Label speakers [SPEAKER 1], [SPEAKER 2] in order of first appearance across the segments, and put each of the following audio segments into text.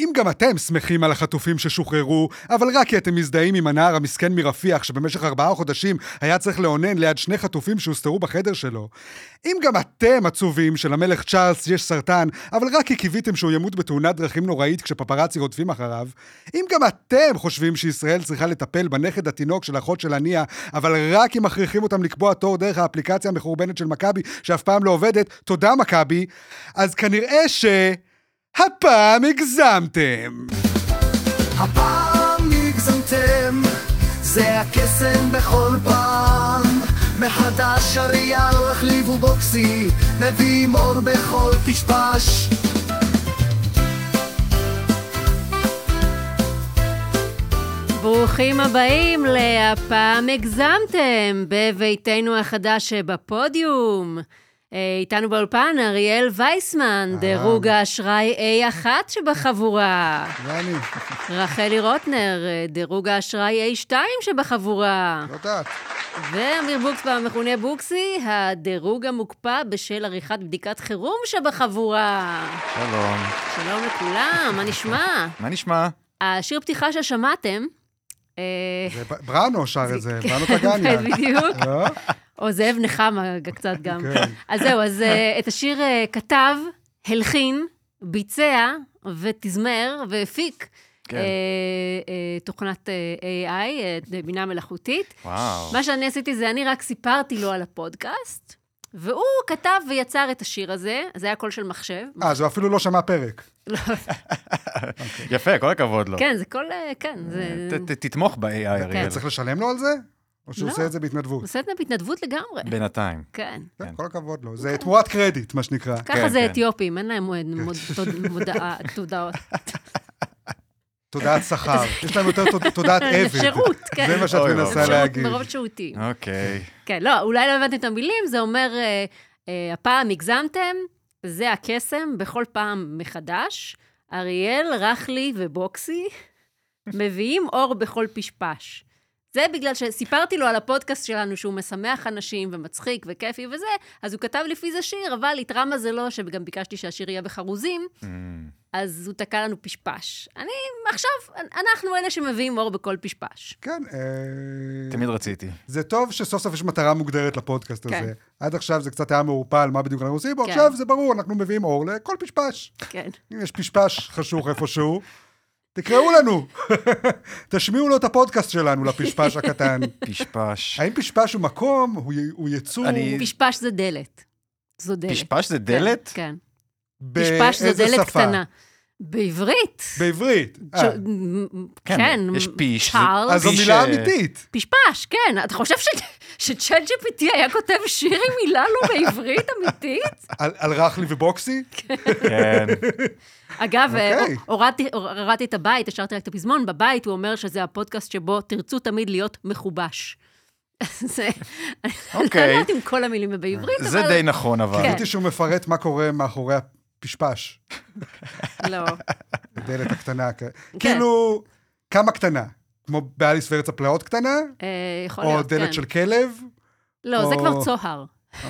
[SPEAKER 1] אם גם אתם שמחים על החטופים ששוחררו, אבל רק כי אתם מזדהים עם הנער המסכן מרפיח שבמשך ארבעה חודשים היה צריך לאונן ליד שני חטופים שהוסתרו בחדר שלו. אם גם אתם עצובים שלמלך צ'ארלס יש סרטן, אבל רק כי קיוויתם שהוא ימות בתאונת דרכים נוראית כשפפראצי רודפים אחריו. אם גם אתם חושבים שישראל צריכה לטפל בנכד התינוק של אחות של הנייה, אבל רק אם מכריחים אותם לקבוע תור דרך האפליקציה המחורבנת של מכבי, שאף פעם לא עובדת, תודה מכבי, אז כנראה ש... הפעם הגזמתם!
[SPEAKER 2] הפעם הגזמתם, זה הקסם בכל פעם. מחדש אריאל החליפו בוקסי, מביאים אור בכל פשפש.
[SPEAKER 3] ברוכים הבאים ל"הפעם הגזמתם" בביתנו החדש שבפודיום. אה, איתנו באולפן אריאל וייסמן, דירוג האשראי A1 שבחבורה.
[SPEAKER 1] זה אני,
[SPEAKER 3] רחלי רוטנר, אה, דירוג האשראי A2 שבחבורה.
[SPEAKER 1] לא יודעת.
[SPEAKER 3] ואמיר בוקסבא, המכונה בוקסי, הדירוג המוקפא בשל עריכת בדיקת חירום שבחבורה.
[SPEAKER 4] שלום.
[SPEAKER 3] שלום לכולם, מה נשמע?
[SPEAKER 4] מה נשמע?
[SPEAKER 3] השיר פתיחה ששמעתם, אה,
[SPEAKER 1] זה ב- בראנו שר את זה, בראנו טגניה.
[SPEAKER 3] כן, בדיוק.
[SPEAKER 1] לא?
[SPEAKER 3] או זאב נחמה ג- קצת גם.
[SPEAKER 1] כן.
[SPEAKER 3] אז זהו, אז אה, את השיר אה, כתב, הלחין, ביצע ותזמר והפיק.
[SPEAKER 4] כן.
[SPEAKER 3] אה, אה, תוכנת אה, AI, אה, בינה מלאכותית.
[SPEAKER 4] וואו.
[SPEAKER 3] מה שאני עשיתי זה, אני רק סיפרתי לו על הפודקאסט, והוא כתב ויצר את השיר הזה, זה היה קול של מחשב.
[SPEAKER 1] אה, אז הוא אפילו לא שמע פרק.
[SPEAKER 3] לא,
[SPEAKER 4] יפה, כל הכבוד לו.
[SPEAKER 3] כן, זה קול, אה, כן, זה...
[SPEAKER 4] ת- ת- תתמוך ב-AI, אריאל.
[SPEAKER 3] כן.
[SPEAKER 1] צריך לשלם לו על זה? או שהוא
[SPEAKER 3] לא.
[SPEAKER 1] עושה את זה בהתנדבות?
[SPEAKER 3] עושה את זה בהתנדבות לגמרי,
[SPEAKER 4] בינתיים.
[SPEAKER 3] כן.
[SPEAKER 1] כן, כל הכבוד לו. זה תמורת קרדיט, מה שנקרא.
[SPEAKER 3] ככה
[SPEAKER 4] כן,
[SPEAKER 3] זה
[SPEAKER 4] כן.
[SPEAKER 3] אתיופים, אין להם מוד- מוד- תוד- מודעה, תודעות.
[SPEAKER 1] תודעת שכר. יש להם יותר תוד- תודעת עבד.
[SPEAKER 3] שירות, כן.
[SPEAKER 1] זה מה שאת
[SPEAKER 4] אוי,
[SPEAKER 1] מנסה
[SPEAKER 4] שירות
[SPEAKER 1] להגיד.
[SPEAKER 3] מרוב שירותים.
[SPEAKER 4] אוקיי.
[SPEAKER 3] כן, לא, אולי לא הבנתם את המילים, זה אומר, אה, אה, הפעם הגזמתם, זה הקסם, בכל פעם מחדש. אריאל, רכלי ובוקסי מביאים אור בכל פשפש. זה בגלל שסיפרתי לו על הפודקאסט שלנו שהוא משמח אנשים ומצחיק וכיפי וזה, אז הוא כתב לפי זה שיר, אבל איתרע מזלו, שגם ביקשתי שהשיר יהיה בחרוזים,
[SPEAKER 1] Mm.
[SPEAKER 4] אמ,
[SPEAKER 3] אז הוא תקע לנו פשפש. אני, עכשיו, אנחנו אלה שמביאים אור בכל פשפש.
[SPEAKER 1] כן, אה,
[SPEAKER 4] תמיד רציתי.
[SPEAKER 1] זה טוב שסוף סוף יש מטרה מוגדרת לפודקאסט
[SPEAKER 3] כן.
[SPEAKER 1] הזה. עד עכשיו זה קצת היה מעורפל, מה בדיוק אנחנו עושים, בו
[SPEAKER 3] כן.
[SPEAKER 1] עכשיו זה ברור, אנחנו מביאים אור לכל פשפש.
[SPEAKER 3] כן.
[SPEAKER 1] אם יש פשפש חשוך איפשהו, תקראו לנו. תשמיעו לו את הפודקאסט שלנו, לפשפש הקטן.
[SPEAKER 3] אה,
[SPEAKER 4] פשפש.
[SPEAKER 1] האם פשפש הוא מקום? הוא, י... הוא יצור?
[SPEAKER 4] אני-
[SPEAKER 3] פשפש זה דלת. זו דלת.
[SPEAKER 4] פשפש זה
[SPEAKER 3] כן,
[SPEAKER 4] דלת?
[SPEAKER 3] כן.
[SPEAKER 1] באיזה
[SPEAKER 3] פשפש זה דלת
[SPEAKER 1] שפה?
[SPEAKER 3] קטנה. בעברית.
[SPEAKER 1] בעברית. אה,
[SPEAKER 3] ש- מ-
[SPEAKER 4] כן,
[SPEAKER 3] כן.
[SPEAKER 4] יש
[SPEAKER 3] מ-
[SPEAKER 4] פיש,
[SPEAKER 3] צ'ארלס.
[SPEAKER 1] אז זו
[SPEAKER 4] פיש,
[SPEAKER 1] מילה
[SPEAKER 4] אה,
[SPEAKER 1] אמיתית.
[SPEAKER 3] פשפש, כן. אתה חושב ש- שצ'אט GPT היה כותב שיר עם מילה לא בעברית אמיתית?
[SPEAKER 1] על, על רכלי ובוקסי?
[SPEAKER 4] כן.
[SPEAKER 3] אגב, אה,
[SPEAKER 1] אוקיי.
[SPEAKER 3] הורדתי- הורדתי את הבית, השארתי רק את הפזמון, בבית הוא אומר שזה הפודקאסט שבו תרצו תמיד להיות מכובש. זה...
[SPEAKER 4] אוקיי.
[SPEAKER 3] אני לא יודעת אם כל המילים הם בעברית, אבל...
[SPEAKER 4] זה די נכון, אבל.
[SPEAKER 3] כן.
[SPEAKER 1] ראיתי שהוא מפרט מה קורה מאחורי הפשפש,
[SPEAKER 3] לא.
[SPEAKER 1] הדלת הקטנה. כ-
[SPEAKER 3] כן.
[SPEAKER 1] כאילו, כמה קטנה? כמו באליס וארץ הפלאות קטנה?
[SPEAKER 3] אה, יכול
[SPEAKER 1] או
[SPEAKER 3] להיות, כן.
[SPEAKER 1] דלת של כלב?
[SPEAKER 3] לא, זה
[SPEAKER 1] או-
[SPEAKER 3] כבר צוהר.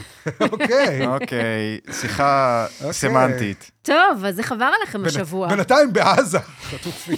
[SPEAKER 1] אוקיי.
[SPEAKER 4] אוקיי, שיחה
[SPEAKER 1] אוקיי.
[SPEAKER 4] סמנטית.
[SPEAKER 3] טוב, אז איך עבר עליכם השבוע?
[SPEAKER 1] בינתיים בעזה, חטופים.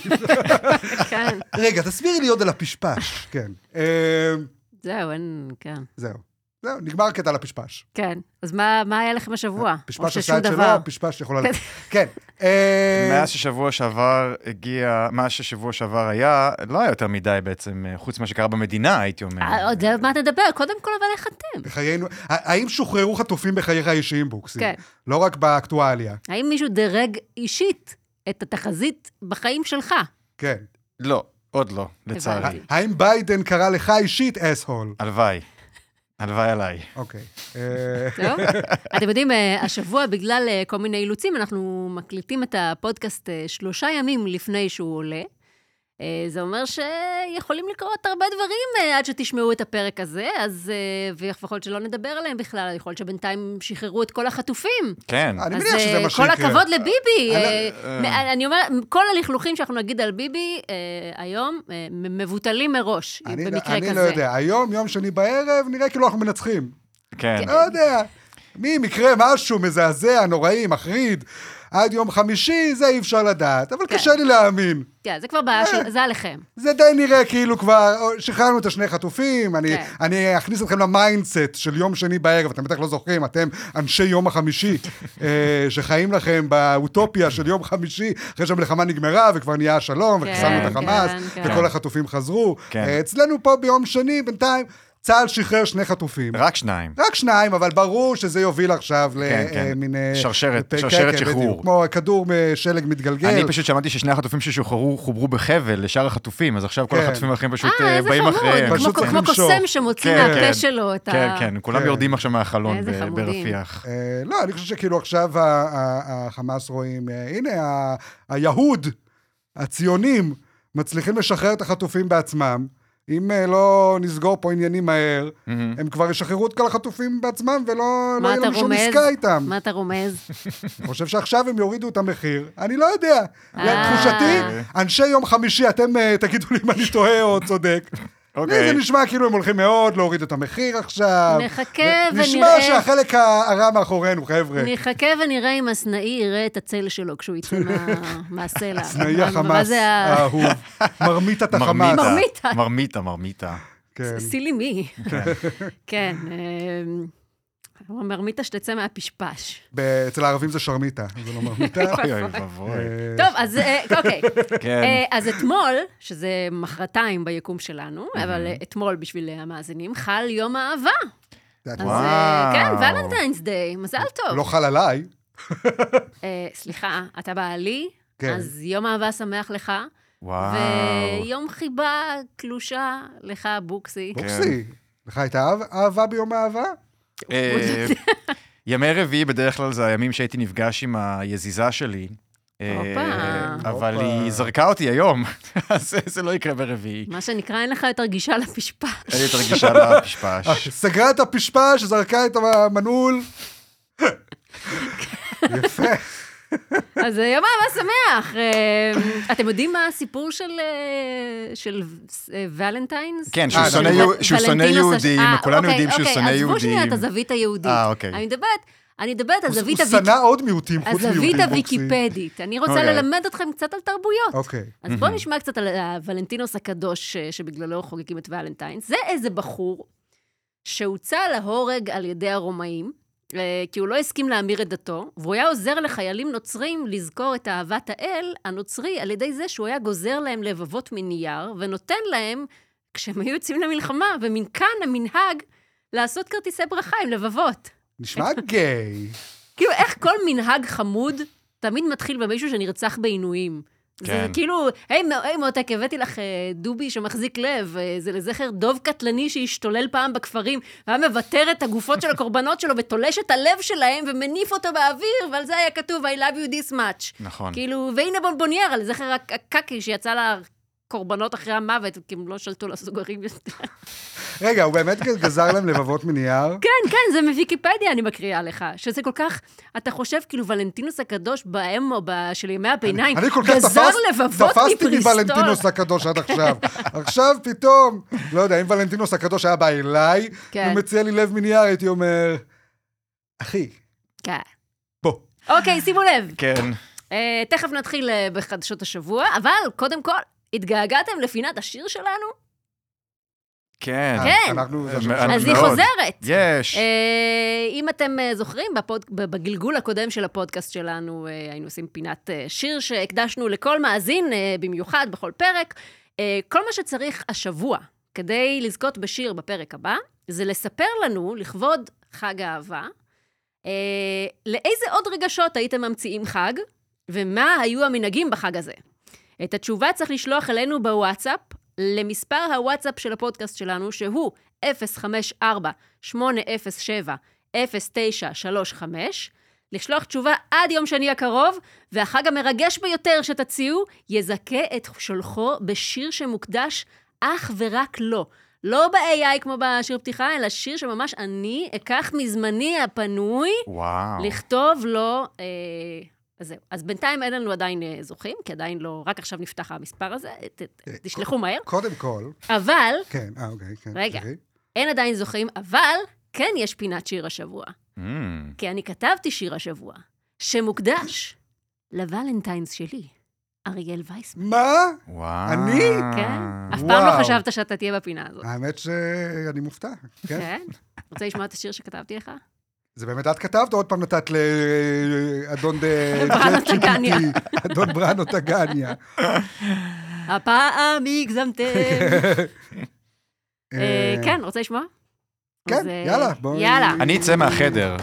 [SPEAKER 3] כן,
[SPEAKER 1] רגע, תסבירי לי עוד על הפשפש. כן. אה,
[SPEAKER 3] זהו, אין, כן.
[SPEAKER 1] זהו. זהו, נגמר הקטע על הפשפש.
[SPEAKER 3] כן, אז מה מה היה לכם השבוע? או
[SPEAKER 1] פשפש
[SPEAKER 3] ששום
[SPEAKER 1] עשה את שלו,
[SPEAKER 3] דבר?
[SPEAKER 1] פשפש יכולה... לה- כן. אה,
[SPEAKER 4] מאז ששבוע שעבר הגיע, מה ששבוע שעבר היה, לא היה יותר מדי בעצם, אה, חוץ ממה שקרה במדינה, הייתי אומר.
[SPEAKER 3] אה, עוד על מה תדבר? קודם כל, אבל איך אתם?
[SPEAKER 1] בחיינו, האם שוחררו חטופים בחייך האישיים, בוקסי?
[SPEAKER 3] כן.
[SPEAKER 1] לא רק באקטואליה.
[SPEAKER 3] האם מישהו דירג אישית את התחזית בחיים שלך?
[SPEAKER 1] כן.
[SPEAKER 4] לא, עוד לא, לצערי.
[SPEAKER 3] אוקיי. הבנתי.
[SPEAKER 1] האם ביידן קרא לך אישית אס-הול?
[SPEAKER 4] הלוואי. הלוואי עליי.
[SPEAKER 1] אוקיי. אה,
[SPEAKER 3] טוב. אתם יודעים, אה, השבוע, בגלל אה, כל מיני אילוצים, אנחנו מקליטים את הפודקאסט אה, שלושה ימים לפני שהוא עולה. אה, זה אומר שיכולים לקרות הרבה דברים אה, עד שתשמעו את הפרק הזה, אז... אה, ויכול להיות שלא נדבר עליהם בכלל, יכול להיות שבינתיים שחררו את כל החטופים.
[SPEAKER 4] כן.
[SPEAKER 1] אני מניח שזה
[SPEAKER 3] אז
[SPEAKER 1] מה
[SPEAKER 3] אה, כל
[SPEAKER 1] שיקרה.
[SPEAKER 3] הכבוד לביבי.
[SPEAKER 1] אני-
[SPEAKER 3] אה, אה, אני אומרת, כל הלכלוכים שאנחנו נגיד על ביבי אה, היום, אה, מ- מבוטלים מראש,
[SPEAKER 1] אני לא-
[SPEAKER 3] במקרה כזה.
[SPEAKER 1] אני לא יודע. היום, יום שני בערב, נראה כאילו אנחנו מנצחים.
[SPEAKER 4] כן.
[SPEAKER 1] אה. לא יודע. מי אם יקרה משהו מזעזע, נוראי, מחריד, עד יום חמישי, זה אי אפשר לדעת, אבל
[SPEAKER 3] כן.
[SPEAKER 1] קשה לי להאמין.
[SPEAKER 3] כן, זה כבר
[SPEAKER 1] אה.
[SPEAKER 3] בעיה של... זה עליכם.
[SPEAKER 1] זה די נראה כאילו כבר, או, שחררנו את השני חטופים, אני,
[SPEAKER 3] כן.
[SPEAKER 1] אני אכניס אתכם למיינדסט של יום שני בערב, אתם בטח לא זוכרים, אתם אנשי יום החמישי, אה, שחיים לכם באוטופיה של יום חמישי, אחרי שהמלחמה נגמרה וכבר נהיה השלום,
[SPEAKER 3] כן,
[SPEAKER 1] וכיסמנו את
[SPEAKER 4] כן,
[SPEAKER 1] החמאס,
[SPEAKER 3] כן.
[SPEAKER 1] וכל החטופים חזרו.
[SPEAKER 4] כן.
[SPEAKER 1] אה, אצלנו פה ביום שני, בינתיים, צה"ל שחרר שני חטופים.
[SPEAKER 4] רק שניים.
[SPEAKER 1] רק שניים, אבל ברור שזה יוביל עכשיו
[SPEAKER 4] כן, כן.
[SPEAKER 1] למין... אה,
[SPEAKER 4] שרשרת-
[SPEAKER 1] לפ-
[SPEAKER 4] שרשרת
[SPEAKER 1] כן, כן,
[SPEAKER 4] שחרור.
[SPEAKER 1] בדיוק, כמו כדור אה, שלג מתגלגל.
[SPEAKER 4] אני פשוט שמעתי ששני החטופים ששוחררו חוברו בחבל לשאר החטופים, אז עכשיו כל
[SPEAKER 1] כן.
[SPEAKER 4] החטופים האחרים פשוט
[SPEAKER 3] אה,
[SPEAKER 4] אה,
[SPEAKER 3] איזה
[SPEAKER 4] באים
[SPEAKER 3] חמוד,
[SPEAKER 4] אחריהם.
[SPEAKER 1] פשוט
[SPEAKER 3] כמו,
[SPEAKER 1] צריך
[SPEAKER 3] כמו
[SPEAKER 1] למשוך.
[SPEAKER 3] קוסם שמוציא
[SPEAKER 4] כן,
[SPEAKER 3] מהפה
[SPEAKER 4] כן.
[SPEAKER 3] שלו את
[SPEAKER 4] כן,
[SPEAKER 3] ה...
[SPEAKER 4] כן,
[SPEAKER 1] כן.
[SPEAKER 4] כולם יורדים עכשיו מהחלון
[SPEAKER 3] איזה
[SPEAKER 4] ב-
[SPEAKER 3] חמודים.
[SPEAKER 4] ברפיח.
[SPEAKER 1] אה, לא, אני חושב שכאילו עכשיו ה- ה- החמאס רואים, אה, הנה, ה- היהוד, הציונים, מצליחים לשחרר את החטופים בעצמם. אם אה, לא נסגור פה עניינים מהר,
[SPEAKER 4] מהמם.
[SPEAKER 1] הם כבר ישחררו את כל החטופים בעצמם, ולא לא
[SPEAKER 3] מה
[SPEAKER 1] יהיה
[SPEAKER 3] אתה
[SPEAKER 1] לנו שום
[SPEAKER 3] רומז?
[SPEAKER 1] עסקה איתם.
[SPEAKER 3] מה אתה רומז?
[SPEAKER 1] אני חושב שעכשיו הם יורידו את המחיר, אני לא יודע.
[SPEAKER 3] אה.
[SPEAKER 1] לתחושתי, אנשי יום חמישי, אתם אה, תגידו לי אם אני טועה או צודק. לי
[SPEAKER 4] אוקיי.
[SPEAKER 1] זה נשמע כאילו הם הולכים מאוד להוריד את המחיר עכשיו.
[SPEAKER 3] נחכה
[SPEAKER 1] נשמע
[SPEAKER 3] ונראה.
[SPEAKER 1] שהחלק הרע מאחורינו, חבר'ה.
[SPEAKER 3] נחכה ונראה אם הסנאי יראה את הצל שלו כשהוא יצא מה- מהסלע.
[SPEAKER 1] סנאי
[SPEAKER 3] מה- מה
[SPEAKER 1] החמאס אה,
[SPEAKER 3] זה ה...
[SPEAKER 1] האהוב, מרמיתת החמאס.
[SPEAKER 4] מרמיתה.
[SPEAKER 3] מרמיתה.
[SPEAKER 4] מרמיתה, מרמיתה.
[SPEAKER 1] כן.
[SPEAKER 3] סילי מי. כן. אמ, הוא אומר, מיטה שתצא מהפשפש.
[SPEAKER 1] ב- אצל הערבים זה שרמיטה, זה לא מרמיתה.
[SPEAKER 4] אוי אוי ואבוי.
[SPEAKER 1] אה,
[SPEAKER 3] טוב, אז אה, אוקיי.
[SPEAKER 4] כן.
[SPEAKER 3] אה, אז אתמול, שזה מחרתיים ביקום שלנו,
[SPEAKER 4] Mm-hmm.
[SPEAKER 3] אבל אה, אתמול בשביל אה, המאזינים, חל יום האהבה.
[SPEAKER 1] זה
[SPEAKER 3] אז
[SPEAKER 1] את-
[SPEAKER 4] וואו.
[SPEAKER 3] אה, כן, ולנטיינס דיי, מזל
[SPEAKER 1] לא
[SPEAKER 3] טוב.
[SPEAKER 1] חל עליי.
[SPEAKER 3] אה, סליחה, אתה בעלי?
[SPEAKER 1] כן.
[SPEAKER 3] אז יום אהבה שמח לך,
[SPEAKER 4] וואו.
[SPEAKER 3] ויום חיבה קלושה לך, בוקסי.
[SPEAKER 1] בוקסי, לך הייתה אהב- אהבה ביום האהבה?
[SPEAKER 4] אה, ימי רביעי בדרך כלל זה הימים שהייתי נפגש עם היזיזה שלי. אה,
[SPEAKER 3] הופה.
[SPEAKER 4] אבל
[SPEAKER 1] הופה.
[SPEAKER 4] היא זרקה אותי היום, אז זה- זה לא יקרה ברביעי.
[SPEAKER 3] מה שנקרא, אין לך יותר גישה לפשפש.
[SPEAKER 4] אין לי יותר גישה לפשפש.
[SPEAKER 1] אה, סגרה את הפשפש, זרקה את המנעול. יפה.
[SPEAKER 3] אז אה, יום אהבה שמח. אה, אתם יודעים מה הסיפור של, אה, של אה, ולנטיינס?
[SPEAKER 4] כן, שהוא
[SPEAKER 1] אה,
[SPEAKER 4] שונא
[SPEAKER 1] של
[SPEAKER 4] יהוד- שהוא שונא
[SPEAKER 3] ולנטינוס הש-
[SPEAKER 4] יהודים,
[SPEAKER 3] אה,
[SPEAKER 4] כולנו
[SPEAKER 3] אוקיי,
[SPEAKER 4] יודעים שהוא
[SPEAKER 3] אוקיי,
[SPEAKER 4] שונא
[SPEAKER 3] עזבו שנייה
[SPEAKER 4] יהודים.
[SPEAKER 3] את הזווית היהודית.
[SPEAKER 4] אה, אוקיי.
[SPEAKER 3] אני מדברת, אני מדברת על
[SPEAKER 1] הוא
[SPEAKER 3] זווית
[SPEAKER 1] הוא
[SPEAKER 3] הוויק-
[SPEAKER 1] שנא עוד מיעוטים חוץ מיהודים,
[SPEAKER 3] הזווית
[SPEAKER 1] בוקסי.
[SPEAKER 3] הוויקיפדית. אני רוצה
[SPEAKER 4] אוקיי.
[SPEAKER 3] ללמד אתכם קצת על תרבויות.
[SPEAKER 1] אוקיי.
[SPEAKER 3] אז בואו נשמע קצת על הוולנטינוס הקדוש אה, שבגללו חוגגים את ולנטיינס. זה איזה בחור שהוצא להורג על ידי הרומאים, אה, כי הוא לא הסכים להמיר את דתו, והוא היה עוזר לחיילים נוצרים לזכור את אהבת האל הנוצרי על ידי זה שהוא היה גוזר להם לבבות מנייר, ונותן להם, כשהם היו יוצאים למלחמה, ומכאן המנהג לעשות כרטיסי ברכה עם לבבות.
[SPEAKER 1] נשמע גיי.
[SPEAKER 3] כאילו, איך כל מנהג חמוד תמיד מתחיל במישהו שנרצח בעינויים. זה
[SPEAKER 4] כן.
[SPEAKER 3] כאילו, היי, מ- היי מותק, הבאתי לך אה, דובי שמחזיק לב, אה, זה לזכר דוב קטלני שהשתולל פעם בכפרים, היה מבתר את הגופות של הקורבנות שלו ותולש את הלב שלהם ומניף אותו באוויר, ועל זה היה כתוב, I love you this much.
[SPEAKER 4] נכון.
[SPEAKER 3] כאילו, והנה בונבונייר, על זכר הק- הקקי שיצא לקורבנות אחרי המוות, כי הם לא שלטו לה סוגרים יותר.
[SPEAKER 1] רגע, הוא באמת גזר להם לבבות מנייר?
[SPEAKER 3] כן, כן, זה מוויקיפדיה, אני מקריאה לך. שזה כל כך, אתה חושב כאילו ולנטינוס הקדוש באם או ב- של ימי הביניים,
[SPEAKER 1] אני כל כך
[SPEAKER 3] גזר
[SPEAKER 1] תפס,
[SPEAKER 3] לבבות
[SPEAKER 1] תפסתי מוולנטינוס
[SPEAKER 3] מפריסטול.
[SPEAKER 1] הקדוש עד עכשיו. עכשיו פתאום, לא יודע, אם ולנטינוס הקדוש היה בא אליי,
[SPEAKER 3] כן.
[SPEAKER 1] ומציע לי לב מנייר, הייתי אומר, אחי,
[SPEAKER 3] כן.
[SPEAKER 1] בוא.
[SPEAKER 3] אוקיי, שימו לב,
[SPEAKER 4] כן.
[SPEAKER 3] אה, תכף נתחיל אה, בחדשות השבוע, אבל קודם כל, התגעגעתם לפינת השיר שלנו?
[SPEAKER 4] כן.
[SPEAKER 3] כן.
[SPEAKER 1] אנחנו, זה
[SPEAKER 4] אה,
[SPEAKER 1] השם
[SPEAKER 4] אה,
[SPEAKER 1] שלנו.
[SPEAKER 3] אז היא
[SPEAKER 4] מאוד.
[SPEAKER 3] חוזרת.
[SPEAKER 4] יש.
[SPEAKER 3] אה, אם אתם אה, זוכרים, בפוד... ב- בגלגול הקודם של הפודקאסט שלנו אה, היינו עושים פינת אה, שיר שהקדשנו לכל מאזין, אה, במיוחד בכל פרק. אה, כל מה שצריך השבוע כדי לזכות בשיר בפרק הבא, זה לספר לנו, לכבוד חג האהבה, אה, לאיזה עוד רגשות הייתם ממציאים חג, ומה היו המנהגים בחג הזה. את התשובה צריך לשלוח אלינו בוואטסאפ, למספר הוואטסאפ של הפודקאסט שלנו, שהוא 054-807-0935, לשלוח תשובה עד יום שני הקרוב, והחג המרגש ביותר שתציעו, יזכה את שולחו בשיר שמוקדש אך ורק לו. לא ב-AI כמו בשיר פתיחה, אלא שיר שממש אני אקח מזמני הפנוי
[SPEAKER 4] וואו.
[SPEAKER 3] לכתוב לו, אה, אז זהו. אז בינתיים אין לנו עדיין אה, זוכים, כי עדיין לא, רק עכשיו נפתח המספר הזה, ת- ת- תשלחו מהר.
[SPEAKER 1] אוקיי, קודם כל,
[SPEAKER 3] אבל,
[SPEAKER 1] כן, אה, אוקיי, כן.
[SPEAKER 3] רגע.
[SPEAKER 1] תראי.
[SPEAKER 3] אין עדיין זוכים, אבל כן יש פינת שיר השבוע.
[SPEAKER 4] אמ,
[SPEAKER 3] כי אני כתבתי שיר השבוע, שמוקדש לוולנטיינס שלי, אריאל וייסמן.
[SPEAKER 1] מה?
[SPEAKER 4] וואו.
[SPEAKER 1] אני?
[SPEAKER 3] כן? אף פעם
[SPEAKER 1] אה, וואו.
[SPEAKER 3] לא חשבת שאתה תהיה בפינה הזאת.
[SPEAKER 1] האמת שאני מופתע, כן?
[SPEAKER 3] כן? רוצה לשמוע את השיר שכתבתי לך?
[SPEAKER 1] זה באמת את כתבת, או עוד פעם נתת לאדון אה,
[SPEAKER 3] ברנו טגניה.
[SPEAKER 1] אדון בראנו טגניה.
[SPEAKER 3] הפעם הגזמתם. אה,
[SPEAKER 1] אה,
[SPEAKER 3] כן, רוצה לשמוע?
[SPEAKER 1] כן,
[SPEAKER 3] אז, אה,
[SPEAKER 1] יאללה, בואי-
[SPEAKER 3] יאללה.
[SPEAKER 4] אני אצא מהחדר.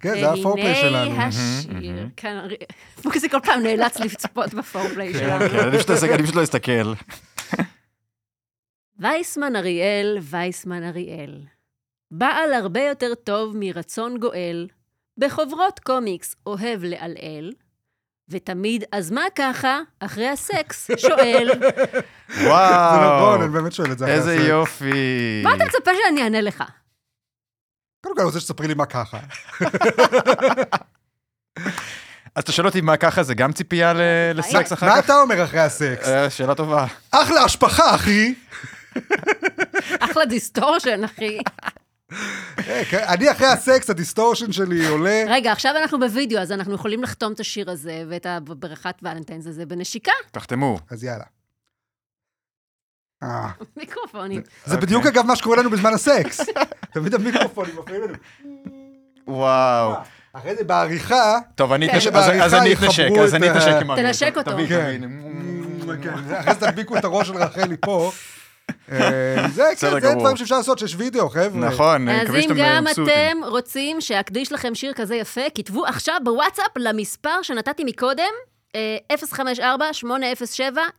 [SPEAKER 1] כן,
[SPEAKER 3] אה,
[SPEAKER 1] זה הפורפליי שלנו.
[SPEAKER 3] והנה השיר.
[SPEAKER 4] מהמם.
[SPEAKER 3] כן, ארי- בוקסי כל פעם נאלץ לצפות בפורפליי
[SPEAKER 4] כן,
[SPEAKER 3] שלנו.
[SPEAKER 4] כן, אני פשוט לא אסתכל- אני פשוט לא אסתכל.
[SPEAKER 3] וייסמן אריאל, וייסמן אריאל. בעל הרבה יותר טוב מרצון גואל, בחוברות קומיקס אוהב לעלעל, ותמיד, אז מה ככה? אחרי הסקס, שואל.
[SPEAKER 1] זה לא
[SPEAKER 4] וואו.
[SPEAKER 1] נכון, אני באמת שואל את זה. אחרי
[SPEAKER 4] איזה
[SPEAKER 1] הסרט.
[SPEAKER 4] יופי.
[SPEAKER 3] מה אתה מצפה שאני אענה לך?
[SPEAKER 1] קודם כל, אני רוצה שתספרי לי מה ככה.
[SPEAKER 4] אז אתה שואל אותי מה ככה זה גם ציפייה
[SPEAKER 3] אה,
[SPEAKER 4] ל- לסקס אחר
[SPEAKER 1] מה
[SPEAKER 4] כך?
[SPEAKER 1] אתה אומר אחרי הסקס?
[SPEAKER 4] אה, שאלה טובה.
[SPEAKER 1] אחלה השפחה, אחי!
[SPEAKER 3] אחלה דיסטורשן, אחי.
[SPEAKER 1] אה, כן, אני אחרי הסקס, הדיסטורשן שלי עולה.
[SPEAKER 3] רגע, עכשיו אנחנו בווידאו, אז אנחנו יכולים לחתום את השיר הזה ואת הברכת ולנטיינס הזה בנשיקה?
[SPEAKER 4] תחתמו.
[SPEAKER 1] אז יאללה. אה,
[SPEAKER 3] מיקרופונים.
[SPEAKER 4] אוקיי.
[SPEAKER 1] זה בדיוק אגב מה שקורה לנו בזמן הסקס. תמיד המיקרופונים מפריעים לנו.
[SPEAKER 4] וואו.
[SPEAKER 1] אחרי זה בעריכה,
[SPEAKER 4] טוב, אני
[SPEAKER 3] כן.
[SPEAKER 4] אתנשק, אז- אז אני
[SPEAKER 1] בעריכה
[SPEAKER 4] אתנשק,
[SPEAKER 1] יחברו
[SPEAKER 4] אז אני
[SPEAKER 1] את ה-
[SPEAKER 4] אתנשק עם אריה.
[SPEAKER 3] תנשק אותו.
[SPEAKER 4] תביא, Mm,
[SPEAKER 1] כן.
[SPEAKER 4] תביא.
[SPEAKER 1] אה, אחרי זה תדביקו את הראש של רחלי פה. אה, זה
[SPEAKER 4] בסדר
[SPEAKER 1] כן, זה
[SPEAKER 4] גמור.
[SPEAKER 1] דברים שאפשר לעשות, שיש וידאו, חבר'ה.
[SPEAKER 4] נכון, אני
[SPEAKER 3] אז
[SPEAKER 4] מקווה
[SPEAKER 3] אם
[SPEAKER 4] שאתם
[SPEAKER 3] גם
[SPEAKER 4] מבסוטים.
[SPEAKER 3] אתם רוצים שאקדיש לכם שיר כזה יפה, כתבו עכשיו בוואטסאפ למספר שנתתי מקודם, אה,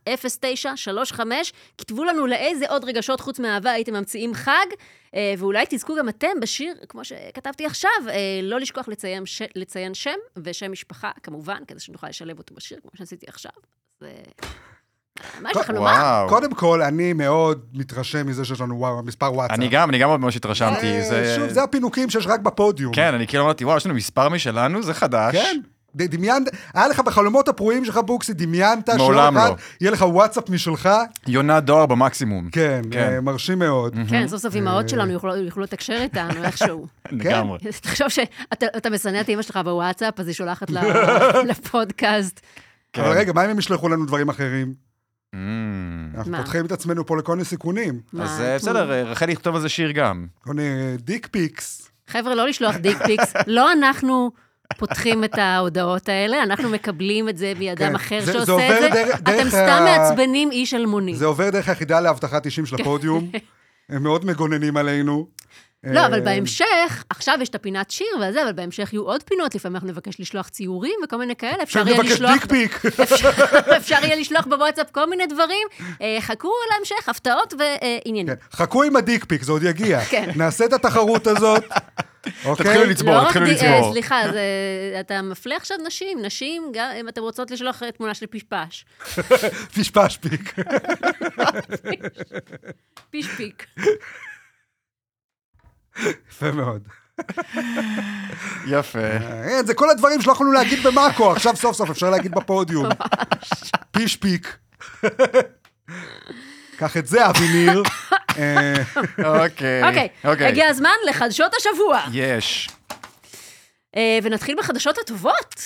[SPEAKER 3] 054-807-0935. כתבו לנו לאיזה עוד רגשות חוץ מאהבה הייתם ממציאים חג, אה, ואולי תזכו גם אתם בשיר, כמו שכתבתי עכשיו, אה, לא לשכוח לציין, ש... לציין שם ושם משפחה, כמובן, כדי שנוכל לשלב אותו בשיר, כמו שעשיתי עכשיו. אז... אה, מה יש לך לומר?
[SPEAKER 4] וואו.
[SPEAKER 1] קודם כל, אני מאוד מתרשם מזה שיש לנו וואו, מספר וואטסאפ.
[SPEAKER 4] אני גם, אני גם ממש התרשמתי.
[SPEAKER 1] אה,
[SPEAKER 4] זה-
[SPEAKER 1] שוב, זה הפינוקים שיש רק בפודיום.
[SPEAKER 4] כן, אני כאילו אמרתי, וואו, יש לנו מספר משלנו, זה חדש.
[SPEAKER 1] כן. ד- דמיינת, היה לך בחלומות הפרועים שלך, בוקסי, דמיינת
[SPEAKER 4] מעולם
[SPEAKER 1] שיום אחד
[SPEAKER 4] לא.
[SPEAKER 1] יהיה לך וואטסאפ משלך?
[SPEAKER 4] יונת דואר במקסימום.
[SPEAKER 1] כן,
[SPEAKER 4] כן.
[SPEAKER 1] אה, מרשים מאוד.
[SPEAKER 3] כן, סוף סוף
[SPEAKER 4] אה.
[SPEAKER 3] אימהות שלנו יוכלו יוכלו לתקשר איתנו איכשהו.
[SPEAKER 4] לגמרי.
[SPEAKER 3] תחשוב שאתה אתה משנא את אימא שלך בוואטסאפ, אז היא שולחת לה לפודקאסט.
[SPEAKER 4] כן.
[SPEAKER 1] אבל רגע, מה אם הם ישלחו לנו דברים אחרים?
[SPEAKER 4] אמ.
[SPEAKER 1] אנחנו
[SPEAKER 3] מה?
[SPEAKER 1] פותחים את עצמנו פה לכל מיני סיכונים.
[SPEAKER 4] אז
[SPEAKER 3] מה,
[SPEAKER 4] אה,
[SPEAKER 3] אנחנו-
[SPEAKER 4] בסדר, אה, רחלי תכתוב על זה שיר גם.
[SPEAKER 1] כל מיני אה, דיק פיקס.
[SPEAKER 3] חבר'ה, לא לשלוח דיק פיקס. לא אנחנו פותחים את ההודעות האלה, אנחנו מקבלים את זה
[SPEAKER 1] כן,
[SPEAKER 3] מידם אחר
[SPEAKER 1] זה- זה
[SPEAKER 3] שעושה
[SPEAKER 1] עובר
[SPEAKER 3] את זה.
[SPEAKER 1] דרך- דרך
[SPEAKER 3] אתם סתם
[SPEAKER 1] ה-
[SPEAKER 3] מעצבנים איש אלמוני.
[SPEAKER 1] זה עובר דרך היחידה לאבטחת אישים של הפודיום. הם מאוד מגוננים עלינו.
[SPEAKER 3] לא, אבל
[SPEAKER 1] אה,
[SPEAKER 3] בהמשך, עכשיו יש את הפינת שיר וזה, אבל בהמשך יהיו עוד פינות, לפעמים אנחנו נבקש לשלוח ציורים וכל מיני כאלה, אפשר יהיה
[SPEAKER 1] נבקש
[SPEAKER 3] לשלוח...
[SPEAKER 1] דיק פיק.
[SPEAKER 3] אפשר- אפשר יהיה לשלוח בוואטסאפ כל מיני דברים. אה, חכו להמשך, הפתעות אה, ועניינים.
[SPEAKER 1] כן, חכו עם הדיק פיק, זה עוד יגיע.
[SPEAKER 3] כן.
[SPEAKER 1] נעשה את התחרות הזאת. אוקיי?
[SPEAKER 4] תתחילו לצבור,
[SPEAKER 3] לא רק
[SPEAKER 4] תתחילו
[SPEAKER 3] די-
[SPEAKER 4] לצבור.
[SPEAKER 3] אה, סליחה, זה- אתה מפלה עכשיו נשים, נשים, גם אם אתן רוצות לשלוח אה, תמונה של פשפש.
[SPEAKER 1] פשפש פיק.
[SPEAKER 3] פשפיק.
[SPEAKER 1] יפה מאוד.
[SPEAKER 4] יפה.
[SPEAKER 1] אה, זה כל הדברים שלא יכולנו להגיד במאקו, עכשיו סוף סוף אפשר להגיד בפודיום. פיש פיק. קח את זה, אבי ניר. אה,
[SPEAKER 4] אוקיי.
[SPEAKER 3] אוקיי, הגיע הזמן לחדשות השבוע.
[SPEAKER 4] יש.
[SPEAKER 3] אה, ונתחיל בחדשות הטובות.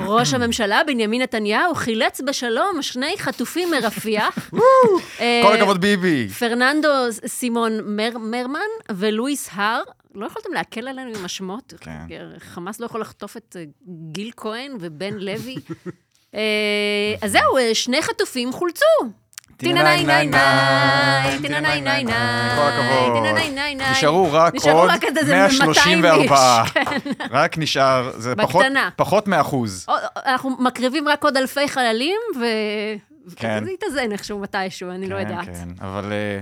[SPEAKER 3] ראש הממשלה בנימין נתניהו חילץ בשלום שני חטופים מרפיח. אה,
[SPEAKER 4] כל הכבוד ביבי.
[SPEAKER 3] פרננדו סימון מר, מרמן ולואיס הר, לא יכולתם להקל עלינו עם השמות?
[SPEAKER 4] כן.
[SPEAKER 3] חמאס לא יכול לחטוף את אה, גיל כהן ובן לוי. אה, אז זהו, אה, שני חטופים חולצו.
[SPEAKER 4] טינניי, ניי, ניי,
[SPEAKER 3] טינניי, ניי, ניי,
[SPEAKER 4] כל הכבוד.
[SPEAKER 3] טינניי, ניי, ניי.
[SPEAKER 4] נשארו רק
[SPEAKER 3] נשארו
[SPEAKER 4] עוד
[SPEAKER 3] רק איזה
[SPEAKER 4] 134.
[SPEAKER 3] 200 איש,
[SPEAKER 4] רק נשאר, זה פחות-
[SPEAKER 3] בקטנה.
[SPEAKER 4] פחות מאחוז.
[SPEAKER 3] עוד- אנחנו מקריבים רק עוד אלפי חללים, ו...
[SPEAKER 4] כן.
[SPEAKER 3] זה יתאזן איכשהו מתישהו, אני לא
[SPEAKER 4] כן,
[SPEAKER 3] יודעת.
[SPEAKER 4] כן, אבל אה,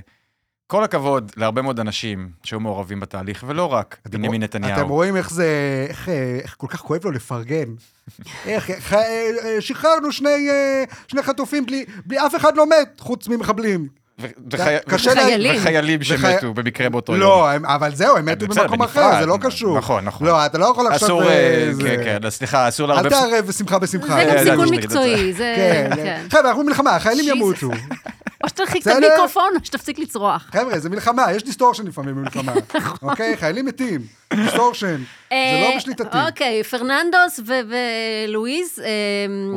[SPEAKER 4] כל הכבוד להרבה מאוד אנשים שהיו מעורבים בתהליך, ולא רק בנימין
[SPEAKER 1] אתם
[SPEAKER 4] נתניהו.
[SPEAKER 1] רואים איך זה, איך, אה, איך כל כך כואב לו לפרגן. איך, איך, אה, אה, שחררנו שני, אה, שני חטופים בלי, בלי אף אחד לא מת, חוץ ממחבלים.
[SPEAKER 4] ו- וחי-
[SPEAKER 1] קשה
[SPEAKER 4] וחי-
[SPEAKER 3] להגיד.
[SPEAKER 4] וחיילים שמתו
[SPEAKER 1] וחי-
[SPEAKER 4] במקרה באותו יום. אה,
[SPEAKER 1] לא, הם, אבל זהו, הם מתו
[SPEAKER 4] בסדר,
[SPEAKER 1] במקום
[SPEAKER 4] בנפרד.
[SPEAKER 1] אחר, זה לא קשור.
[SPEAKER 4] נכון, נכון.
[SPEAKER 1] לא, אתה לא יכול עכשיו...
[SPEAKER 4] אסור,
[SPEAKER 1] אה,
[SPEAKER 4] אה,
[SPEAKER 1] זה-
[SPEAKER 4] כן, כן, לא, סליחה, אסור
[SPEAKER 1] אל
[SPEAKER 4] לערבב...
[SPEAKER 1] תערב בשמחה בשמחה.
[SPEAKER 3] זה
[SPEAKER 4] אה,
[SPEAKER 3] גם
[SPEAKER 4] ידעתי
[SPEAKER 3] סיכון
[SPEAKER 4] שתגיד את זה.
[SPEAKER 3] מקצועי, זה...
[SPEAKER 1] כן,
[SPEAKER 3] כן.
[SPEAKER 1] כן. חבר'ה, אנחנו במלחמה, החיילים
[SPEAKER 3] Jesus.
[SPEAKER 1] ימותו.
[SPEAKER 3] או שתרחיק את
[SPEAKER 1] בסדר.
[SPEAKER 3] המיקרופון, או שתפסיק לצרוח.
[SPEAKER 1] חבר'ה, זה מלחמה, יש דיסטורשן לפעמים במלחמה. אוקיי, חיילים מתים, דיסטורשן. זה
[SPEAKER 3] אה,
[SPEAKER 1] לא בשליטתי.
[SPEAKER 3] אוקיי, פרננדוס ו- ולואיז,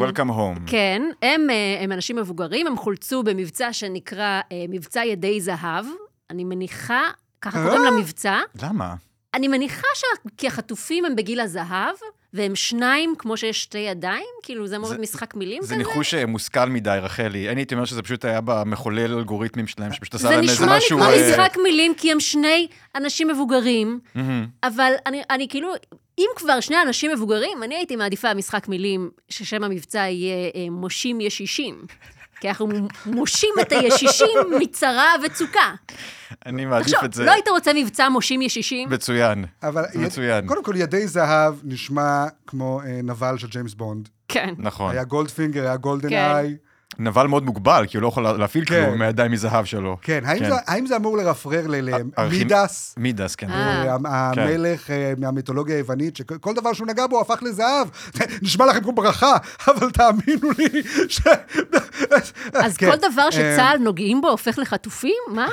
[SPEAKER 3] אה,
[SPEAKER 4] Welcome home.
[SPEAKER 3] כן, הם, אה, הם אנשים מבוגרים, הם חולצו במבצע שנקרא אה, מבצע ידי זהב. אני מניחה, ככה
[SPEAKER 1] אה?
[SPEAKER 3] קוראים למבצע.
[SPEAKER 4] למה?
[SPEAKER 3] אני מניחה שה- כי החטופים הם בגיל הזהב, והם שניים, כמו שיש שתי ידיים, כאילו זה אמור
[SPEAKER 4] זה-
[SPEAKER 3] להיות משחק מילים
[SPEAKER 4] זה
[SPEAKER 3] כזה.
[SPEAKER 4] ניחוש אה, מושכל מדי, רחלי. אני הייתי אומר שזה פשוט היה במחולל אלגוריתמים שלהם, שפשוט עשה
[SPEAKER 3] זה
[SPEAKER 4] להם איזה
[SPEAKER 3] נשמע לי
[SPEAKER 4] משהו...
[SPEAKER 3] כמו
[SPEAKER 4] אה,
[SPEAKER 3] משחק מילים, כי הם שני אנשים מבוגרים,
[SPEAKER 4] מהמם.
[SPEAKER 3] אבל אני, אני כאילו, אם כבר שני אנשים מבוגרים, אני הייתי מעדיפה משחק מילים ששם המבצע יהיה אה, מושים ישישים. כי אנחנו מושים את הישישים מצרה וצוקה.
[SPEAKER 4] אני מעדיף
[SPEAKER 3] תחשוב,
[SPEAKER 4] את זה.
[SPEAKER 3] לא היית רוצה מבצע מושים ישישים?
[SPEAKER 4] מצוין.
[SPEAKER 1] אבל
[SPEAKER 4] זה
[SPEAKER 1] יד-
[SPEAKER 4] מצוין.
[SPEAKER 1] קודם כל, ידי זהב נשמע כמו אה, נבל של ג'יימס בונד.
[SPEAKER 3] כן.
[SPEAKER 4] נכון.
[SPEAKER 1] היה גולדפינגר, היה גולדן
[SPEAKER 3] כן.
[SPEAKER 1] איי.
[SPEAKER 4] נבל מאוד מוגבל, כי הוא לא יכול לה- להפעיל
[SPEAKER 1] כן.
[SPEAKER 4] כלום מהידיים מזהב שלו.
[SPEAKER 1] כן, האם
[SPEAKER 4] כן.
[SPEAKER 1] זה- האם זה אמור לרפרר
[SPEAKER 4] ארכי-
[SPEAKER 1] למידס?
[SPEAKER 4] מידס, כן.
[SPEAKER 3] אה.
[SPEAKER 1] המלך אה, מהמיתולוגיה היוונית, שכל דבר שהוא נגע בו הפך לזהב. נשמע לכם כמו ברכה, אבל תאמינו לי ש...
[SPEAKER 3] אז
[SPEAKER 1] כן.
[SPEAKER 3] כל דבר
[SPEAKER 1] אה,
[SPEAKER 3] שצה"ל נוגעים בו הופך לחטופים? מה?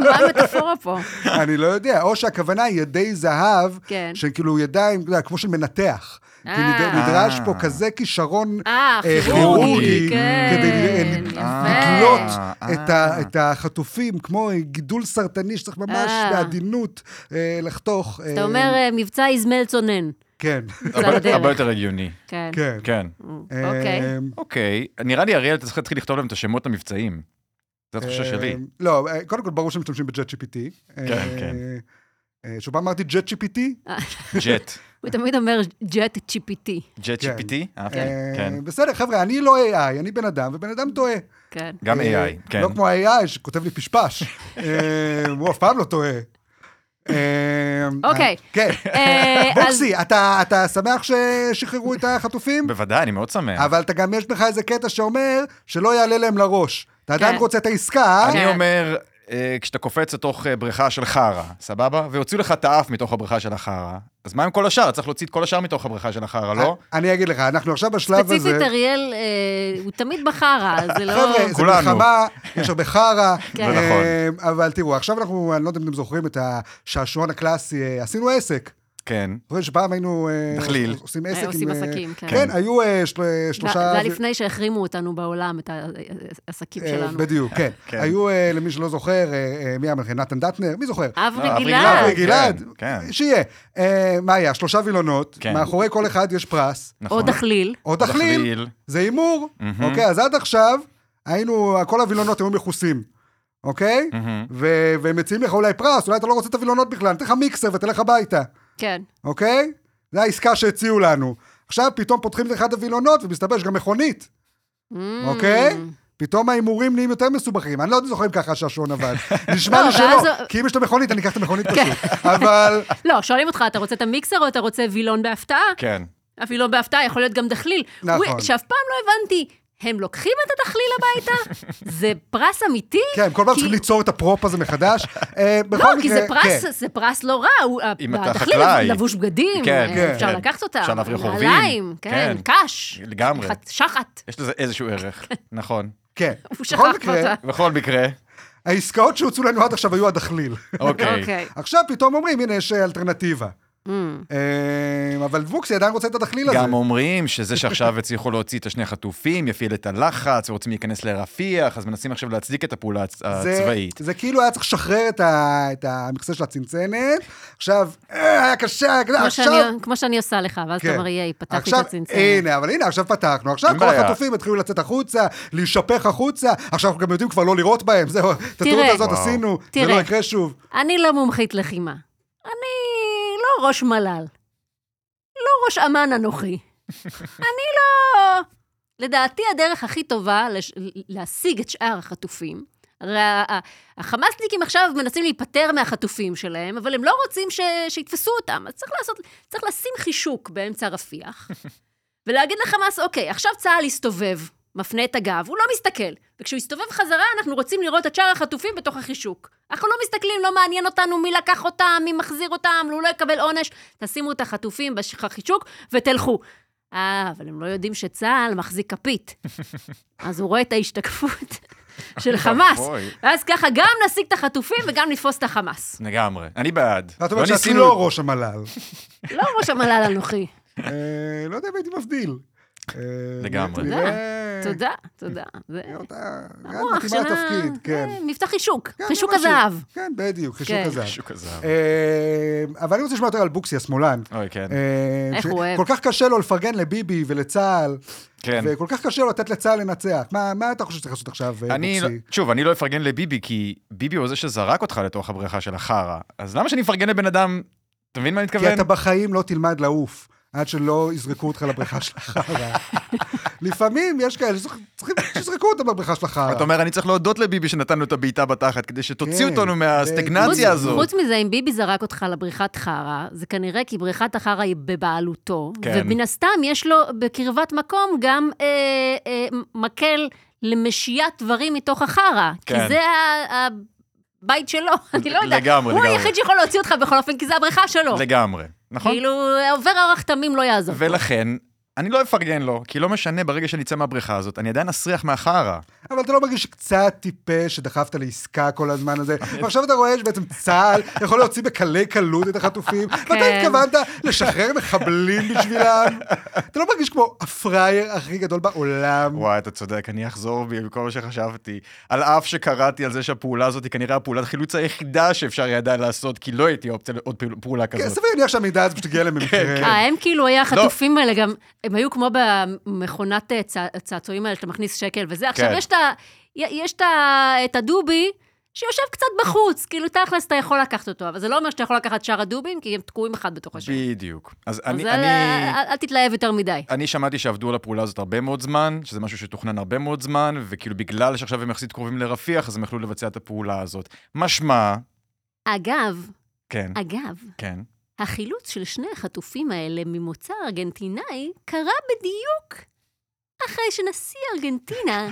[SPEAKER 3] מה המטאפורה פה?
[SPEAKER 1] אני לא יודע, או שהכוונה היא ידי זהב,
[SPEAKER 3] כן.
[SPEAKER 1] שכאילו ידיים, אתה יודע, כמו של מנתח. כי נד-
[SPEAKER 3] אה.
[SPEAKER 1] נדרש פה כזה כישרון
[SPEAKER 3] אה,
[SPEAKER 1] אה,
[SPEAKER 3] כירורגי, כן.
[SPEAKER 1] כדי אה,
[SPEAKER 3] יפה.
[SPEAKER 1] לקלוט
[SPEAKER 4] אה.
[SPEAKER 1] את ה- את החטופים, כמו גידול סרטני שצריך ממש
[SPEAKER 3] אה.
[SPEAKER 1] בעדינות אה, לחתוך.
[SPEAKER 3] אתה אומר אה, מבצע איזמל צונן.
[SPEAKER 1] כן,
[SPEAKER 3] זה
[SPEAKER 4] הרבה-
[SPEAKER 3] הדרך.
[SPEAKER 4] הרבה יותר הגיוני.
[SPEAKER 3] כן.
[SPEAKER 1] כן.
[SPEAKER 4] כן.
[SPEAKER 3] אוקיי.
[SPEAKER 1] אה,
[SPEAKER 4] אוקיי. נראה לי, אריאל, אתה צריך להתחיל לכתוב להם את השמות למבצעים. זו התחושה שלי.
[SPEAKER 1] אה, לא, אה, קודם כל ברור שמשתמשים בג'ט GPT.
[SPEAKER 4] כן, כן.
[SPEAKER 1] אה, שוב פעם אמרתי ג'ט GPT,
[SPEAKER 4] ג'ט.
[SPEAKER 3] הוא תמיד אומר ג'ט GPT.
[SPEAKER 4] ג'ט
[SPEAKER 1] כן.
[SPEAKER 4] GPT? אהבתי.
[SPEAKER 1] אה,
[SPEAKER 4] כן.
[SPEAKER 1] בסדר, חבר'ה, אני לא AI, אני בן אדם, ובן אדם טועה.
[SPEAKER 3] כן.
[SPEAKER 4] גם
[SPEAKER 1] אה,
[SPEAKER 4] AI, כן.
[SPEAKER 1] לא כמו AI שכותב לי פשפש. אה, הוא אף פעם לא טועה. אה,
[SPEAKER 3] אוקיי.
[SPEAKER 1] כן.
[SPEAKER 3] אה, אז
[SPEAKER 1] בוקסי, אתה אתה שמח ששחררו את החטופים?
[SPEAKER 4] בוודאי, אני מאוד שמח.
[SPEAKER 1] אבל אתה גם, יש בך איזה קטע שאומר שלא יעלה להם לראש. אתה עדיין
[SPEAKER 3] כן.
[SPEAKER 1] רוצה את העסקה, אה?
[SPEAKER 4] אני
[SPEAKER 3] כן.
[SPEAKER 4] אומר, אה, כשאתה קופץ לתוך אה, בריכה של חרא, סבבה? והוציאו לך את האף מתוך הבריכה של החרא, אז מה עם כל השאר? צריך להוציא את כל השאר מתוך הבריכה של החרא, לא?
[SPEAKER 1] אני אגיד לך, אנחנו עכשיו בשלב הזה...
[SPEAKER 3] ספציפית אריאל, אה, הוא תמיד בחרא, זה לא...
[SPEAKER 1] חבר'ה, זה
[SPEAKER 4] כולנו.
[SPEAKER 1] מלחמה, יש הרבה חרא.
[SPEAKER 3] כן.
[SPEAKER 1] אה,
[SPEAKER 4] זה נכון.
[SPEAKER 1] אבל תראו, עכשיו אנחנו, אני לא יודע אם אתם זוכרים את השעשועון הקלאסי, אה, עשינו עסק.
[SPEAKER 4] כן.
[SPEAKER 1] זוכרים שפעם היינו... אה,
[SPEAKER 4] דחליל.
[SPEAKER 1] עושים עסק עם...
[SPEAKER 3] עושים
[SPEAKER 1] אה,
[SPEAKER 3] עסקים, כן.
[SPEAKER 1] כן, היו אה, של-
[SPEAKER 3] זה
[SPEAKER 1] שלושה...
[SPEAKER 3] זה היה לפני שהחרימו אותנו בעולם, את העסקים
[SPEAKER 1] אה,
[SPEAKER 3] שלנו.
[SPEAKER 1] בדיוק, כן.
[SPEAKER 4] כן.
[SPEAKER 1] היו, אה, למי שלא זוכר, אה, אה, מי המלחין? נתן דטנר? מי זוכר?
[SPEAKER 3] אברי
[SPEAKER 4] אה, אברי
[SPEAKER 3] גלעד.
[SPEAKER 1] אברי גלעד,
[SPEAKER 4] כן, כן.
[SPEAKER 1] שיהיה. אה, מה היה? שלושה וילונות,
[SPEAKER 4] כן.
[SPEAKER 1] מאחורי כל אחד יש פרס,
[SPEAKER 4] נכון.
[SPEAKER 3] או דחליל.
[SPEAKER 1] או דחליל,
[SPEAKER 4] דחליל.
[SPEAKER 1] זה הימור. אוקיי, אז עד עכשיו היינו, כל הווילונות היו מכוסים, אוקיי?
[SPEAKER 4] מהמם.
[SPEAKER 1] ו- והם מציעים לך אולי פרס, אולי אתה לא רוצה את הווילונות בכלל, נתן לך מיקסר ותלך הביתה,
[SPEAKER 3] כן.
[SPEAKER 1] אוקיי? זו העסקה שהציעו לנו. עכשיו פתאום פותחים לך את הווילונות ומסתבר שגם מכונית,
[SPEAKER 3] Mm.
[SPEAKER 1] אוקיי? פתאום ההימורים נהיים יותר מסובכים. אני לא יודע זוכר אם ככה שהשעון עבד. נשמע
[SPEAKER 3] לא,
[SPEAKER 1] לי שלא,
[SPEAKER 3] ואז- כן.
[SPEAKER 1] כי אם יש את המכונית, אני אקח את המכונית פשוט. אבל...
[SPEAKER 3] לא, שואלים אותך, אתה רוצה את המיקסר או אתה רוצה וילון בהפתעה?
[SPEAKER 4] כן.
[SPEAKER 3] אפילו לא בהפתעה, יכול להיות גם דחליל.
[SPEAKER 1] נכון.
[SPEAKER 3] וואי, שאף פעם לא הבנתי, הם לוקחים את הדחליל הביתה? זה פרס אמיתי?
[SPEAKER 1] כן, כל פעם
[SPEAKER 3] כי-
[SPEAKER 1] צריכים ליצור את הפרופ הזה מחדש. אה,
[SPEAKER 3] לא,
[SPEAKER 1] בכל
[SPEAKER 3] כי
[SPEAKER 1] מקרה,
[SPEAKER 3] זה פרס,
[SPEAKER 1] כן.
[SPEAKER 3] זה פרס לא רע, הוא-
[SPEAKER 4] אם אתה
[SPEAKER 3] הדחליל
[SPEAKER 4] חקלאי.
[SPEAKER 3] לבוש בגדים,
[SPEAKER 4] כן,
[SPEAKER 3] אה,
[SPEAKER 1] כן.
[SPEAKER 3] אפשר
[SPEAKER 4] כן.
[SPEAKER 3] לקחת אותם,
[SPEAKER 4] אפשר להבריח עורבים.
[SPEAKER 3] נעליים, כן,
[SPEAKER 4] כן.
[SPEAKER 3] קש,
[SPEAKER 4] לגמרי.
[SPEAKER 3] חת- שחת,
[SPEAKER 4] יש לזה איזשהו ערך. נכון.
[SPEAKER 1] כן.
[SPEAKER 3] הוא
[SPEAKER 1] בכל
[SPEAKER 3] שכח
[SPEAKER 1] מקרה,
[SPEAKER 3] אותה.
[SPEAKER 4] בכל מקרה,
[SPEAKER 1] העסקאות שהוצאו לנו עד עכשיו היו הדחליל.
[SPEAKER 4] אוקיי.
[SPEAKER 3] אוקיי.
[SPEAKER 1] עכשיו פתאום אומרים, הנה, יש אה, אלטרנטיבה.
[SPEAKER 3] Mm.
[SPEAKER 1] אה, אבל ווקסי עדיין רוצה את הדחליל הזה.
[SPEAKER 4] גם אומרים שזה שעכשיו הצליחו להוציא את השני חטופים, יפעיל את הלחץ, ורוצים להיכנס לרפיח, אז מנסים עכשיו להצדיק את הפעולה הצ-
[SPEAKER 1] זה-
[SPEAKER 4] הצבאית.
[SPEAKER 1] זה כאילו היה צריך לשחרר את ה- את המכסה של הצנצנת. עכשיו, אה, היה קשה, היה קשה,
[SPEAKER 3] כמו
[SPEAKER 1] עכשיו...
[SPEAKER 3] שאני- כמו שאני עושה לך, ואז אתה
[SPEAKER 1] כן.
[SPEAKER 3] אומר, ייי, פתחתי
[SPEAKER 1] עכשיו,
[SPEAKER 3] את הצנצנת.
[SPEAKER 1] הנה, אבל הנה, עכשיו פתחנו. עכשיו
[SPEAKER 4] אין
[SPEAKER 1] כל
[SPEAKER 4] בעיה.
[SPEAKER 1] החטופים התחילו לצאת החוצה, להישפך החוצה. עכשיו אנחנו גם יודעים כבר לא לירות בהם, זהו, את הטעות הזאת
[SPEAKER 4] וואו.
[SPEAKER 1] עשינו, זה
[SPEAKER 3] תראה.
[SPEAKER 1] לא יקרה שוב.
[SPEAKER 3] אני לא מומחית לחימה. אני לא ראש מל"ל. לא ראש אמ"ן אנוכי. אני לא... לדעתי הדרך הכי טובה לש... להשיג את שאר החטופים, הרי ה- ה- החמאסניקים עכשיו מנסים להיפטר מהחטופים שלהם, אבל הם לא רוצים ש... שיתפסו אותם, אז צריך, לעשות... צריך לשים חישוק באמצע רפיח, ולהגיד לחמאס, אוקיי, עכשיו צה"ל הסתובב, מפנה את הגב, הוא לא מסתכל. וכשהוא הסתובב חזרה, אנחנו רוצים לראות את שאר החטופים בתוך החישוק. אנחנו לא מסתכלים, לא מעניין אותנו מי לקח אותם, מי מחזיר אותם, הוא לא יקבל עונש. תשימו את החטופים בחישוק ותלכו. אה, אבל הם לא יודעים שצה"ל מחזיק כפית. אז הוא רואה את ההשתקפות. של חמאס.
[SPEAKER 4] אוי.
[SPEAKER 3] ואז ככה גם נשיג את החטופים וגם נתפוס את החמאס.
[SPEAKER 4] לגמרי. אני בעד.
[SPEAKER 1] ואת
[SPEAKER 4] לא
[SPEAKER 1] אומרת שאפילו
[SPEAKER 4] ניסינו-
[SPEAKER 1] לא ראש המל"ל.
[SPEAKER 3] לא ראש המל"ל אנוכי.
[SPEAKER 1] אה, לא יודע אם הייתי מבדיל. אה,
[SPEAKER 4] לגמרי.
[SPEAKER 1] נראה-
[SPEAKER 4] אה.
[SPEAKER 3] תודה, תודה. זה
[SPEAKER 1] נראה אותה- את
[SPEAKER 3] המוח
[SPEAKER 1] מתאימה
[SPEAKER 3] של ה-
[SPEAKER 1] לתפקיד, כן.
[SPEAKER 3] זה מבטא חישוק,
[SPEAKER 1] כן,
[SPEAKER 3] אה, חישוק
[SPEAKER 1] משהו.
[SPEAKER 3] הזהב.
[SPEAKER 1] כן, בדיוק, חישוק
[SPEAKER 3] כן.
[SPEAKER 1] הזהב.
[SPEAKER 4] שוק הזהב.
[SPEAKER 1] אה, אבל אני רוצה לשמוע יותר על בוקסי, השמאלן.
[SPEAKER 4] אוי, כן.
[SPEAKER 1] אה,
[SPEAKER 3] איך
[SPEAKER 1] ש-
[SPEAKER 3] הוא אוהב.
[SPEAKER 1] כל כך קשה לו לפרגן לביבי ולצה"ל,
[SPEAKER 4] כן.
[SPEAKER 1] וכל כך קשה לו לתת לצה"ל לנצח. מה מה אתה חושב שצריך לעשות עכשיו, אה,
[SPEAKER 4] אני,
[SPEAKER 1] בוקסי?
[SPEAKER 4] לא- שוב, אני לא אפרגן לביבי, כי ביבי הוא זה שזרק אותך לתוך הבריכה של החרא. אז למה שאני אפרגן לבן אדם... אתה מבין מה אני
[SPEAKER 1] כי
[SPEAKER 4] מתכוון?
[SPEAKER 1] אתה בחיים לא תלמד לעוף. עד שלא יזרקו אותך לבריכה של החרא. לפעמים יש כאלה שצריכים שיזרקו אותם לבריכה של החרא.
[SPEAKER 4] אתה אומר, אני צריך להודות לביבי שנתן לו את הבעיטה בתחת, כדי שתוציא
[SPEAKER 1] כן,
[SPEAKER 4] אותנו
[SPEAKER 3] חוץ-
[SPEAKER 4] מהסטגנציה
[SPEAKER 1] בדיוק.
[SPEAKER 4] הזו.
[SPEAKER 3] חוץ מזה, אם ביבי זרק אותך לבריכת חרא, זה כנראה כי בריכת החרא היא בבעלותו,
[SPEAKER 4] כן.
[SPEAKER 3] ומן הסתם יש לו בקרבת מקום גם אה, אה, מקל למשיית דברים מתוך החרא,
[SPEAKER 4] כן.
[SPEAKER 3] כי זה ה- הבית שלו, אני לא יודעת.
[SPEAKER 4] לגמרי,
[SPEAKER 3] הוא
[SPEAKER 4] לגמרי.
[SPEAKER 3] היחיד שיכול להוציא אותך בכל אופן, כי זה הבריכה שלו.
[SPEAKER 4] לגמרי. נכון?
[SPEAKER 3] כאילו, עובר אורח תמים לא יעזור.
[SPEAKER 4] ולכן, אני לא אפרגן לו, כי לא משנה, ברגע שאני אצא מהבריכה הזאת, אני עדיין אסריח מהחרא.
[SPEAKER 1] אבל אתה לא מרגיש קצת טיפש שדחפת לעסקה כל הזמן הזה, ועכשיו אתה רואה שבעצם צה"ל יכול להוציא בקלי קלות את החטופים, ואתה
[SPEAKER 3] כן.
[SPEAKER 1] התכוונת לשחרר מחבלים בשבילם. אתה לא מרגיש כמו הפראייר הכי גדול בעולם.
[SPEAKER 4] וואי, אתה צודק, אני אחזור בי מכל מה שחשבתי. על אף שקראתי על זה שהפעולה הזאת היא כנראה הפעולת חילוץ היחידה שאפשר היה עדיין לעשות, כי לא הייתי אופציה לעוד פעול- פעולה
[SPEAKER 1] כן,
[SPEAKER 4] כזאת.
[SPEAKER 1] סביר להניח שהמידע הזה פשוט הגיע להם
[SPEAKER 4] כן.
[SPEAKER 3] אה,
[SPEAKER 1] במקרה.
[SPEAKER 3] הם כאילו
[SPEAKER 4] לא.
[SPEAKER 3] היה החטופים האלה גם, הם היו כמו במכונת אה, צע- צעצועים האלה, שאתה מכניס שקל וזה. עכשיו
[SPEAKER 4] כן.
[SPEAKER 3] יש את ה- י- יש את ה- את הדובי שיושב קצת בחוץ, כאילו תכלס אתה יכול לקחת אותו, אבל זה לא אומר שאתה יכול לקחת שאר הדובים, כי הם תקועים אחד בתוך השני.
[SPEAKER 4] בדיוק. אז
[SPEAKER 3] אז
[SPEAKER 4] אני...
[SPEAKER 3] אל-
[SPEAKER 4] אני-
[SPEAKER 3] אל- אל תתלהב יותר מדי.
[SPEAKER 4] אני שמעתי שעבדו על הפעולה הזאת הרבה מאוד זמן, שזה משהו שתוכנן הרבה מאוד זמן, וכאילו בגלל שעכשיו הם יחסית קרובים לרפיח, אז הם יכלו לבצע את הפעולה הזאת. משמע,
[SPEAKER 3] אגב,
[SPEAKER 4] כן,
[SPEAKER 3] אגב,
[SPEAKER 4] כן.
[SPEAKER 3] החילוץ של שני החטופים האלה ממוצא ארגנטינאי קרה בדיוק אחרי שנשיא ארגנטינה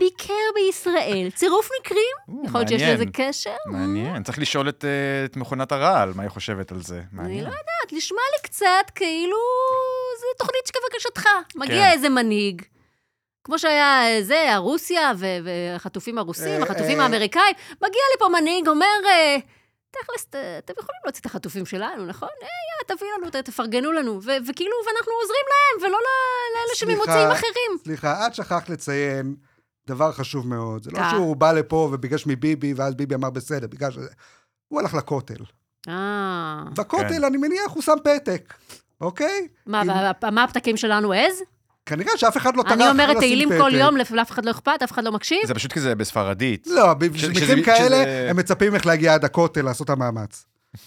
[SPEAKER 3] ביקר בישראל. צירוף מקרים? יכול להיות שיש
[SPEAKER 4] מעניין.
[SPEAKER 3] לזה קשר?
[SPEAKER 4] מעניין, צריך לשאול את, אה, את מכונת הרעל, מה היא חושבת על זה.
[SPEAKER 3] אני
[SPEAKER 4] מעניין.
[SPEAKER 3] לא יודעת, נשמע לי קצת כאילו זה תוכנית שכבקשתך. מגיע
[SPEAKER 4] כן.
[SPEAKER 3] איזה מנהיג, כמו שהיה אה, זה, הרוסיה ו- והחטופים
[SPEAKER 1] אה,
[SPEAKER 3] הרוסים, החטופים
[SPEAKER 1] אה.
[SPEAKER 3] האמריקאים, מגיע לפה מנהיג, אומר, אה, תכלס, ת- אתם יכולים להוציא את החטופים שלנו, נכון? אה, יא, תביא לנו, ת- תפרגנו לנו. ו- וכאילו, ואנחנו עוזרים להם, ולא ל- לאלה שממוצאים
[SPEAKER 1] סליחה.
[SPEAKER 3] אחרים.
[SPEAKER 1] סליחה, את שכחת לציין דבר חשוב מאוד. זה לא
[SPEAKER 3] אה.
[SPEAKER 1] שהוא בא לפה וביקש מביבי, ואז ביבי אמר בסדר, בגלל שזה... הוא הלך לכותל.
[SPEAKER 3] אה,
[SPEAKER 1] בכותל, אני מניח, הוא שם פתק, אוקיי?
[SPEAKER 3] מה,
[SPEAKER 1] אם-
[SPEAKER 3] וה- מה הפתקים שלנו עז?
[SPEAKER 1] כנראה שאף אחד לא טרח
[SPEAKER 3] אני אומרת
[SPEAKER 1] לשים
[SPEAKER 3] תהילים
[SPEAKER 1] פתק.
[SPEAKER 3] כל יום, לאף- לאף אחד לא אכפת, אף אחד לא מקשיב?
[SPEAKER 4] זה פשוט כי זה בספרדית.
[SPEAKER 1] לא,
[SPEAKER 4] כשזה-
[SPEAKER 1] במקרים
[SPEAKER 4] כשזה-
[SPEAKER 1] כאלה, הם מצפים ממך להגיע עד הכותל, לעשות את המאמץ.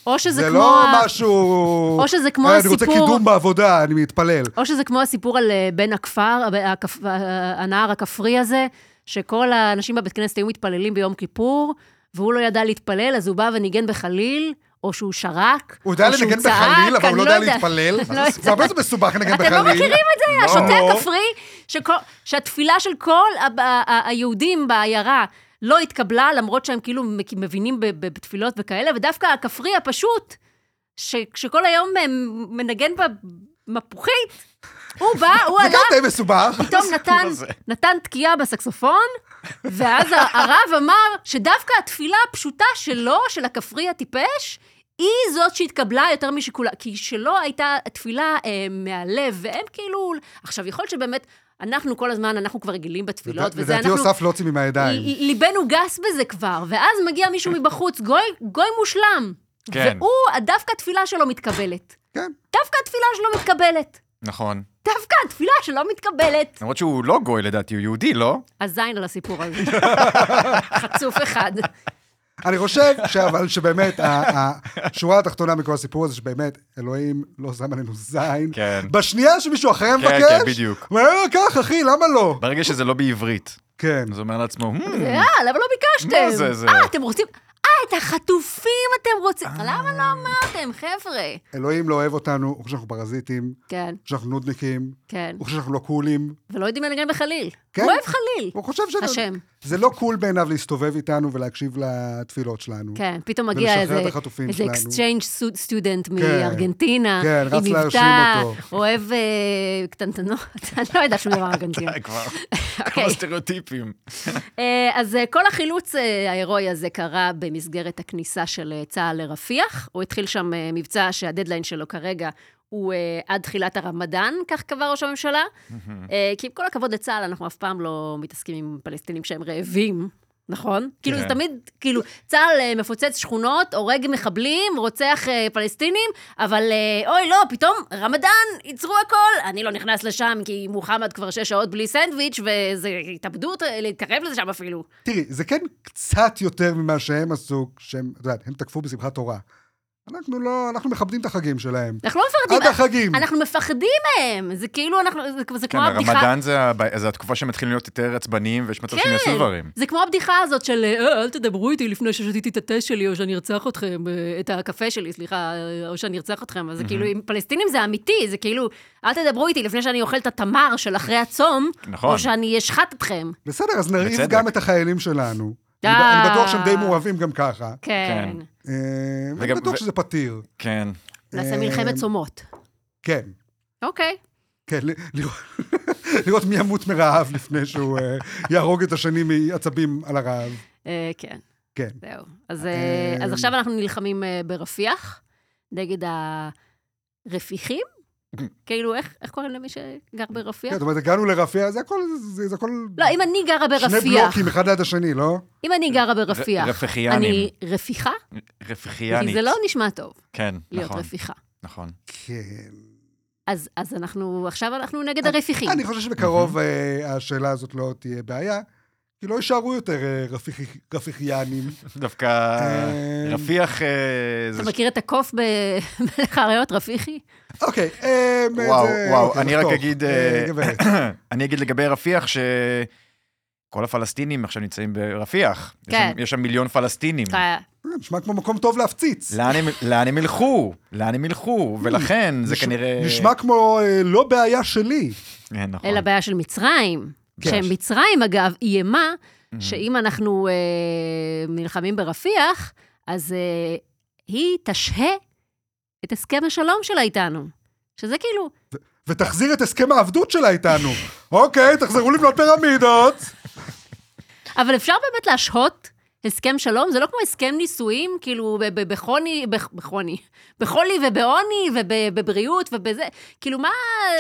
[SPEAKER 3] או שזה
[SPEAKER 1] זה
[SPEAKER 3] כמו...
[SPEAKER 1] לא
[SPEAKER 3] ה-
[SPEAKER 1] משהו...
[SPEAKER 3] או שזה כמו
[SPEAKER 1] "אה,
[SPEAKER 3] הסיפור...
[SPEAKER 1] אני רוצה קידום בעבודה, אני מתפלל.
[SPEAKER 3] או שזה כמו הסיפור על אה, בן הכפר, הב- הכפ- אה, הנער הכפרי הזה, שכל האנשים בבית כנסת היו מתפללים ביום כיפור, והוא לא ידע להתפלל, אז הוא בא וניגן בחליל, או שהוא שרק,
[SPEAKER 1] הוא יודע
[SPEAKER 3] או שהוא
[SPEAKER 1] לנגן
[SPEAKER 3] צעק,
[SPEAKER 1] בחליל, אבל הוא
[SPEAKER 3] אני
[SPEAKER 1] לא יודע
[SPEAKER 3] יודעת.
[SPEAKER 1] להתפלל.
[SPEAKER 3] לא
[SPEAKER 1] זה הרבה יותר מסובך לנגן בחליל.
[SPEAKER 3] אתם לא מכירים את זה? השוטה הכפרי, שכל- שהתפילה של כל ה- ה- ה- היהודים בעיירה לא התקבלה, למרות שהם כאילו מק- מבינים ב- ב- בתפילות וכאלה, ודווקא הכפרי הפשוט, ש- שכל היום אה, מנגן במפוחית, הוא בא, הוא
[SPEAKER 1] זה
[SPEAKER 3] הלך...
[SPEAKER 1] גם די מסובך.
[SPEAKER 3] פתאום נתן,
[SPEAKER 4] הזה.
[SPEAKER 3] נתן תקיעה בסקסופון, ואז ה- הרב אמר שדווקא התפילה הפשוטה שלו, של הכפרי הטיפש, היא זאת שהתקבלה יותר משכולה, כי שלו הייתה תפילה אה, מהלב, והם כאילו... עכשיו, יכול להיות שבאמת, אנחנו כל הזמן, אנחנו כבר רגילים בתפילות, וזה
[SPEAKER 1] לדעתי
[SPEAKER 3] אנחנו...
[SPEAKER 1] אוסף לוצי מהידיים.
[SPEAKER 3] ל- ליבנו גס בזה כבר, ואז מגיע מישהו מבחוץ, גוי, גוי מושלם.
[SPEAKER 4] כן.
[SPEAKER 3] והוא, דווקא התפילה שלו מתקבלת.
[SPEAKER 1] כן.
[SPEAKER 3] דווקא התפילה שלו מתקבלת.
[SPEAKER 4] נכון.
[SPEAKER 3] דווקא התפילה שלו מתקבלת.
[SPEAKER 4] למרות שהוא לא גוי לדעתי, הוא יהודי, לא?
[SPEAKER 3] הזין על הסיפור הזה. חצוף אחד.
[SPEAKER 1] אני חושב שאבל שבאמת, ה- השורה התחתונה מכל הסיפור הזה, שבאמת, אלוהים לא שם עלינו זין.
[SPEAKER 4] כן.
[SPEAKER 1] בשנייה שמישהו אחר מבקש,
[SPEAKER 4] כן, בדיוק.
[SPEAKER 1] הוא אומר, קח, אחי, למה לא?
[SPEAKER 4] ברגע שזה לא בעברית.
[SPEAKER 1] כן.
[SPEAKER 4] אז הוא אומר לעצמו, "Hmm,
[SPEAKER 3] אה, למה לא ביקשתם?
[SPEAKER 4] מה זה, זה?
[SPEAKER 3] אה, אתם רוצים... אה, את החטופים אתם רוצים... למה לא אמרתם, חבר'ה?
[SPEAKER 1] אלוהים לא אוהב אותנו, הוא חושב שאנחנו פרזיטים,
[SPEAKER 3] כן,
[SPEAKER 1] הוא חושב שאנחנו נודניקים,
[SPEAKER 3] כן.
[SPEAKER 1] הוא חושב שאנחנו לא קולים.
[SPEAKER 3] ולא יודעים לנגן בחליל.
[SPEAKER 1] כן.
[SPEAKER 3] הוא אוהב חליל.
[SPEAKER 1] הוא חושב שזה...
[SPEAKER 3] השם.
[SPEAKER 1] זה לא קול בעיניו להסתובב איתנו ולהקשיב לתפילות שלנו.
[SPEAKER 3] כן, פתאום מגיע
[SPEAKER 1] ולשחרר
[SPEAKER 3] איזה...
[SPEAKER 1] את החטופים
[SPEAKER 3] איזה
[SPEAKER 1] שלנו.
[SPEAKER 3] אקסצ'יינג' סטודנט מארגנטינה,
[SPEAKER 1] כן, רץ
[SPEAKER 3] עם
[SPEAKER 1] להרשים
[SPEAKER 3] מבטא,
[SPEAKER 1] אותו.
[SPEAKER 3] אוהב אה, קטנטנות, אני לא יודעת שום דבר ארגנטינה.
[SPEAKER 4] כבר.
[SPEAKER 3] אוקיי.
[SPEAKER 4] כמה סטריאוטיפים.
[SPEAKER 3] אה, אז אה, כל החילוץ אה, ההירואי הזה קרה במסגרת הכניסה של אה, צה"ל לרפיח. הוא התחיל שם אה, מבצע שהדדליין שלו כרגע הוא אה, עד תחילת הרמדאן, כך קבע ראש הממשלה. אה, כי עם כל הכבוד לצה"ל, אנחנו אף פעם לא מתעסקים עם פלסטינים שהם רעבים. נכון? כאילו,
[SPEAKER 4] כן.
[SPEAKER 3] זה תמיד, כאילו, צה"ל אה, מפוצץ שכונות, הורג מחבלים, רוצח אה, פלסטינים, אבל אה, אוי, לא, פתאום, רמדאן, ייצרו הכל. אני לא נכנס לשם, כי מוחמד כבר שש שעות בלי סנדוויץ', וזה התאבדות אה, להתקרב לזה שם אפילו.
[SPEAKER 1] תראי, זה כן קצת יותר ממה שהם עשו, שהם, את יודעת, הם תקפו בשמחת תורה. אנחנו לא, אנחנו מכבדים את החגים שלהם.
[SPEAKER 3] אנחנו לא
[SPEAKER 1] עד
[SPEAKER 3] מפחדים,
[SPEAKER 1] החגים.
[SPEAKER 3] אנחנו מפחדים מהם. זה כאילו, אנחנו, זה, זה
[SPEAKER 4] כן,
[SPEAKER 3] כמו הבדיחה...
[SPEAKER 4] הרמדאן זה הבע- זה התקופה שמתחילים להיות יותר עצבניים, ויש מצב שהם יעשו
[SPEAKER 3] כן,
[SPEAKER 4] דברים.
[SPEAKER 3] זה כמו הבדיחה הזאת של אה, אל תדברו איתי לפני ששתיתי את התה שלי, או שאני ארצח אתכם, אה, את הקפה שלי, סליחה, אה, או שאני ארצח אתכם. אז זה כאילו, עם פלסטינים זה אמיתי, זה כאילו, אל תדברו איתי לפני שאני אוכל את התמר של אחרי הצום,
[SPEAKER 4] נכון.
[SPEAKER 3] או שאני אשחט אתכם.
[SPEAKER 1] בסדר, אז נרעיב
[SPEAKER 4] בצדק.
[SPEAKER 1] גם את החיילים שלנו. אני
[SPEAKER 3] אה.
[SPEAKER 1] ב- אני בטוח שהם די מורעבים גם ככה.
[SPEAKER 3] כן.
[SPEAKER 4] כן.
[SPEAKER 1] אה, אני
[SPEAKER 4] וגם-
[SPEAKER 1] בטוח
[SPEAKER 4] ו-
[SPEAKER 1] שזה פתיר.
[SPEAKER 4] כן.
[SPEAKER 3] נעשה
[SPEAKER 1] אה,
[SPEAKER 3] מלחמת צומות.
[SPEAKER 1] כן,
[SPEAKER 3] אוקיי.
[SPEAKER 1] כן, ל- לראות- לראות מי ימות מרעב לפני שהוא אה, יהרוג את השני מעצבים על הרעב.
[SPEAKER 3] אה, כן.
[SPEAKER 1] כן.
[SPEAKER 3] זהו. אז, אה,
[SPEAKER 1] אמ.
[SPEAKER 3] אז עכשיו אנחנו נלחמים אה, ברפיח, נגד הרפיחים? כאילו, איך איך קוראים למי שגר ברפיח?
[SPEAKER 1] כן, זאת אומרת, הגענו לרפיח, זה הכל, זה- זה הכל...
[SPEAKER 3] לא, אם אני
[SPEAKER 1] שני
[SPEAKER 3] גרה ברפיח,
[SPEAKER 1] בלוקים אחד ליד השני, לא?
[SPEAKER 3] אם אני גרה
[SPEAKER 4] ר-
[SPEAKER 3] ברפיח,
[SPEAKER 4] רפיחיאנים.
[SPEAKER 3] אני רפיחה? כי
[SPEAKER 4] רפיחיאנית.
[SPEAKER 3] זה לא נשמע טוב
[SPEAKER 4] כן,
[SPEAKER 3] להיות
[SPEAKER 4] נכון,
[SPEAKER 3] רפיחה.
[SPEAKER 4] נכון.
[SPEAKER 1] כן.
[SPEAKER 3] אז אז אנחנו, עכשיו אנחנו נגד הרפיחים.
[SPEAKER 1] אני חושב שבקרוב אה, השאלה הזאת לא תהיה בעיה, כי לא יישארו יותר אה, רפיחי- רפיחיאנים.
[SPEAKER 4] דווקא
[SPEAKER 1] אה,
[SPEAKER 4] רפיח אה, זה...
[SPEAKER 3] אתה מכיר את הקוף במלך האריות, רפיחי?
[SPEAKER 1] אוקיי, אה,
[SPEAKER 4] וואו,
[SPEAKER 1] זה-
[SPEAKER 4] וואו,
[SPEAKER 1] אוקיי,
[SPEAKER 4] אני רק
[SPEAKER 1] נחתוך.
[SPEAKER 4] אגיד,
[SPEAKER 1] אה,
[SPEAKER 4] אה,
[SPEAKER 1] גברת.
[SPEAKER 4] אני אגיד לגבי רפיח ש... כל הפלסטינים עכשיו נמצאים ברפיח. יש
[SPEAKER 3] כן.
[SPEAKER 4] שם- יש שם מיליון פלסטינים.
[SPEAKER 1] כן,
[SPEAKER 3] אה,
[SPEAKER 1] זה נשמע כמו מקום טוב להפציץ.
[SPEAKER 4] לאן הם- לאן הם ילכו? לאן הם ילכו? ולכן זה
[SPEAKER 1] אה, נש-
[SPEAKER 4] כנראה...
[SPEAKER 1] נשמע כמו אה, לא בעיה שלי.
[SPEAKER 4] כן, נכון.
[SPEAKER 3] אלא בעיה של מצרים.
[SPEAKER 1] כן. Mhm.
[SPEAKER 3] שמצרים, אגב, איימה
[SPEAKER 4] כן.
[SPEAKER 3] שאם אנחנו אה, נלחמים ברפיח, אז אה, היא תשהה את הסכם השלום שלה איתנו. שזה כאילו,
[SPEAKER 1] ותחזיר את הסכם העבדות שלה איתנו. אוקיי, תחזרו לבנות פירמידות.
[SPEAKER 3] אבל אפשר באמת להשהות הסכם שלום? זה לא כמו הסכם נישואים, כאילו, ב- ב- בחוני, בח- בחוני, בחולי ובעוני ובבריאות ובזה, כאילו, מה...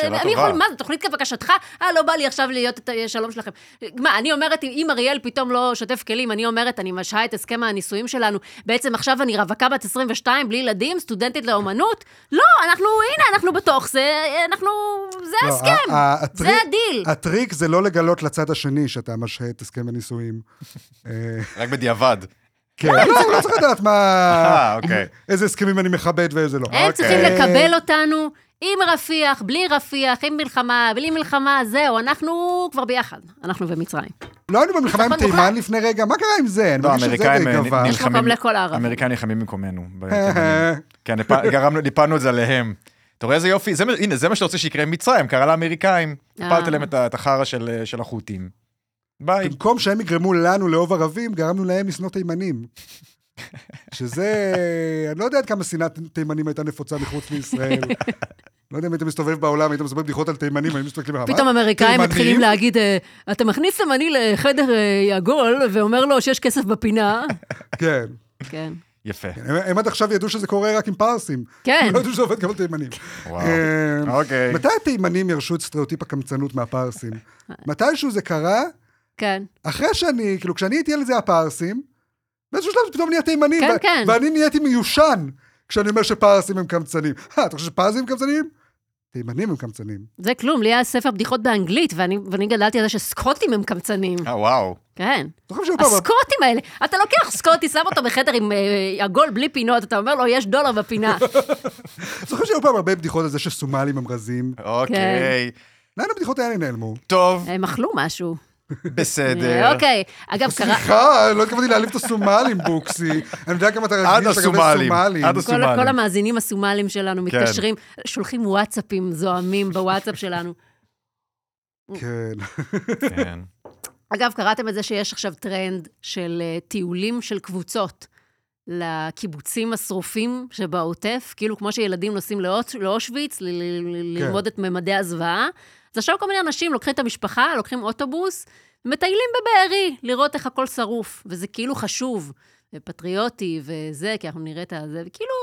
[SPEAKER 4] שאלה
[SPEAKER 3] אני
[SPEAKER 4] טובה.
[SPEAKER 3] יכול, מה, זו תוכנית כבקשתך? אה, לא בא לי עכשיו להיות את השלום שלכם. מה, אני אומרת, אם אריאל פתאום לא שוטף כלים, אני אומרת, אני משהה את הסכם הנישואים שלנו, בעצם עכשיו אני רווקה בת 22, בלי ילדים, סטודנטית לאומנות? לא, אנחנו, הנה, אנחנו בתוך זה, אנחנו, זה
[SPEAKER 1] לא,
[SPEAKER 3] ההסכם,
[SPEAKER 4] אה,
[SPEAKER 1] ה- ה-
[SPEAKER 3] זה
[SPEAKER 1] הטריק-
[SPEAKER 3] הדיל.
[SPEAKER 1] הטריק זה לא לגלות לצד השני שאתה משהה את הסכם הנישואים. אה,
[SPEAKER 4] רק בדיעבד.
[SPEAKER 1] כן, לא, הוא לא צריך לדעת
[SPEAKER 4] אה,
[SPEAKER 1] מה...
[SPEAKER 4] אוקיי.
[SPEAKER 1] איזה הסכמים אני מכבד ואיזה לא.
[SPEAKER 3] הם
[SPEAKER 4] אוקיי.
[SPEAKER 3] צריכים לקבל אותנו עם רפיח, בלי רפיח, עם מלחמה, בלי מלחמה, זהו, אנחנו כבר ביחד. אנחנו ומצרים.
[SPEAKER 1] לא היינו במלחמה עם
[SPEAKER 3] ניצחון
[SPEAKER 1] תימן לפני רגע, מה קרה עם זה? אני
[SPEAKER 4] לא,
[SPEAKER 1] מרגיש שזה
[SPEAKER 4] האמריקאים
[SPEAKER 1] די
[SPEAKER 4] אה,
[SPEAKER 1] גבה.
[SPEAKER 4] נ-
[SPEAKER 3] יש מקום
[SPEAKER 4] נלחמים.
[SPEAKER 3] לכל הערבים.
[SPEAKER 4] האמריקאים נלחמים במקומנו. בתימנים. כן, נפ- גרמנו, ניפלנו את זה עליהם. אתה רואה איזה יופי? זה מה- הנה, זה מה שאתה רוצה שיקרה עם מצרים, קרה לאמריקאים.
[SPEAKER 3] אה.
[SPEAKER 4] ניפלת להם את ה- את החרא של אה, של החות'ים. ביי.
[SPEAKER 1] במקום שהם יגרמו לנו לאהוב ערבים, גרמנו להם לשנוא תימנים. שזה, אני לא יודע עד כמה שנאת תימנים הייתה נפוצה מחוץ לישראל. לא יודע אם היית מסתובב בעולם, היית מספר בדיחות על תימנים, היו מסתכלים עליו.
[SPEAKER 3] פתאום אמריקאים מתחילים להגיד, אה, אתה מכניס תימני לחדר אה, עגול ואומר לו שיש כסף בפינה.
[SPEAKER 1] כן.
[SPEAKER 3] כן.
[SPEAKER 4] יפה.
[SPEAKER 1] הם- הם עד עכשיו ידעו שזה קורה רק עם פרסים.
[SPEAKER 3] כן.
[SPEAKER 1] הם לא ידעו שזה עובד גם על תימנים.
[SPEAKER 4] וואו.
[SPEAKER 1] אה,
[SPEAKER 4] אוקיי.
[SPEAKER 1] מתי התימנים ירשו את סטריאוטיפ הקמצנות מהפרסים? מתישהו זה קרה,
[SPEAKER 3] כן.
[SPEAKER 1] אחרי שאני, כאילו, כשאני הייתי על זה הפרסים, באיזשהו שלב פתאום נהיה תימנים.
[SPEAKER 3] כן,
[SPEAKER 1] ו-
[SPEAKER 3] כן.
[SPEAKER 1] ואני נהייתי מיושן כשאני אומר שפרסים הם קמצנים. אה, אתה חושב שפרסים הם קמצנים? תימנים הם קמצנים.
[SPEAKER 3] זה כלום, לי היה ספר בדיחות באנגלית, ואני ואני גדלתי על זה שסקוטים הם קמצנים.
[SPEAKER 4] אה, וואו.
[SPEAKER 3] כן.
[SPEAKER 1] אתה חושב שהיו פעם...
[SPEAKER 3] הסקוטים האלה. אתה לוקח סקוטי, שם אותו בחדר עם אה, עגול בלי פינות, אתה אומר לו, יש דולר בפינה.
[SPEAKER 1] אתה זוכר שהיו פעם הרבה בדיחות על זה שסומלים הם רזים?
[SPEAKER 3] אה.
[SPEAKER 4] אוקיי.
[SPEAKER 3] כן.
[SPEAKER 1] לאן הבדיחות האלה נעלמו?
[SPEAKER 4] טוב,
[SPEAKER 3] הם אכלו משהו.
[SPEAKER 4] בסדר.
[SPEAKER 3] אה, אוקיי. אגב, קרה...
[SPEAKER 1] סליחה, לא התכוונתי להעליב את הסומלים, בוקסי. אני יודע כמה אתה
[SPEAKER 4] עד
[SPEAKER 1] רגיש לגבי
[SPEAKER 4] הסומלים,
[SPEAKER 1] סומלים.
[SPEAKER 4] עד
[SPEAKER 3] כל,
[SPEAKER 4] סומלים.
[SPEAKER 3] כל המאזינים הסומלים שלנו מתקשרים, שולחים וואטסאפים זועמים בוואטסאפ שלנו.
[SPEAKER 1] כן.
[SPEAKER 4] כן.
[SPEAKER 3] אגב, קראתם את זה שיש עכשיו טרנד של אה, טיולים של קבוצות לקיבוצים השרופים שבעוטף, כאילו כמו שילדים נוסעים לאוש- לאושוויץ ל- ל- ל-
[SPEAKER 1] כן.
[SPEAKER 3] ללמוד את ממדי הזוועה, אז עכשיו כל מיני אנשים לוקחים את המשפחה, לוקחים אוטובוס, מטיילים בבארי, לראות איך הכל שרוף, וזה כאילו חשוב, ופטריוטי, וזה, כי אנחנו נראה את הזה, וכאילו,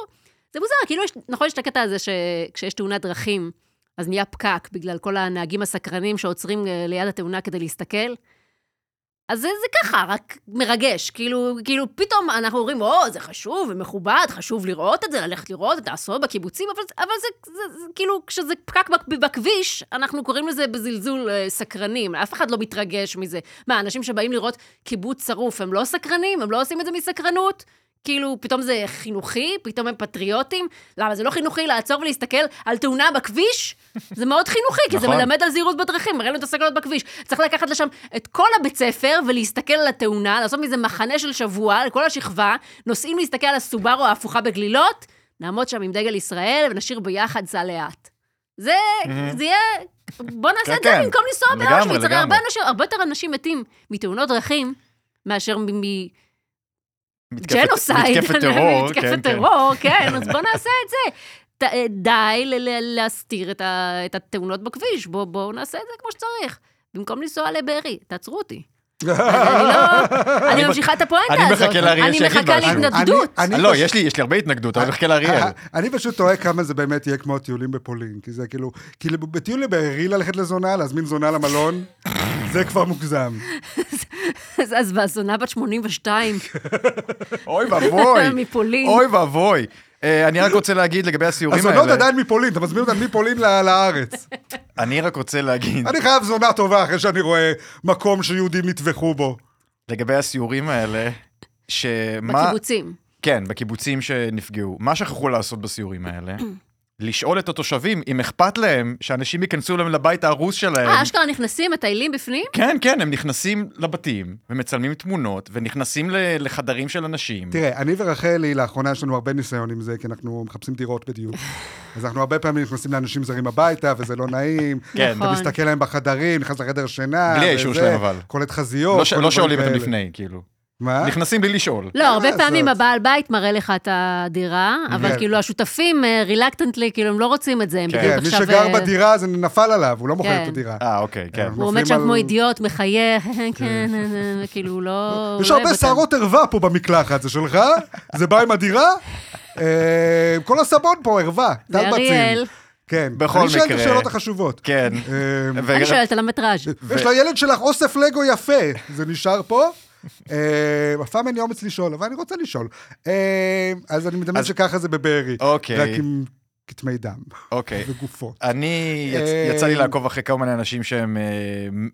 [SPEAKER 3] זה מוזר, כאילו, יש, נכון, יש את הקטע הזה שכשיש תאונת דרכים, אז נהיה פקק בגלל כל הנהגים הסקרנים שעוצרים אה, ליד התאונה כדי להסתכל. אז זה, זה ככה, רק מרגש. כאילו, כאילו, פתאום אנחנו אומרים, או, זה חשוב ומכובד, חשוב לראות את זה, ללכת לראות את האסון בקיבוצים, אבל, אבל זה, זה, זה, כאילו, כשזה פקק בכ- בכביש, אנחנו קוראים לזה בזלזול אה, סקרנים. אף אחד לא מתרגש מזה. מה, אנשים שבאים לראות קיבוץ שרוף, הם לא סקרנים? הם לא עושים את זה מסקרנות? כאילו, פתאום זה חינוכי? פתאום הם פטריוטים? למה, זה לא חינוכי לעצור ולהסתכל על תאונה בכביש? זה מאוד חינוכי, כי זה
[SPEAKER 4] נכון.
[SPEAKER 3] מלמד על זהירות בדרכים, מראה לנו את הסכנות בכביש. צריך לקחת לשם את כל הבית ספר ולהסתכל על התאונה, לעשות מזה מחנה של שבוע לכל השכבה, נוסעים להסתכל על הסובארו ההפוכה בגלילות, נעמוד שם עם דגל ישראל ונשיר ביחד סע לאט. זה, זה יהיה... בוא נעשה
[SPEAKER 4] כן,
[SPEAKER 3] את זה
[SPEAKER 4] כן.
[SPEAKER 3] במקום לנסוע
[SPEAKER 4] לגמרי,
[SPEAKER 3] באושוויץ. הרי הרבה
[SPEAKER 4] לגמרי.
[SPEAKER 3] אנשים- הרבה יותר אנשים מתים מתאונות דרכים מאשר מ- מ-
[SPEAKER 4] מתקפת-
[SPEAKER 3] ג'נוסייד.
[SPEAKER 4] מתקפת טרור,
[SPEAKER 3] מתקפת
[SPEAKER 4] כן, כן.
[SPEAKER 3] טרור, כן, אז בוא נעשה את זה. ת- אה, די ל- ל- להסתיר את ה- את התאונות בכביש, בואו בוא נעשה את זה כמו שצריך. במקום לנסוע לבארי, תעצרו אותי. אני לא... אני ממשיכה את הפואנטה
[SPEAKER 4] אני
[SPEAKER 3] הזאת.
[SPEAKER 4] מחכה לאריאל שיגיד
[SPEAKER 3] אני מחכה
[SPEAKER 4] משהו.
[SPEAKER 3] להתנגדות.
[SPEAKER 1] אני-
[SPEAKER 4] אה, לא,
[SPEAKER 1] פשוט-
[SPEAKER 4] יש לי יש לי הרבה התנגדות, אבל אני מחכה
[SPEAKER 3] אה,
[SPEAKER 4] לאריאל.
[SPEAKER 1] אה, אני פשוט תוהה כמה זה באמת יהיה כמו הטיולים בפולין, כי זה כאילו, כאילו בטיול לבארי ללכת לזונה, להזמין זונה למלון, זה כבר מוגזם.
[SPEAKER 3] אז- אז והזונה בת 82,
[SPEAKER 4] אוי ואבוי.
[SPEAKER 3] מפולין. לא
[SPEAKER 4] אוי ואבוי. אה, אני רק רוצה להגיד לגבי הסיורים
[SPEAKER 1] הזונות
[SPEAKER 4] האלה,
[SPEAKER 1] עדיין מפולין, אתה מזמין אותן מפולין ל- לארץ.
[SPEAKER 4] אני רק רוצה להגיד,
[SPEAKER 1] אני חייב זונה טובה אחרי שאני רואה מקום שיהודים נטבחו בו.
[SPEAKER 4] לגבי הסיורים האלה, שמה...
[SPEAKER 3] בקיבוצים.
[SPEAKER 4] כן, בקיבוצים שנפגעו. מה שכחו לעשות בסיורים האלה? לשאול את התושבים אם אכפת להם שאנשים ייכנסו להם לבית ההרוס שלהם.
[SPEAKER 3] אה, אשכרה נכנסים, מטיילים בפנים?
[SPEAKER 4] כן, כן, הם נכנסים לבתים ומצלמים תמונות ונכנסים ל- לחדרים של אנשים.
[SPEAKER 1] תראה, אני ורחלי, לאחרונה יש לנו הרבה ניסיון עם זה, כי אנחנו מחפשים דירות בדיוק. אז אנחנו הרבה פעמים נכנסים לאנשים זרים הביתה, וזה לא נעים.
[SPEAKER 4] כן.
[SPEAKER 1] אתה
[SPEAKER 3] נכון.
[SPEAKER 1] מסתכל להם בחדרים, נכנס לחדר שינה.
[SPEAKER 4] בלי האישור
[SPEAKER 1] וזה,
[SPEAKER 4] שלהם, אבל.
[SPEAKER 1] קולט חזיות.
[SPEAKER 4] לא ש-
[SPEAKER 1] כל אה?
[SPEAKER 4] לא
[SPEAKER 1] מיני
[SPEAKER 4] שואלים
[SPEAKER 1] דברים
[SPEAKER 4] אותם
[SPEAKER 1] כאלה.
[SPEAKER 4] לפני, כאילו.
[SPEAKER 1] מה?
[SPEAKER 4] נכנסים בלי לשאול.
[SPEAKER 3] לא, הרבה
[SPEAKER 1] זאת?
[SPEAKER 3] פעמים הבעל בית מראה לך את הדירה,
[SPEAKER 1] כן.
[SPEAKER 3] אבל כאילו השותפים, רילקטנטלי, כאילו הם לא רוצים את זה, הם
[SPEAKER 4] כן.
[SPEAKER 3] בדיוק
[SPEAKER 1] כן, מי
[SPEAKER 3] עכשיו...
[SPEAKER 1] שגר
[SPEAKER 3] אה,
[SPEAKER 1] בדירה, זה נפל עליו, הוא לא מוכר
[SPEAKER 3] כן.
[SPEAKER 1] את הדירה.
[SPEAKER 4] אה, אוקיי, כן.
[SPEAKER 1] אנחנו
[SPEAKER 3] הוא עומד
[SPEAKER 1] נופלים
[SPEAKER 3] שם
[SPEAKER 1] על-
[SPEAKER 3] כמו אידיוט, מחייך, כן, אה, כאילו הוא לא...
[SPEAKER 1] יש
[SPEAKER 3] לא
[SPEAKER 1] הרבה
[SPEAKER 3] אוהב אותם.
[SPEAKER 1] שערות ערווה פה במקלחת, זה שלך? זה בא עם הדירה? אה, כל הסבון פה ערווה,
[SPEAKER 3] זה
[SPEAKER 1] טל בצין.
[SPEAKER 3] אריאל.
[SPEAKER 1] כן.
[SPEAKER 4] בכל
[SPEAKER 1] אני שואל את
[SPEAKER 4] מקרה.
[SPEAKER 1] השאלות החשובות.
[SPEAKER 4] כן.
[SPEAKER 1] אה,
[SPEAKER 4] ו-
[SPEAKER 3] אני שואלת על המטראז'.
[SPEAKER 1] יש לילד שלך אוסף לגו יפה, זה נשאר פה. אה, אף פעם אין לי אומץ לשאול, אבל אני רוצה לשאול. אה, אז אני מדמיין
[SPEAKER 4] אז-
[SPEAKER 1] שככה זה בבארי.
[SPEAKER 4] אוקיי.
[SPEAKER 1] רק עם כתמי דם
[SPEAKER 4] אוקיי.
[SPEAKER 1] וגופות.
[SPEAKER 4] אני, יצ...
[SPEAKER 1] אה,
[SPEAKER 4] יצא לי לעקוב אחרי כמה מיני אנשים שהם אה,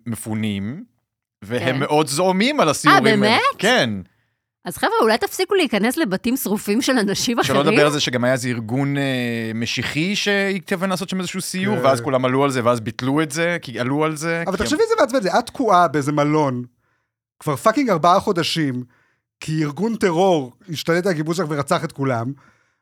[SPEAKER 4] מפונים, והם
[SPEAKER 3] כן.
[SPEAKER 4] מאוד זזומים על הסיורים. האלה.
[SPEAKER 3] באמת?
[SPEAKER 4] כן.
[SPEAKER 3] אז חבר'ה, אולי תפסיקו להיכנס לבתים שרופים של אנשים
[SPEAKER 4] שלא
[SPEAKER 3] אחרים?
[SPEAKER 4] לדבר על זה שגם היה איזה ארגון אה, משיחי שהתכוון לעשות שם איזשהו סיור,
[SPEAKER 1] כן.
[SPEAKER 4] ואז כולם עלו על זה, ואז ביטלו את זה, כי עלו על זה.
[SPEAKER 1] אבל
[SPEAKER 4] כי הם-
[SPEAKER 1] תחשבי איזה מעצבן זה, את תקועה באיזה מלון, כבר פאקינג ארבעה חודשים, כי ארגון טרור השתלט על הגיבוש שלך ורצח את כולם,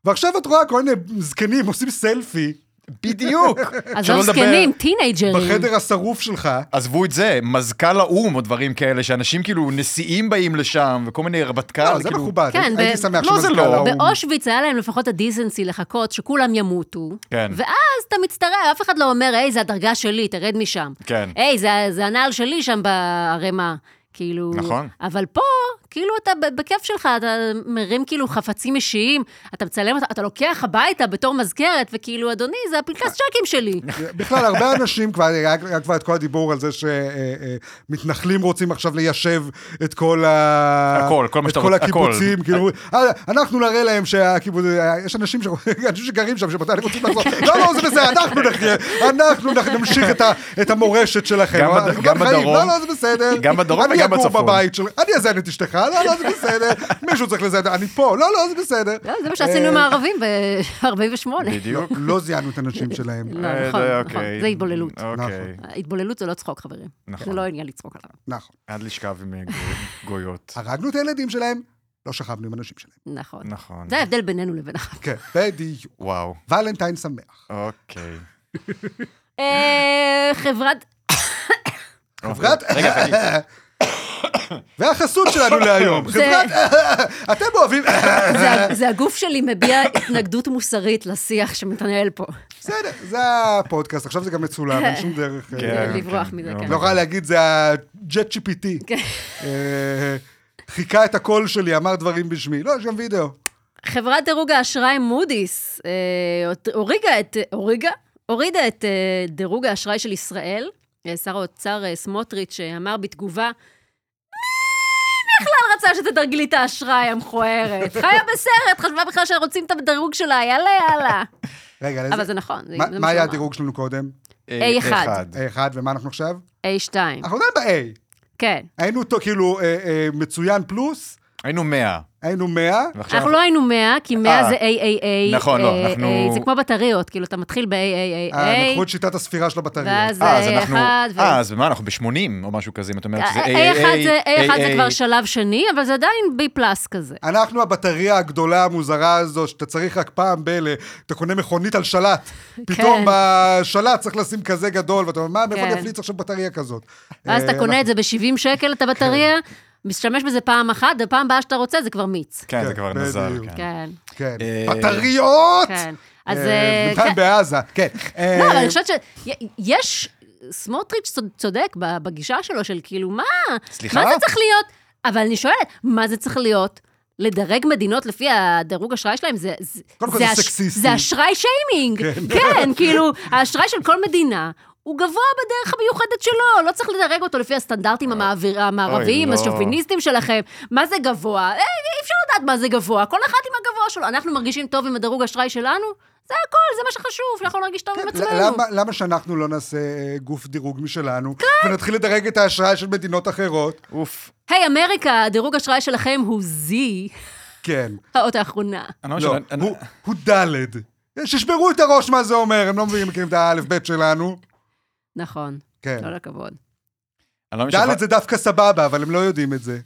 [SPEAKER 1] ועכשיו את רואה כל מיני זקנים עושים סלפי
[SPEAKER 4] בדיוק. שלא
[SPEAKER 3] עזוב
[SPEAKER 4] לדבר-
[SPEAKER 3] לא זקנים, טינג'רים.
[SPEAKER 1] בחדר השרוף שלך.
[SPEAKER 4] עזבו את זה, מזכ"ל האו"ם או דברים כאלה, שאנשים כאילו נשיאים באים לשם, וכל מיני רמטכ"ל,
[SPEAKER 1] לא, זה
[SPEAKER 4] כאילו...
[SPEAKER 1] מכובד,
[SPEAKER 3] כן,
[SPEAKER 1] הייתי
[SPEAKER 3] ב-
[SPEAKER 1] שמח
[SPEAKER 4] לא, זה
[SPEAKER 1] שמזכ"ל
[SPEAKER 4] לא.
[SPEAKER 1] האו"ם.
[SPEAKER 3] באושוויץ היה להם לפחות הדיסנסי לחכות שכולם ימותו,
[SPEAKER 4] כן.
[SPEAKER 3] ואז אתה מצטרף, אף אחד לא אומר, היי, זה הדרגה שלי, תרד משם.
[SPEAKER 4] כן.
[SPEAKER 3] היי, זה, זה הנעל שלי שם בערימה. כאילו...
[SPEAKER 4] נכון.
[SPEAKER 3] אבל פה, כאילו אתה ב- בכיף שלך, אתה מרים כאילו חפצים אישיים, אתה מצלם אותם, אתה לוקח הביתה בתור מזכרת, וכאילו, אדוני, זה הפנקס צ'קים שלי.
[SPEAKER 1] בכלל, הרבה אנשים כבר, היה היה כבר את כל הדיבור על זה שמתנחלים רוצים עכשיו ליישב את כל ה...
[SPEAKER 4] הכל, כל מה שאתה
[SPEAKER 1] את
[SPEAKER 4] רוצה,
[SPEAKER 1] כל
[SPEAKER 4] הכל.
[SPEAKER 1] הקיבוצים, כאילו, "אה, אנחנו נראה להם שהקיבוץ... אה, יש אנשים ש- אנשים שגרים שם, שמתי אנחנו רוצים לחזור. לא, לא, זה בסדר, אנחנו נחיה, אנחנו נח- נמשיך את ה- את המורשת שלכם.
[SPEAKER 4] גם בד-
[SPEAKER 1] אנחנו
[SPEAKER 4] גם
[SPEAKER 1] חיים,
[SPEAKER 4] בדרום.
[SPEAKER 1] לא, לא, זה בסדר.
[SPEAKER 4] גם בדרום וגם
[SPEAKER 1] אני
[SPEAKER 4] בצפון.
[SPEAKER 1] אגור בבית שלך, אני אזן את אשתך, לא, לא, זה בסדר. מישהו צריך לזן, אני פה, לא, לא, זה בסדר.
[SPEAKER 3] לא, זה מה שעשינו עם
[SPEAKER 1] אה,
[SPEAKER 3] הערבים ב-48.
[SPEAKER 1] לא,
[SPEAKER 4] בדיוק.
[SPEAKER 1] לא זיהנו את הנשים שלהם.
[SPEAKER 3] לא,
[SPEAKER 4] אה,
[SPEAKER 3] נכון,
[SPEAKER 4] זה
[SPEAKER 3] נכון.
[SPEAKER 4] אוקיי.
[SPEAKER 3] זה התבוללות.
[SPEAKER 4] אוקיי,
[SPEAKER 3] התבוללות זה לא צחוק, חברים. זה
[SPEAKER 4] נכון.
[SPEAKER 3] לא עניין לצחוק עליו.
[SPEAKER 1] נכון.
[SPEAKER 4] עד לשכב עם אה, גו- גויות.
[SPEAKER 1] הרגנו את הילדים שלהם, לא שכבנו עם אנשים שלהם.
[SPEAKER 3] נכון.
[SPEAKER 4] נכון.
[SPEAKER 3] זה ההבדל בינינו לבין אחר.
[SPEAKER 1] כן, בדיוק.
[SPEAKER 4] וואו.
[SPEAKER 1] ולנטיין שמח.
[SPEAKER 4] אוקיי.
[SPEAKER 3] אה, חברת...
[SPEAKER 1] חברת...
[SPEAKER 4] אוקיי. רגע, חגי.
[SPEAKER 1] והחסות שלנו להיום,
[SPEAKER 3] זה-
[SPEAKER 1] חברת... אתם אוהבים...
[SPEAKER 3] זה ה- זה הגוף שלי מביע התנגדות מוסרית לשיח שמתנהל פה.
[SPEAKER 1] בסדר, זה הפודקאסט, עכשיו זה גם מצולם, אין שום דרך... אה,
[SPEAKER 4] כן,
[SPEAKER 3] לברוח
[SPEAKER 4] כן,
[SPEAKER 3] מזה,
[SPEAKER 4] לא
[SPEAKER 3] כן.
[SPEAKER 1] לא
[SPEAKER 4] ממש.
[SPEAKER 1] יכולה להגיד, זה ה-Jet GPT.
[SPEAKER 3] כן.
[SPEAKER 1] אה, חיכה את הקול שלי, אמר דברים בשמי. לא, יש גם וידאו.
[SPEAKER 3] חברת דירוג האשראי מודי'ס אה, הוריגה את, הוריגה? הורידה את אה, דירוג האשראי של ישראל. אה, שר האוצר אה, סמוטריץ' אה, אמר בתגובה, מי מי בכלל רצה שתדרגלי את האשראי המכוערת? חיה בסרט, חשבה בכלל שרוצים את הדירוג שלה, יאללה, יאללה.
[SPEAKER 1] רגע,
[SPEAKER 3] אבל
[SPEAKER 1] לאיזה-
[SPEAKER 3] זה נכון, זה
[SPEAKER 1] מה-
[SPEAKER 3] זה
[SPEAKER 1] מה
[SPEAKER 3] שהוא
[SPEAKER 1] היה
[SPEAKER 3] אמר.
[SPEAKER 1] הדירוג שלנו קודם?
[SPEAKER 3] A1.
[SPEAKER 1] A1, ומה אנחנו עכשיו?
[SPEAKER 3] A2,
[SPEAKER 1] אנחנו עדיין ב-A.
[SPEAKER 3] כן.
[SPEAKER 1] היינו אותו כאילו אה, אה, מצוין פלוס,
[SPEAKER 4] היינו 100.
[SPEAKER 1] היינו 100,
[SPEAKER 4] ועכשיו
[SPEAKER 3] אנחנו לא היינו 100, כי 100
[SPEAKER 4] אה.
[SPEAKER 3] זה AAA.
[SPEAKER 4] נכון, לא,
[SPEAKER 3] אה,
[SPEAKER 4] אנחנו-
[SPEAKER 3] אה, זה כמו בטריות, כאילו, אתה מתחיל ב-AAA.
[SPEAKER 1] אנחנו את שיטת הספירה של הבטריות.
[SPEAKER 3] אוקיי. ואז
[SPEAKER 4] אה, אז
[SPEAKER 3] זה
[SPEAKER 4] אנחנו...
[SPEAKER 3] A1, ו-
[SPEAKER 4] אה, אז מה, אנחנו ב-80 או משהו כזה, אם את אומרת שזה
[SPEAKER 3] A1 אה, זה- A1 זה
[SPEAKER 4] AA.
[SPEAKER 3] כבר שלב שני, אבל זה עדיין B פלאס כזה.
[SPEAKER 4] אה,
[SPEAKER 1] אנחנו הבטריה הגדולה המוזרה הזו, שאתה צריך רק פעם ב... אתה קונה מכונית על שלט. פתאום בשלט צריך לשים כזה גדול, ואתה אומר, מה, מאיפה אני
[SPEAKER 3] כן.
[SPEAKER 1] אפליץ עכשיו בטריה כזאת?
[SPEAKER 3] ואז
[SPEAKER 1] אה,
[SPEAKER 3] אתה קונה
[SPEAKER 4] נכון.
[SPEAKER 1] אנחנו-
[SPEAKER 3] את זה ב-70 שקל, את הבטריה, משתמש בזה פעם אחת, ופעם הבאה שאתה רוצה זה כבר מיץ.
[SPEAKER 4] כן, זה
[SPEAKER 1] כן,
[SPEAKER 4] כבר נזל.
[SPEAKER 1] בדיוק.
[SPEAKER 4] כן.
[SPEAKER 3] כן,
[SPEAKER 1] כן.
[SPEAKER 4] אה,
[SPEAKER 1] בטריות!
[SPEAKER 3] כן. אז...
[SPEAKER 1] אה,
[SPEAKER 3] אה,
[SPEAKER 1] בינתיים
[SPEAKER 3] כן.
[SPEAKER 1] בעזה, כן. אה,
[SPEAKER 3] לא, אבל אני חושבת שיש... סמוטריץ' צוד- צודק ב- בגישה שלו של כאילו, מה?
[SPEAKER 4] סליחה?
[SPEAKER 3] מה זה צריך להיות? אבל אני שואלת, מה זה צריך להיות? לדרג מדינות לפי הדירוג אשראי שלהם, זה... זה-
[SPEAKER 1] קודם כל זה סקסיסטי.
[SPEAKER 3] זה אשראי שיימינג. כן. כאילו, האשראי של כל מדינה. הוא גבוה בדרך המיוחדת שלו, לא צריך לדרג אותו לפי
[SPEAKER 1] אה,
[SPEAKER 3] הסטנדרטים המעביר- המערביים,
[SPEAKER 4] לא.
[SPEAKER 3] השוביניסטים שלכם. מה זה גבוה? אה, אי אפשר לדעת מה זה גבוה, כל אחד עם הגבוה שלו. אנחנו מרגישים טוב עם הדירוג אשראי שלנו? זה הכל, זה מה שחשוב, שאנחנו נרגיש טוב עם
[SPEAKER 4] כן,
[SPEAKER 3] עצמנו.
[SPEAKER 1] למה, למה שאנחנו לא נעשה אה, גוף דירוג משלנו,
[SPEAKER 3] כן.
[SPEAKER 1] ונתחיל לדרג את האשראי של מדינות אחרות?
[SPEAKER 4] אוף.
[SPEAKER 3] היי, אמריקה, הדירוג אשראי שלכם הוא Z,
[SPEAKER 1] כן.
[SPEAKER 3] האות האחרונה.
[SPEAKER 4] אני לא
[SPEAKER 1] לא,
[SPEAKER 4] משנה, אני-
[SPEAKER 1] הוא- הוא דלת. שישברו את הראש מה זה אומר, הם לא מבינים, מכירים את האלף-בית שלנו.
[SPEAKER 3] נכון,
[SPEAKER 1] כן.
[SPEAKER 3] כל הכבוד.
[SPEAKER 4] אני לא מאמין
[SPEAKER 1] דלת
[SPEAKER 4] שהפ-
[SPEAKER 1] זה דווקא סבבה, אבל הם לא יודעים את זה.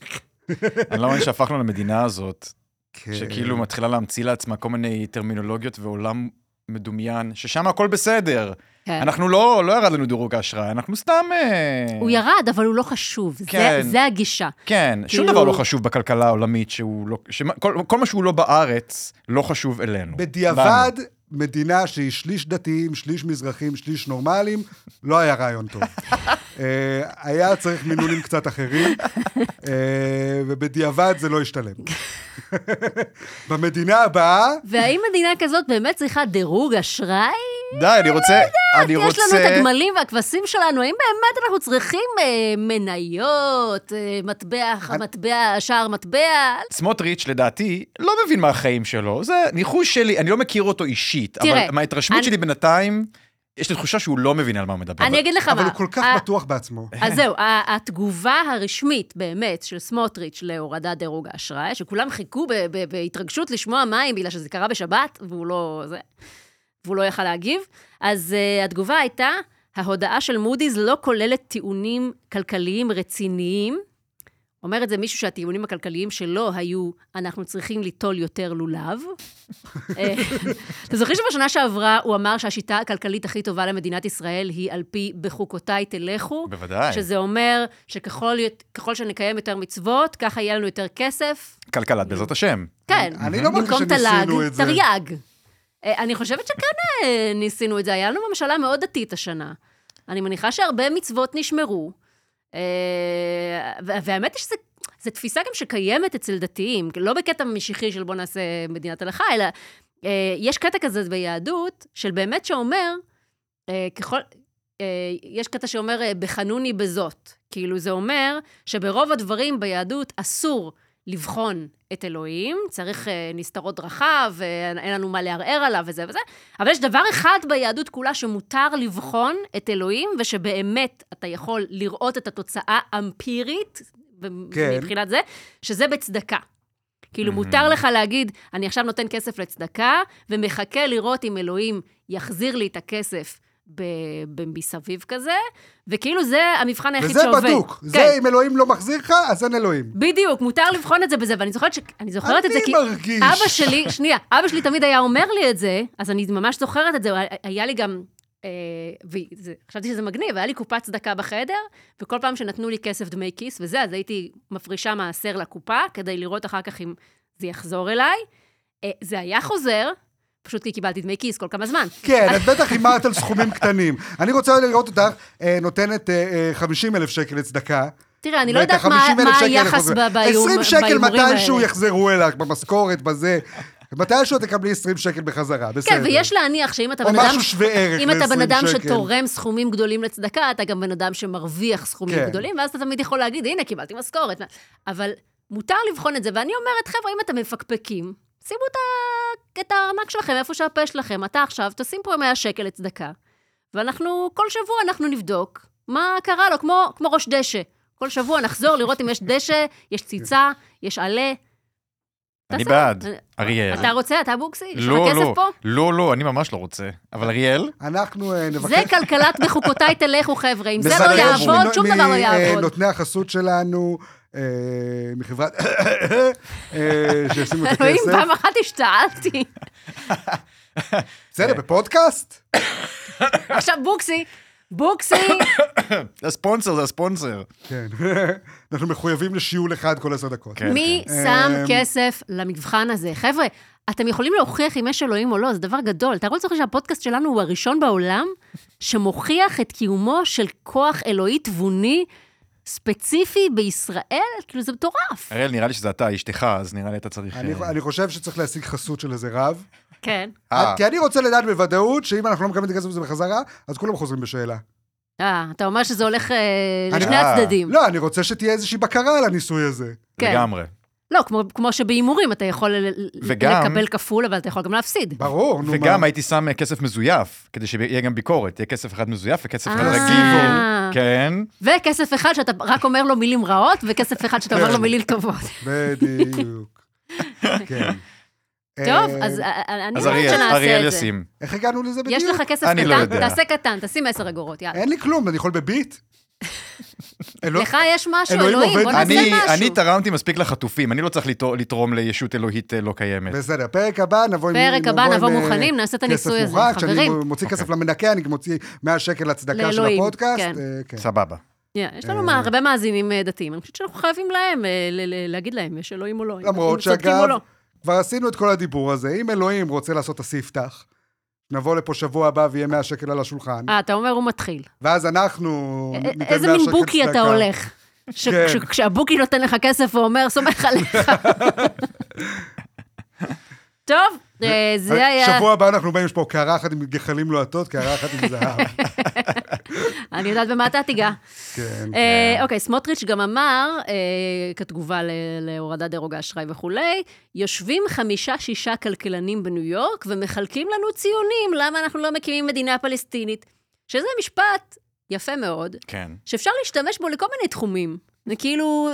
[SPEAKER 4] אני לא מאמין שהפכנו למדינה הזאת,
[SPEAKER 1] כן.
[SPEAKER 4] שכאילו מתחילה להמציא לעצמה כל מיני טרמינולוגיות ועולם מדומיין, ששם הכל בסדר.
[SPEAKER 3] כן.
[SPEAKER 4] אנחנו לא, לא ירד לנו דירוג האשראי, אנחנו סתם... אה,
[SPEAKER 3] הוא ירד, אבל הוא לא חשוב, זה-
[SPEAKER 4] כן.
[SPEAKER 3] זה הגישה.
[SPEAKER 4] כן, שום
[SPEAKER 3] כאילו-
[SPEAKER 4] דבר לא חשוב בכלכלה העולמית, שהוא לא... שמה- כל כל מה שהוא לא בארץ, לא חשוב אלינו.
[SPEAKER 1] כן. בדיעבד, מדינה שהיא שליש דתיים, שליש מזרחים, שליש נורמלים, לא היה רעיון טוב. אה, היה צריך מינונים קצת אחרים, אה, ובדיעבד זה לא השתלם. במדינה הבאה,
[SPEAKER 3] והאם מדינה כזאת באמת צריכה דירוג אשראי?
[SPEAKER 4] לנו. די, אני רוצה... אני
[SPEAKER 3] יש
[SPEAKER 4] רוצה...
[SPEAKER 3] לנו את הגמלים והכבשים שלנו, האם באמת אנחנו צריכים אה, מניות, אה, מטבע, מטבע, שער מטבע?
[SPEAKER 4] סמוטריץ', לדעתי, לא מבין מה החיים שלו. זה ניחוש שלי, אני לא מכיר אותו אישית,
[SPEAKER 3] תראה,
[SPEAKER 4] אבל מההתרשמות
[SPEAKER 3] אני-
[SPEAKER 4] שלי בינתיים, יש לי תחושה שהוא לא מבין על מה הוא מדבר.
[SPEAKER 3] אני אגיד לך מה.
[SPEAKER 1] אבל הוא כל כך
[SPEAKER 3] ה-
[SPEAKER 1] בטוח כן. בעצמו.
[SPEAKER 3] אז זהו, ה- התגובה הרשמית באמת של סמוטריץ' להורדת דירוג האשראי, שכולם חיכו ב- ב- בהתרגשות לשמוע מים בגלל שזה קרה בשבת, והוא לא... זה, והוא לא יכל להגיב, אז uh, התגובה הייתה, ההודעה של מודי'ס לא כוללת טיעונים כלכליים רציניים. אומר את זה מישהו שהטיעונים הכלכליים שלו היו, אנחנו צריכים ליטול יותר לולב. אה, אתם זוכרים שבשנה שעברה הוא אמר שהשיטה הכלכלית הכי טובה למדינת ישראל היא על פי בחוקותיי תלכו?
[SPEAKER 4] בוודאי.
[SPEAKER 3] שזה אומר שככל יות- ככל שנקיים יותר מצוות, ככה יהיה לנו יותר כסף.
[SPEAKER 4] כלכלת, בעזרת השם.
[SPEAKER 3] כן,
[SPEAKER 1] אני לא אמרתי
[SPEAKER 3] במקום
[SPEAKER 1] שניסינו
[SPEAKER 3] תל"ג,
[SPEAKER 1] את זה.
[SPEAKER 3] תרי"ג. אה, אני חושבת שכן אה, ניסינו את זה, היה לנו ממשלה מאוד דתית השנה. אני מניחה שהרבה מצוות נשמרו, אה, וה- והאמת היא שזה... זו תפיסה גם שקיימת אצל דתיים, לא בקטע משיחי של בוא נעשה מדינת הלכה, אלא אה, יש קטע כזה ביהדות, של באמת שאומר, אה, ככל, אה, יש קטע שאומר, אה, בחנוני בזאת. כאילו, זה אומר שברוב הדברים ביהדות אסור לבחון את אלוהים, צריך אה, נסתרות דרכה, ואין לנו מה לערער עליו וזה וזה, אבל יש דבר אחד ביהדות כולה שמותר לבחון את אלוהים, ושבאמת אתה יכול לראות את התוצאה אמפירית,
[SPEAKER 1] כן.
[SPEAKER 3] כן. מבחינת זה, שזה בצדקה. כאילו, מותר לך להגיד, אני עכשיו נותן כסף לצדקה, ומחכה לראות אם אלוהים יחזיר לי את הכסף ב- ב- מסביב כזה, וכאילו זה המבחן היחיד
[SPEAKER 1] וזה
[SPEAKER 3] שעובד. כן,
[SPEAKER 1] בדוק. זה, אם אלוהים לא מחזיר לך, אז אין אלוהים.
[SPEAKER 3] בדיוק, מותר לבחון את זה בזה, ואני זוכרת, ש... אני זוכרת את זה
[SPEAKER 1] אני
[SPEAKER 3] כי...
[SPEAKER 1] מרגיש.
[SPEAKER 3] אבא שלי, שנייה, אבא שלי תמיד היה אומר לי את זה, אז אני ממש זוכרת את זה, הוא היה לי גם... אה, וזה- חשבתי שזה מגניב, היה לי קופת צדקה בחדר, וכל פעם שנתנו לי כסף דמי כיס וזה, אז הייתי מפרישה מעשר לקופה, כדי לראות אחר כך אם זה יחזור אליי. אה, זה היה חוזר, פשוט כי קיבלתי דמי כיס כל כמה זמן.
[SPEAKER 1] כן, את בטח הימרת על סכומים קטנים. אני רוצה לראות אותך אה, נותנת אה, אה, 50 אלף שקל לצדקה.
[SPEAKER 3] תראה, אני לא
[SPEAKER 1] ואת
[SPEAKER 3] יודעת
[SPEAKER 1] ה-
[SPEAKER 3] מה
[SPEAKER 1] 50,000
[SPEAKER 3] מה
[SPEAKER 1] שקל
[SPEAKER 3] היחס
[SPEAKER 1] לחוזר.
[SPEAKER 3] ב- בהימור-
[SPEAKER 1] 20 שקל
[SPEAKER 3] בהימורים
[SPEAKER 1] מתישהו
[SPEAKER 3] האלה.
[SPEAKER 1] יחזרת אלייך, במשכורת, בזה. מתישהו תקבלי 20 שקל בחזרה, בסדר.
[SPEAKER 3] כן, ויש להניח שאם אתה
[SPEAKER 1] או
[SPEAKER 3] בן אדם...
[SPEAKER 1] משהו שווה ערך
[SPEAKER 3] אם אתה
[SPEAKER 1] ל-20
[SPEAKER 3] בן אדם
[SPEAKER 1] שקל.
[SPEAKER 3] שתורם סכומים גדולים לצדקה, אתה גם בן אדם שמרוויח סכומים
[SPEAKER 1] כן.
[SPEAKER 3] גדולים, ואז אתה תמיד יכול להגיד, הנה, קיבלתי משכורת. אבל מותר לבחון את זה, ואני אומרת, חבר'ה, אם אתם מפקפקים, שימו את ה- את הארנק שלכם איפה שהפה שלכם. אתה עכשיו, תשים פה 100 שקל לצדקה, ואנחנו, כל שבוע אנחנו נבדוק מה קרה לו, כמו, כמו ראש דשא. כל שבוע נחזור לראות אם יש דשא, יש ציצה, יש עלה.
[SPEAKER 4] אני
[SPEAKER 3] תעשה.
[SPEAKER 4] בעד, אריאל.
[SPEAKER 3] אתה רוצה? אתה בוקסי? יש לך
[SPEAKER 4] לא,
[SPEAKER 3] כסף
[SPEAKER 4] לא,
[SPEAKER 3] פה?
[SPEAKER 4] לא, לא, אני ממש לא רוצה. אבל אריאל,
[SPEAKER 1] אנחנו אה, נבקש...
[SPEAKER 3] זה כלכלת בחוקותיי תלכו, חבר'ה. אם זה לא
[SPEAKER 1] נבקש
[SPEAKER 3] יעבוד,
[SPEAKER 1] מנו-
[SPEAKER 3] שום דבר לא
[SPEAKER 1] מ- אה,
[SPEAKER 3] יעבוד.
[SPEAKER 1] נותני החסות שלנו, אה, מחברת... אה, שישימו את
[SPEAKER 3] אלוהים,
[SPEAKER 1] הכסף.
[SPEAKER 3] פעם אחת השתעלתי.
[SPEAKER 1] בסדר, בפודקאסט?
[SPEAKER 3] עכשיו בוקסי, בוקסי,
[SPEAKER 4] הספונסר זה הספונסר.
[SPEAKER 1] כן. אנחנו מחויבים לשיעול אחד כל עשר דקות.
[SPEAKER 4] כן.
[SPEAKER 3] מי שם
[SPEAKER 1] אמ,
[SPEAKER 3] כסף למבחן הזה? חבר'ה, אתם יכולים להוכיח אם יש אלוהים או לא, זה דבר גדול. תארו לעצמכם שהפודקאסט שלנו הוא הראשון בעולם שמוכיח את קיומו של כוח אלוהי תבוני ספציפי בישראל? כאילו, זה מטורף.
[SPEAKER 4] כן.
[SPEAKER 1] אה.
[SPEAKER 4] אריאל, נראה לי שזה אתה, אשתך, אז נראה לי אתה צריך...
[SPEAKER 1] אני,
[SPEAKER 4] אה,
[SPEAKER 1] אני חושב שצריך להשיג חסות של איזה רב.
[SPEAKER 3] כן.
[SPEAKER 4] אה,
[SPEAKER 1] כי אני רוצה לדעת בוודאות שאם אנחנו לא מקבלים את הכסף הזה בחזרה, אז כולם חוזרים בשאלה.
[SPEAKER 3] אה, אתה אומר שזה הולך אה,
[SPEAKER 1] אני-
[SPEAKER 3] לשני
[SPEAKER 4] אה.
[SPEAKER 3] הצדדים.
[SPEAKER 1] לא, אני רוצה שתהיה איזושהי בקרה על הניסוי הזה.
[SPEAKER 3] כן.
[SPEAKER 4] לגמרי.
[SPEAKER 3] לא, כמו, כמו שבהימורים אתה יכול ל- ל-
[SPEAKER 4] וגם-
[SPEAKER 3] לקבל כפול, אבל אתה יכול גם להפסיד.
[SPEAKER 1] ברור, נו מה.
[SPEAKER 4] וגם הייתי שם אה, כסף מזויף, כדי שיהיה גם ביקורת. יהיה כסף אחד מזויף וכסף אחד
[SPEAKER 3] אה.
[SPEAKER 4] רגיל. כן.
[SPEAKER 3] וכסף אחד שאתה רק אומר לו מילים רעות, וכסף אחד שאתה אומר לו
[SPEAKER 1] כן.
[SPEAKER 3] מילים טובות.
[SPEAKER 1] בדיוק. כן.
[SPEAKER 3] טוב,
[SPEAKER 1] אה,
[SPEAKER 3] אז אה, אה, אני
[SPEAKER 4] אז
[SPEAKER 3] אומרת
[SPEAKER 4] אריאל, אריאל
[SPEAKER 3] שנעשה את זה.
[SPEAKER 4] ישים.
[SPEAKER 1] איך הגענו לזה בדיוק?
[SPEAKER 3] יש לך כסף
[SPEAKER 4] אני לא
[SPEAKER 3] קטן,
[SPEAKER 4] יודע.
[SPEAKER 3] תעשה קטן, תשים 10 אגורות, יאללה.
[SPEAKER 1] אין לי כלום, אני יכול בביט? אה, אלוה-
[SPEAKER 3] לך יש משהו,
[SPEAKER 1] לא- אלוהים
[SPEAKER 3] אלוהים,
[SPEAKER 1] עובד.
[SPEAKER 3] בוא נעשה
[SPEAKER 4] אני, אני
[SPEAKER 3] משהו.
[SPEAKER 4] תרמתי מספיק לחטופים, אני לא צריך לתר- לתרום לישות אלוהית אה, לא קיימת.
[SPEAKER 1] בסדר, פרק הבא נבוא עם...
[SPEAKER 3] פרק הבא נבוא
[SPEAKER 1] עם, אה,
[SPEAKER 3] מוכנים, נעשה את הניסוי הזה,
[SPEAKER 1] כסף לא- מוכן, כשאני
[SPEAKER 3] חברים.
[SPEAKER 1] מוציא כסף
[SPEAKER 4] אוקיי.
[SPEAKER 1] למנקה, אני מוציא 100 שקל לצדקה של
[SPEAKER 3] לאלוהים,
[SPEAKER 1] הפודקאסט.
[SPEAKER 3] כן.
[SPEAKER 1] אה, כן.
[SPEAKER 4] סבבה.
[SPEAKER 3] Yeah, יש לנו מה- הרבה מאזינים אה, דתיים, אני חושבת שאנחנו חייבים להם אה, ל- ל- להגיד להם, יש אלוהים או לא. אם
[SPEAKER 1] למרות
[SPEAKER 3] הם צודקים או
[SPEAKER 1] שאגב,
[SPEAKER 3] לא.
[SPEAKER 1] כבר עשינו את כל הדיבור הזה. אם אלוהים רוצה לעשות את הספתח, נבוא לפה שבוע הבא ויהיה 100 שקל על השולחן,
[SPEAKER 3] אה, אתה אומר, הוא מתחיל.
[SPEAKER 1] ואז אנחנו
[SPEAKER 3] א-
[SPEAKER 1] ניתן 100 שקל
[SPEAKER 3] איזה מין בוקי אתה
[SPEAKER 1] צדקה.
[SPEAKER 3] הולך? ש-
[SPEAKER 1] כן.
[SPEAKER 3] כש- כשהבוקי נותן לך כסף ואומר, סומך עליך. טוב, אה, זה היה...
[SPEAKER 1] שבוע הבא אנחנו באים, יש פה קערה אחת עם גחלים לוהטות, קערה אחת עם זהב.
[SPEAKER 3] אני יודעת במה אתה תיגע.
[SPEAKER 1] כן.
[SPEAKER 3] אה, אוקיי, סמוטריץ' גם אמר, אה, כתגובה ל- להורדת דירוג האשראי וכולי, יושבים חמישה-שישה כלכלנים בניו יורק ומחלקים לנו ציונים למה אנחנו לא מקימים מדינה פלסטינית. שזה משפט יפה מאוד,
[SPEAKER 4] כן.
[SPEAKER 3] שאפשר להשתמש בו לכל מיני תחומים. זה כאילו,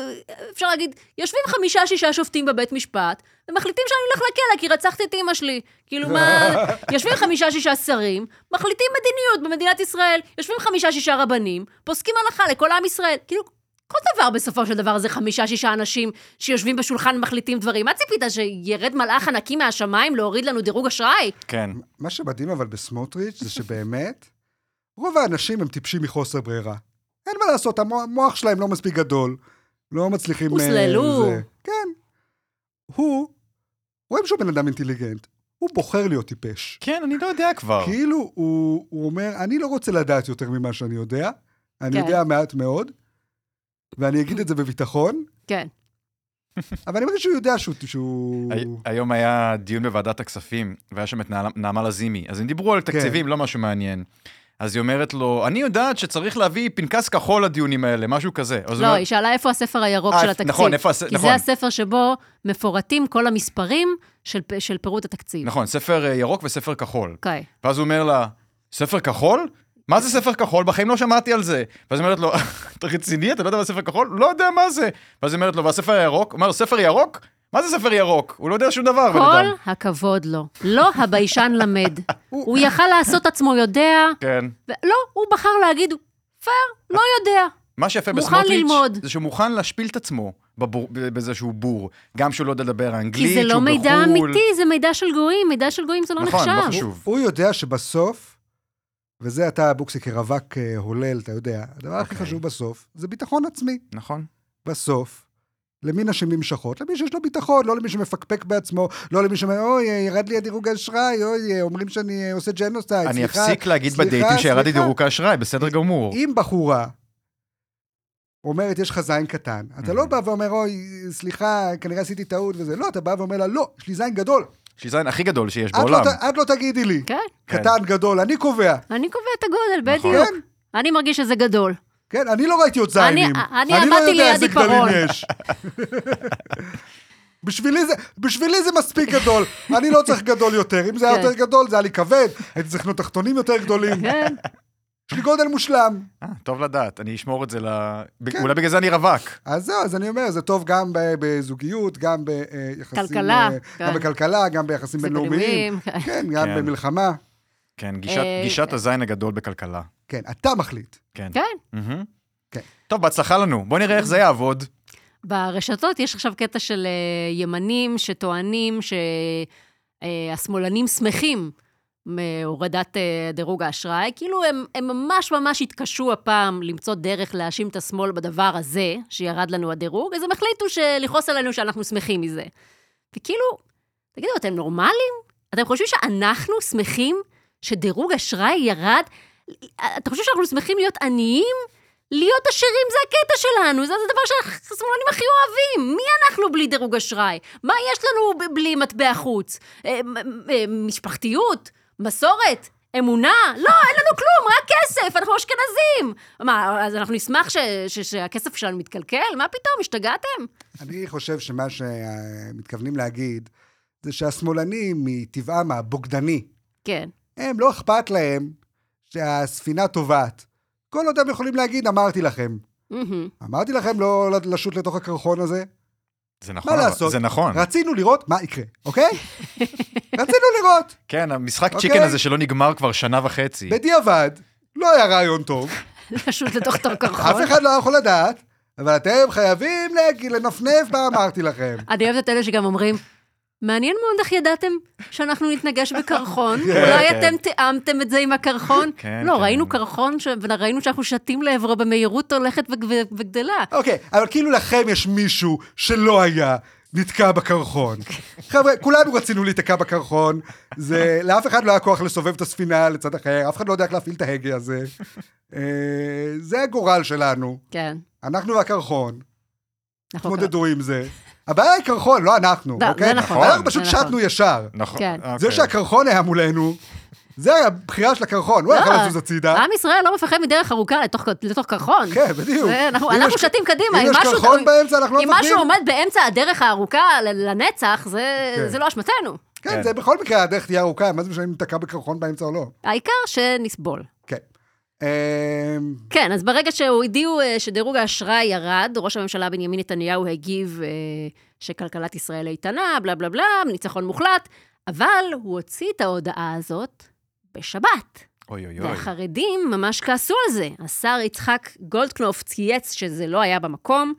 [SPEAKER 3] אפשר להגיד, יושבים חמישה-שישה שופטים בבית משפט, ומחליטים שאני הולך לכלא כי רצחתי את אימא שלי. כאילו, מה... יושבים חמישה-שישה שרים, מחליטים מדיניות במדינת ישראל, יושבים חמישה-שישה רבנים, פוסקים הלכה לכל עם ישראל. כאילו, כל דבר בסופו של דבר זה חמישה-שישה אנשים שיושבים בשולחן ומחליטים דברים. מה ציפית, שירד מלאך ענקי מהשמיים להוריד לנו דירוג אשראי?
[SPEAKER 4] כן.
[SPEAKER 1] מה שמדהים אבל בסמוטריץ' זה שבאמת, רוב האנשים הם טיפשים מחוסר ברירה. אין מה לעשות, המוח המוח שלהם לא מספיק גדול. לא מצליחים... אה,
[SPEAKER 3] הוסללו.
[SPEAKER 1] זה. כן. הוא, רואים שהוא בן אדם אינטליגנט, הוא בוחר להיות טיפש.
[SPEAKER 4] כן, אני לא יודע כבר.
[SPEAKER 1] כאילו, הוא, הוא אומר, אני לא רוצה לדעת יותר ממה שאני יודע, אני
[SPEAKER 3] כן.
[SPEAKER 1] יודע מעט מאוד, ואני אגיד את זה בביטחון,
[SPEAKER 3] כן.
[SPEAKER 1] אבל אני מרגיש שהוא יודע שהוא... שהוא...
[SPEAKER 4] הי- היום היה דיון בוועדת הכספים, והיה שם את נעלה- נעמה לזימי. אז הם דיברו על תקציבים, לא משהו מעניין. אז היא אומרת לו, אני יודעת שצריך להביא פנקס כחול לדיונים האלה, משהו כזה. אז הוא
[SPEAKER 3] לא,
[SPEAKER 4] אומר,
[SPEAKER 3] היא שאלה איפה הספר הירוק
[SPEAKER 4] אה,
[SPEAKER 3] של התקציב.
[SPEAKER 4] נכון, איפה הס-
[SPEAKER 3] כי
[SPEAKER 4] נכון.
[SPEAKER 3] זה הספר שבו מפורטים כל המספרים של, פ- של פירוט התקציב.
[SPEAKER 4] נכון, ספר אה, ירוק וספר כחול.
[SPEAKER 3] אוקיי.
[SPEAKER 4] ואז הוא אומר לה, ספר כחול? מה זה ספר כחול? בחיים לא שמעתי על זה. ואז היא אומרת לו, אתה רציני? אתה לא יודע מה זה ספר כחול? לא יודע מה זה. ואז היא אומרת לו, והספר הירוק? הוא אומר לו, ספר ירוק? מה זה ספר ירוק? הוא לא יודע שום דבר,
[SPEAKER 3] כל
[SPEAKER 4] בן אדם.
[SPEAKER 3] הכבוד לו. לא הביישן למד. הוא יכל לעשות עצמו יודע,
[SPEAKER 4] כן.
[SPEAKER 3] ו- לא, הוא בחר להגיד, פייר, לא יודע.
[SPEAKER 4] מה שיפה
[SPEAKER 3] מוכן
[SPEAKER 4] בסמוטריץ',
[SPEAKER 3] ללמוד.
[SPEAKER 4] זה שהוא מוכן להשפיל את עצמו בבור, ב- בזה שהוא בור. גם שהוא לא יודע לדבר אנגלית,
[SPEAKER 3] כי זה לא
[SPEAKER 4] שהוא
[SPEAKER 3] מידע
[SPEAKER 4] בחו"ל.
[SPEAKER 3] אמיתי, זה מידע של גויים, מידע של גויים זה לא
[SPEAKER 4] נכון,
[SPEAKER 3] נחשב.
[SPEAKER 4] לא חשוב.
[SPEAKER 1] הוא יודע שבסוף וזה אתה, בוקסי, כרווק אה, הולל, אתה יודע, הדבר הכי
[SPEAKER 4] אוקיי.
[SPEAKER 1] חשוב בסוף זה ביטחון עצמי.
[SPEAKER 4] נכון.
[SPEAKER 1] בסוף, למי נשים נמשכות? למי שיש לו ביטחון, לא למי שמפקפק בעצמו, לא למי שאומר, אוי, ירד לי הדירוג האשראי, אוי, אה, אומרים שאני אה, עושה ג'נוסטייד,
[SPEAKER 4] אני
[SPEAKER 1] סליחה,
[SPEAKER 4] אפסיק להגיד
[SPEAKER 1] סליחה, אה,
[SPEAKER 4] בדייטים שירדתי
[SPEAKER 1] סליחה."
[SPEAKER 4] דירוג האשראי, בסדר גמור.
[SPEAKER 1] אם בחורה אומרת, יש לך זין קטן, אתה לא
[SPEAKER 4] Mhm.
[SPEAKER 1] בא ואומר, אוי, סליחה, כנראה עשיתי טעות וזה, לא, אתה בא ואומר לה, לא, יש לי זין גדול.
[SPEAKER 4] יש לי זין הכי גדול שיש
[SPEAKER 1] את לא
[SPEAKER 4] בעולם.
[SPEAKER 1] ת- את לא תגידי לי,
[SPEAKER 3] כן,
[SPEAKER 1] קטן, גדול, אני קובע.
[SPEAKER 3] אני קובע את הגודל,
[SPEAKER 4] נכון.
[SPEAKER 3] בדיוק. אני מרגיש שזה גדול.
[SPEAKER 1] כן, אני לא ראיתי עוד
[SPEAKER 3] אני-
[SPEAKER 1] זיינים. לא
[SPEAKER 3] אני עמדתי ליד עיפרון.
[SPEAKER 1] יש. בשבילי זה, בשבילי זה מספיק גדול, אני לא צריך גדול יותר. אם זה היה
[SPEAKER 3] כן.
[SPEAKER 1] יותר גדול, זה היה לי כבד, הייתי צריך לקנות תחתונים יותר גדולים.
[SPEAKER 3] כן,
[SPEAKER 1] יש לי גודל מושלם.
[SPEAKER 4] אה, טוב לדעת, אני אשמור את זה ל... ב-
[SPEAKER 1] כן.
[SPEAKER 4] אולי בגלל זה אני רווק.
[SPEAKER 1] אז זהו, אז אני אומר, זה טוב גם ב- בזוגיות, גם ביחסים...
[SPEAKER 3] כלכלה,
[SPEAKER 1] אה, גם
[SPEAKER 3] כן.
[SPEAKER 1] בכלכלה, גם ביחסים
[SPEAKER 3] זה
[SPEAKER 1] בינלאומיים.
[SPEAKER 3] בינלאומיים. כן.
[SPEAKER 1] כן, גם
[SPEAKER 4] כן.
[SPEAKER 1] במלחמה.
[SPEAKER 4] כן, גישת-
[SPEAKER 3] אה,
[SPEAKER 4] גישת הזין הגדול בכלכלה.
[SPEAKER 1] כן, אתה מחליט.
[SPEAKER 4] כן.
[SPEAKER 3] כן.
[SPEAKER 4] מהמם.
[SPEAKER 1] כן.
[SPEAKER 4] טוב, בהצלחה לנו. בוא נראה איך זה יעבוד.
[SPEAKER 3] ברשתות יש עכשיו קטע של אה, ימנים שטוענים שהשמאלנים שמחים מהורדת אה, דירוג האשראי. כאילו הם, הם ממש ממש התקשו הפעם למצוא דרך להאשים את השמאל בדבר הזה, שירד לנו הדירוג, אז הם החליטו לכעוס עלינו שאנחנו שמחים מזה. וכאילו, תגידו, אתם נורמלים? אתם חושבים שאנחנו שמחים שדירוג אשראי ירד? אתם חושבים שאנחנו שמחים להיות עניים? להיות עשירים זה הקטע שלנו, זה הדבר שהשמאלנים הכי אוהבים. מי אנחנו בלי דירוג אשראי? מה יש לנו ב- בלי מטבע חוץ? אה, מ- אה, משפחתיות? מסורת? אמונה? לא, אין לנו כלום, רק כסף, אנחנו אשכנזים. מה, אז אנחנו נשמח ש- ש- שהכסף שלנו מתקלקל? מה פתאום, השתגעתם?
[SPEAKER 1] אני חושב שמה שמתכוונים להגיד, זה שהשמאלנים מטבעם הבוגדני,
[SPEAKER 3] כן.
[SPEAKER 1] הם, לא אכפת להם שהספינה טובעת. כל עוד הם יכולים להגיד, אמרתי לכם.
[SPEAKER 3] מהמם.
[SPEAKER 1] אמרתי לכם לא לשוט לתוך הקרחון הזה.
[SPEAKER 4] זה נכון, אבל-
[SPEAKER 1] לעשות?
[SPEAKER 4] זה נכון.
[SPEAKER 1] רצינו לראות מה יקרה, אוקיי? רצינו לראות.
[SPEAKER 4] כן, המשחק
[SPEAKER 1] אוקיי.
[SPEAKER 4] צ'יקן הזה שלא נגמר כבר שנה וחצי.
[SPEAKER 1] בדיעבד, לא היה רעיון טוב,
[SPEAKER 3] פשוט לתוך תור
[SPEAKER 1] אף
[SPEAKER 3] קרחון.
[SPEAKER 1] אחד לא יכול לדעת, אבל אתם חייבים להגיד, לנפנף מה אמרתי לכם.
[SPEAKER 3] אני אוהבת את אלה שגם אומרים, מעניין מאוד איך ידעתם שאנחנו נתנגש בקרחון, אולי
[SPEAKER 4] כן.
[SPEAKER 3] אתם תיאמתם את זה עם הקרחון?
[SPEAKER 4] כן,
[SPEAKER 3] לא,
[SPEAKER 4] כן.
[SPEAKER 3] ראינו קרחון, ש- וראינו שאנחנו שתים לעברו במהירות הולכת וגב- וגדלה.
[SPEAKER 1] אוקיי, אבל כאילו לכם יש מישהו שלא היה נתקע בקרחון. חבר'ה, כולנו רצינו להיתקע בקרחון, זה, לאף אחד לא היה כוח לסובב את הספינה לצד אחר, אף אחד לא יודע איך להפעיל את ההגה הזה. אה, זה הגורל שלנו,
[SPEAKER 3] כן.
[SPEAKER 1] אנחנו והקרחון,
[SPEAKER 3] אוקיי. נכון,
[SPEAKER 1] התמודדו עם זה. הבעיה היא קרחון, לא אנחנו,
[SPEAKER 3] לא,
[SPEAKER 1] אוקיי?
[SPEAKER 3] זה נכון,
[SPEAKER 1] אנחנו
[SPEAKER 4] זה
[SPEAKER 1] פשוט
[SPEAKER 3] נכון.
[SPEAKER 1] שטנו ישר.
[SPEAKER 4] נכון.
[SPEAKER 3] כן.
[SPEAKER 4] אוקיי.
[SPEAKER 1] זה שהקרחון היה מולנו, זה היה הבחירה של הקרחון, הוא היה יכול
[SPEAKER 3] לא.
[SPEAKER 1] לזוז הצידה.
[SPEAKER 3] עם ישראל לא מפחד מדרך ארוכה לתוך לתוך קרחון.
[SPEAKER 1] אה? כן, בדיוק.
[SPEAKER 3] זה, אנחנו
[SPEAKER 1] אם
[SPEAKER 3] אנחנו
[SPEAKER 1] יש-
[SPEAKER 3] שתים קדימה,
[SPEAKER 1] אם
[SPEAKER 3] אם
[SPEAKER 1] יש
[SPEAKER 3] משהו-
[SPEAKER 1] קרחון באמצע, אנחנו לא
[SPEAKER 3] אם
[SPEAKER 1] מפחדים.
[SPEAKER 3] משהו עומד באמצע הדרך הארוכה ל- לנצח, זה-
[SPEAKER 1] כן.
[SPEAKER 3] זה לא אשמתנו.
[SPEAKER 1] כן,
[SPEAKER 4] כן.
[SPEAKER 1] זה בכל מקרה הדרך תהיה ארוכה, מה זה משנה אם ניתקע בקרחון באמצע או לא.
[SPEAKER 3] העיקר שנסבול.
[SPEAKER 1] כן. אמ,
[SPEAKER 3] כן, אז ברגע שהודיעו אה, שדירוג האשראי ירד, ראש הממשלה בנימין נתניהו הגיב אה, שכלכלת ישראל איתנה, בלה בלה בלה, ניצחון מוחלט, אבל הוא הוציא את ההודעה הזאת בשבת.
[SPEAKER 4] אוי אוי אוי.
[SPEAKER 3] והחרדים ממש כעסו על זה. השר יצחק גולדקנופ צייץ שזה לא היה במקום.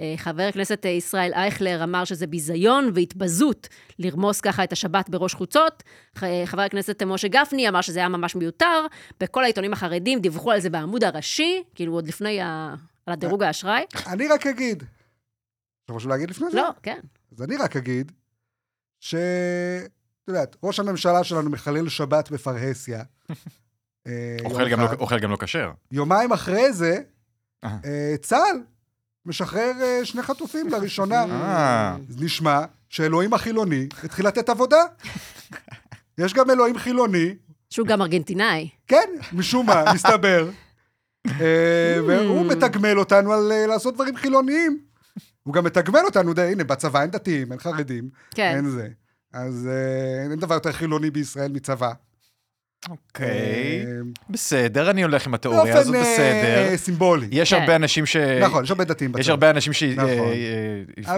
[SPEAKER 3] אה, חבר הכנסת אה, ישראל אייכלר אמר שזה ביזיון והתבזות לרמוס ככה את השבת בראש חוצות. ח- אה, חבר הכנסת משה גפני אמר שזה היה ממש מיותר. בכל העיתונים החרדים דיווחו על זה בעמוד הראשי, כאילו עוד לפני ה... על הדירוג האשראי.
[SPEAKER 1] אני רק אגיד, יש לך משהו להגיד לפני זה?
[SPEAKER 3] לא, כן.
[SPEAKER 1] אז אני רק אגיד, ש... את יודעת, ראש הממשלה שלנו מחלל שבת בפרהסיה. אה, יום
[SPEAKER 4] אוכל גם לא-
[SPEAKER 1] אחד.
[SPEAKER 4] אוכל גם לא כשר.
[SPEAKER 1] יומיים אחרי זה,
[SPEAKER 4] אה.
[SPEAKER 1] אה, צה"ל משחרר אה, שני חטופים לראשונה.
[SPEAKER 4] אה.
[SPEAKER 1] אז נשמע שאלוהים החילוני התחיל לתת עבודה. יש גם אלוהים חילוני,
[SPEAKER 3] שהוא גם ארגנטינאי.
[SPEAKER 1] כן, משום מה, מסתבר. אה,
[SPEAKER 3] Hmm.
[SPEAKER 1] והוא מתגמל אותנו על אה, לעשות דברים חילוניים. הוא גם מתגמל אותנו, די, הנה, בצבא אין דתיים, אין חרדים,
[SPEAKER 3] כן.
[SPEAKER 1] אין זה. אז אה, אין דבר יותר חילוני בישראל מצבא.
[SPEAKER 4] אוקיי.
[SPEAKER 1] אה,
[SPEAKER 4] בסדר, אני הולך עם התיאוריה הזאת,
[SPEAKER 1] באופן, אה,
[SPEAKER 4] בסדר.
[SPEAKER 1] סימבולי.
[SPEAKER 4] יש
[SPEAKER 3] כן.
[SPEAKER 4] הרבה אנשים ש...
[SPEAKER 1] נכון, יש הרבה דתיים בצבא.
[SPEAKER 4] יש הרבה אנשים
[SPEAKER 1] נכון.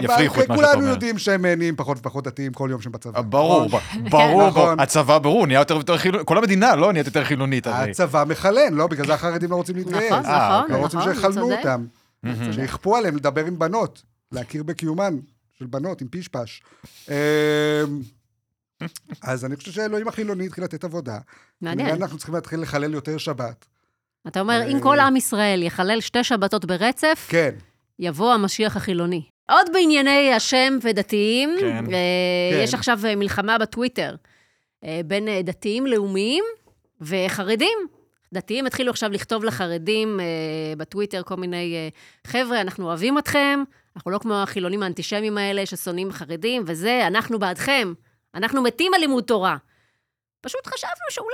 [SPEAKER 4] שיפריחו את
[SPEAKER 1] אבל
[SPEAKER 4] מה שאתה
[SPEAKER 1] כולנו
[SPEAKER 4] אומר. אה,
[SPEAKER 1] יודעים שהם אה, נהיים פחות ופחות דתיים כל יום שהם בצבא.
[SPEAKER 4] ברור,
[SPEAKER 1] נכון.
[SPEAKER 4] ברור,
[SPEAKER 1] נכון.
[SPEAKER 4] ברור. הצבא ברור, נהיה יותר ויותר חילוני, כל המדינה לא נהיית יותר חילונית הרי.
[SPEAKER 1] הצבא מחלן, לא? בגלל זה החרדים לא רוצים להתגייס.
[SPEAKER 3] נכון,
[SPEAKER 4] אה,
[SPEAKER 3] נכון,
[SPEAKER 1] לא רוצים
[SPEAKER 3] נכון, אתה
[SPEAKER 1] שיחלמו
[SPEAKER 3] צודק.
[SPEAKER 1] אותם.
[SPEAKER 4] Mm-hmm.
[SPEAKER 1] שיכפו עליהם לדבר עם בנות, להכיר בקיומן של בנות, עם פישפש. אמ, אז אני חושב שאלוהים החילוני התחיל לתת עבודה.
[SPEAKER 3] מעניין.
[SPEAKER 1] כנראה אנחנו צריכים להתחיל לחלל יותר שבת.
[SPEAKER 3] אתה אומר, אם כל עם ישראל יחלל שתי שבתות ברצף,
[SPEAKER 1] כן.
[SPEAKER 3] יבוא המשיח החילוני. עוד בענייני השם ודתיים,
[SPEAKER 4] כן.
[SPEAKER 3] אה,
[SPEAKER 1] כן.
[SPEAKER 3] יש עכשיו אה, מלחמה בטוויטר אה, בין אה, דתיים לאומיים וחרדים. דתיים התחילו עכשיו לכתוב לחרדים אה, בטוויטר כל מיני, אה, חבר'ה, אנחנו אוהבים אתכם, אנחנו לא כמו החילונים האנטישמים האלה ששונאים חרדים וזה, אנחנו בעדכם, אנחנו מתים על לימוד תורה. פשוט חשבנו שאולי,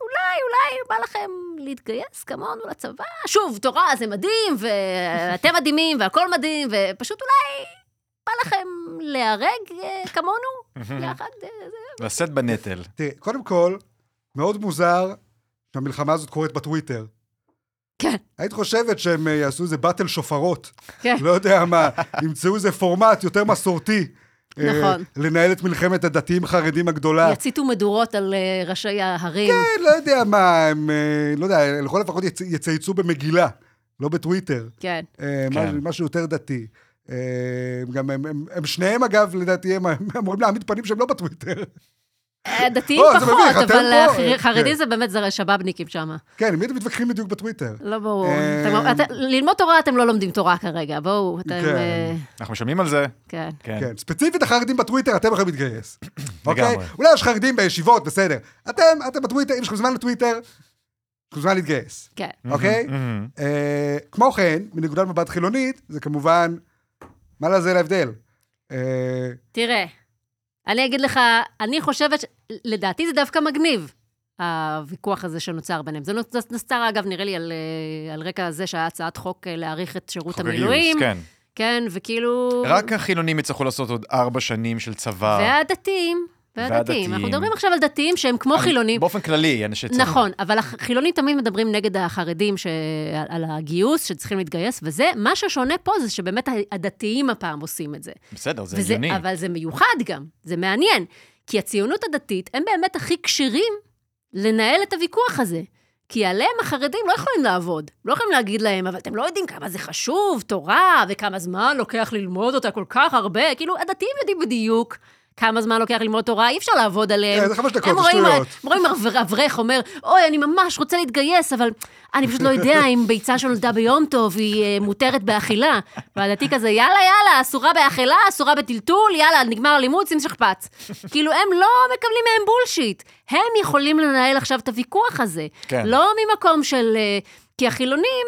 [SPEAKER 3] אולי, אולי בא לכם להתגייס כמונו לצבא. שוב, תורה זה מדהים, ואתם מדהימים, והכל מדהים, ופשוט אולי בא לכם להיהרג אה, כמונו, יחד. אה, זה.
[SPEAKER 4] לשאת בנטל.
[SPEAKER 1] תראה, קודם כל, מאוד מוזר שהמלחמה הזאת קורית בטוויטר.
[SPEAKER 3] כן.
[SPEAKER 1] היית חושבת שהם אה, יעשו איזה באטל שופרות,
[SPEAKER 3] כן.
[SPEAKER 1] לא יודע מה, ימצאו איזה פורמט יותר מסורתי. אה,
[SPEAKER 3] נכון.
[SPEAKER 1] לנהל את מלחמת הדתיים-חרדים הגדולה.
[SPEAKER 3] יציתו מדורות על אה, ראשי ההרים.
[SPEAKER 1] כן, לא יודע מה, הם, אה, לא יודע, לכל הפחות יצ- יצייצו במגילה, לא בטוויטר.
[SPEAKER 3] כן.
[SPEAKER 1] אה,
[SPEAKER 4] כן.
[SPEAKER 1] משהו- משהו יותר דתי. אה, גם הם, הם, הם שניהם, אגב, לדעתי, הם הם אמורים להעמיד פנים שהם לא בטוויטר.
[SPEAKER 3] הדתיים
[SPEAKER 1] לא, זה מביך,
[SPEAKER 3] אה, פחות,
[SPEAKER 1] אתם
[SPEAKER 3] אבל
[SPEAKER 1] פה,
[SPEAKER 3] החר-
[SPEAKER 1] אה,
[SPEAKER 3] חרדים
[SPEAKER 1] כן.
[SPEAKER 3] זה באמת זרי שבאבניקים שם.
[SPEAKER 1] כן, עם מי אתם מתווכחים בדיוק בטוויטר?
[SPEAKER 3] לא ברור.
[SPEAKER 1] אה,
[SPEAKER 3] אתם- אתם- ללמוד תורה אתם לא לומדים תורה כרגע, בואו, אתם...
[SPEAKER 1] כן.
[SPEAKER 3] אה,
[SPEAKER 4] אנחנו משלמים על זה.
[SPEAKER 3] כן.
[SPEAKER 1] כן, ספציפית החרדים בטוויטר, אתם יכולים להתגייס. אוקיי?
[SPEAKER 4] לגמרי.
[SPEAKER 1] אולי יש חרדים בישיבות, בסדר. אתם, אתם בטוויטר, אם יש לכם זמן לטוויטר, יש לכם זמן להתגייס,
[SPEAKER 3] כן.
[SPEAKER 1] אוקיי?
[SPEAKER 4] מהמם.
[SPEAKER 1] אה, כמו כן, מנקודת מבט חילונית, זה כמובן, מה לזה להבדל? אה,
[SPEAKER 3] תראה, אני אגיד לך, אני חושבת, ש- לדעתי זה דווקא מגניב, הוויכוח הזה שנוצר ביניהם. זה נוצ- נוצר, אגב, נראה לי, על, אה, על רקע זה שהיה הצעת חוק אה, להאריך את שירות
[SPEAKER 4] חוק
[SPEAKER 3] המילואים.
[SPEAKER 4] הגיוס, כן.
[SPEAKER 3] כן, וכאילו...
[SPEAKER 4] רק החילונים יצטרכו לעשות עוד ארבע שנים של צבא.
[SPEAKER 3] והדתיים. והדתיים. אנחנו
[SPEAKER 4] והדתיים.
[SPEAKER 3] מדברים עכשיו על דתיים שהם כמו
[SPEAKER 4] אני-
[SPEAKER 3] חילונים.
[SPEAKER 4] באופן כללי, אנשי צבא.
[SPEAKER 3] נכון, אבל החילונים תמיד מדברים נגד החרדים ש... על- על הגיוס, שצריכים להתגייס וזה. מה ששונה פה זה שבאמת הדתיים הפעם עושים את זה.
[SPEAKER 4] בסדר, זה
[SPEAKER 3] וזה,
[SPEAKER 4] הגיוני.
[SPEAKER 3] אבל זה מיוחד גם, זה מעניין. כי הציונות הדתית, הם באמת הכי כשירים לנהל את הוויכוח הזה. כי עליהם החרדים לא יכולים לעבוד. לא יכולים להגיד להם, אבל אתם לא יודעים כמה זה חשוב, תורה, וכמה זמן לוקח ללמוד אותה כל כך הרבה. כאילו, הדתיים יודעים בדיוק כמה זמן לוקח ללמוד תורה, אי אפשר לעבוד עליהם.
[SPEAKER 1] כן, זה חמש דקות,
[SPEAKER 3] הם
[SPEAKER 1] זה
[SPEAKER 3] רואים-
[SPEAKER 1] שטויות.
[SPEAKER 3] הם רואים אבר- אברך אומר, אוי, אני ממש רוצה להתגייס, אבל אני פשוט לא יודע אם ביצה שנולדה ביום טוב היא אה, מותרת באכילה. והדתי כזה, יאללה, יאללה, אסורה באכילה, אסורה בטלטול, יאללה, נגמר הלימוד, שים שכפ"ץ. כאילו, הם לא מקבלים מהם בולשיט. הם יכולים לנהל עכשיו את הוויכוח הזה.
[SPEAKER 4] כן.
[SPEAKER 3] לא ממקום של... אה, כי החילונים...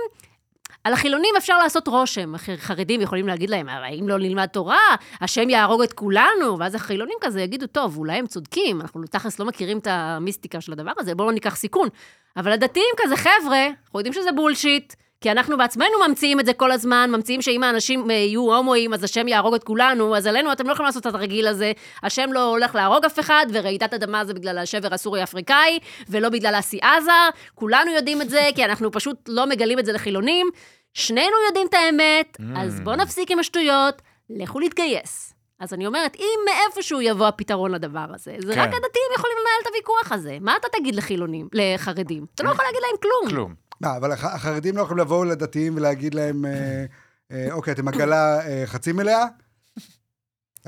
[SPEAKER 3] על החילונים אפשר לעשות רושם. הח- חרדים יכולים להגיד להם, "אבל אם לא נלמד תורה, השם יהרוג את כולנו, ואז החילונים כזה יגידו, טוב, אולי הם צודקים, אנחנו תכלס לא מכירים את המיסטיקה של הדבר הזה, בואו לא ניקח סיכון. אבל הדתיים כזה, חבר'ה, אנחנו יודעים שזה בולשיט, כי אנחנו בעצמנו ממציאים את זה כל הזמן, ממציאים שאם האנשים אה, יהיו הומואים, אז השם יהרוג את כולנו, אז עלינו אתם לא יכולים לעשות את הרגיל הזה, השם לא הולך להרוג אף אחד, ורעידת אדמה זה בגלל השבר הסורי-אפריקאי, ולא בגלל אסי עזה, כולנו יודעים את זה, כי אנחנו פשוט לא מגלים את זה לחילונים. שנינו יודעים את האמת, אז בואו נפסיק עם השטויות, לכו להתגייס. אז אני אומרת, אם מאיפשהו יבוא הפתרון לדבר הזה, זה
[SPEAKER 4] כן.
[SPEAKER 3] רק הדתיים יכולים לנהל את הוויכוח הזה. מה אתה תגיד לחילונים, לחרדים? אתה לא יכול להגיד להם כלום.
[SPEAKER 4] כלום.
[SPEAKER 1] מה, אבל הח- החרדים לא יכולים לבוא לדתיים ולהגיד להם, אה, אה, אוקיי, אתם עגלה אה, חצי מלאה?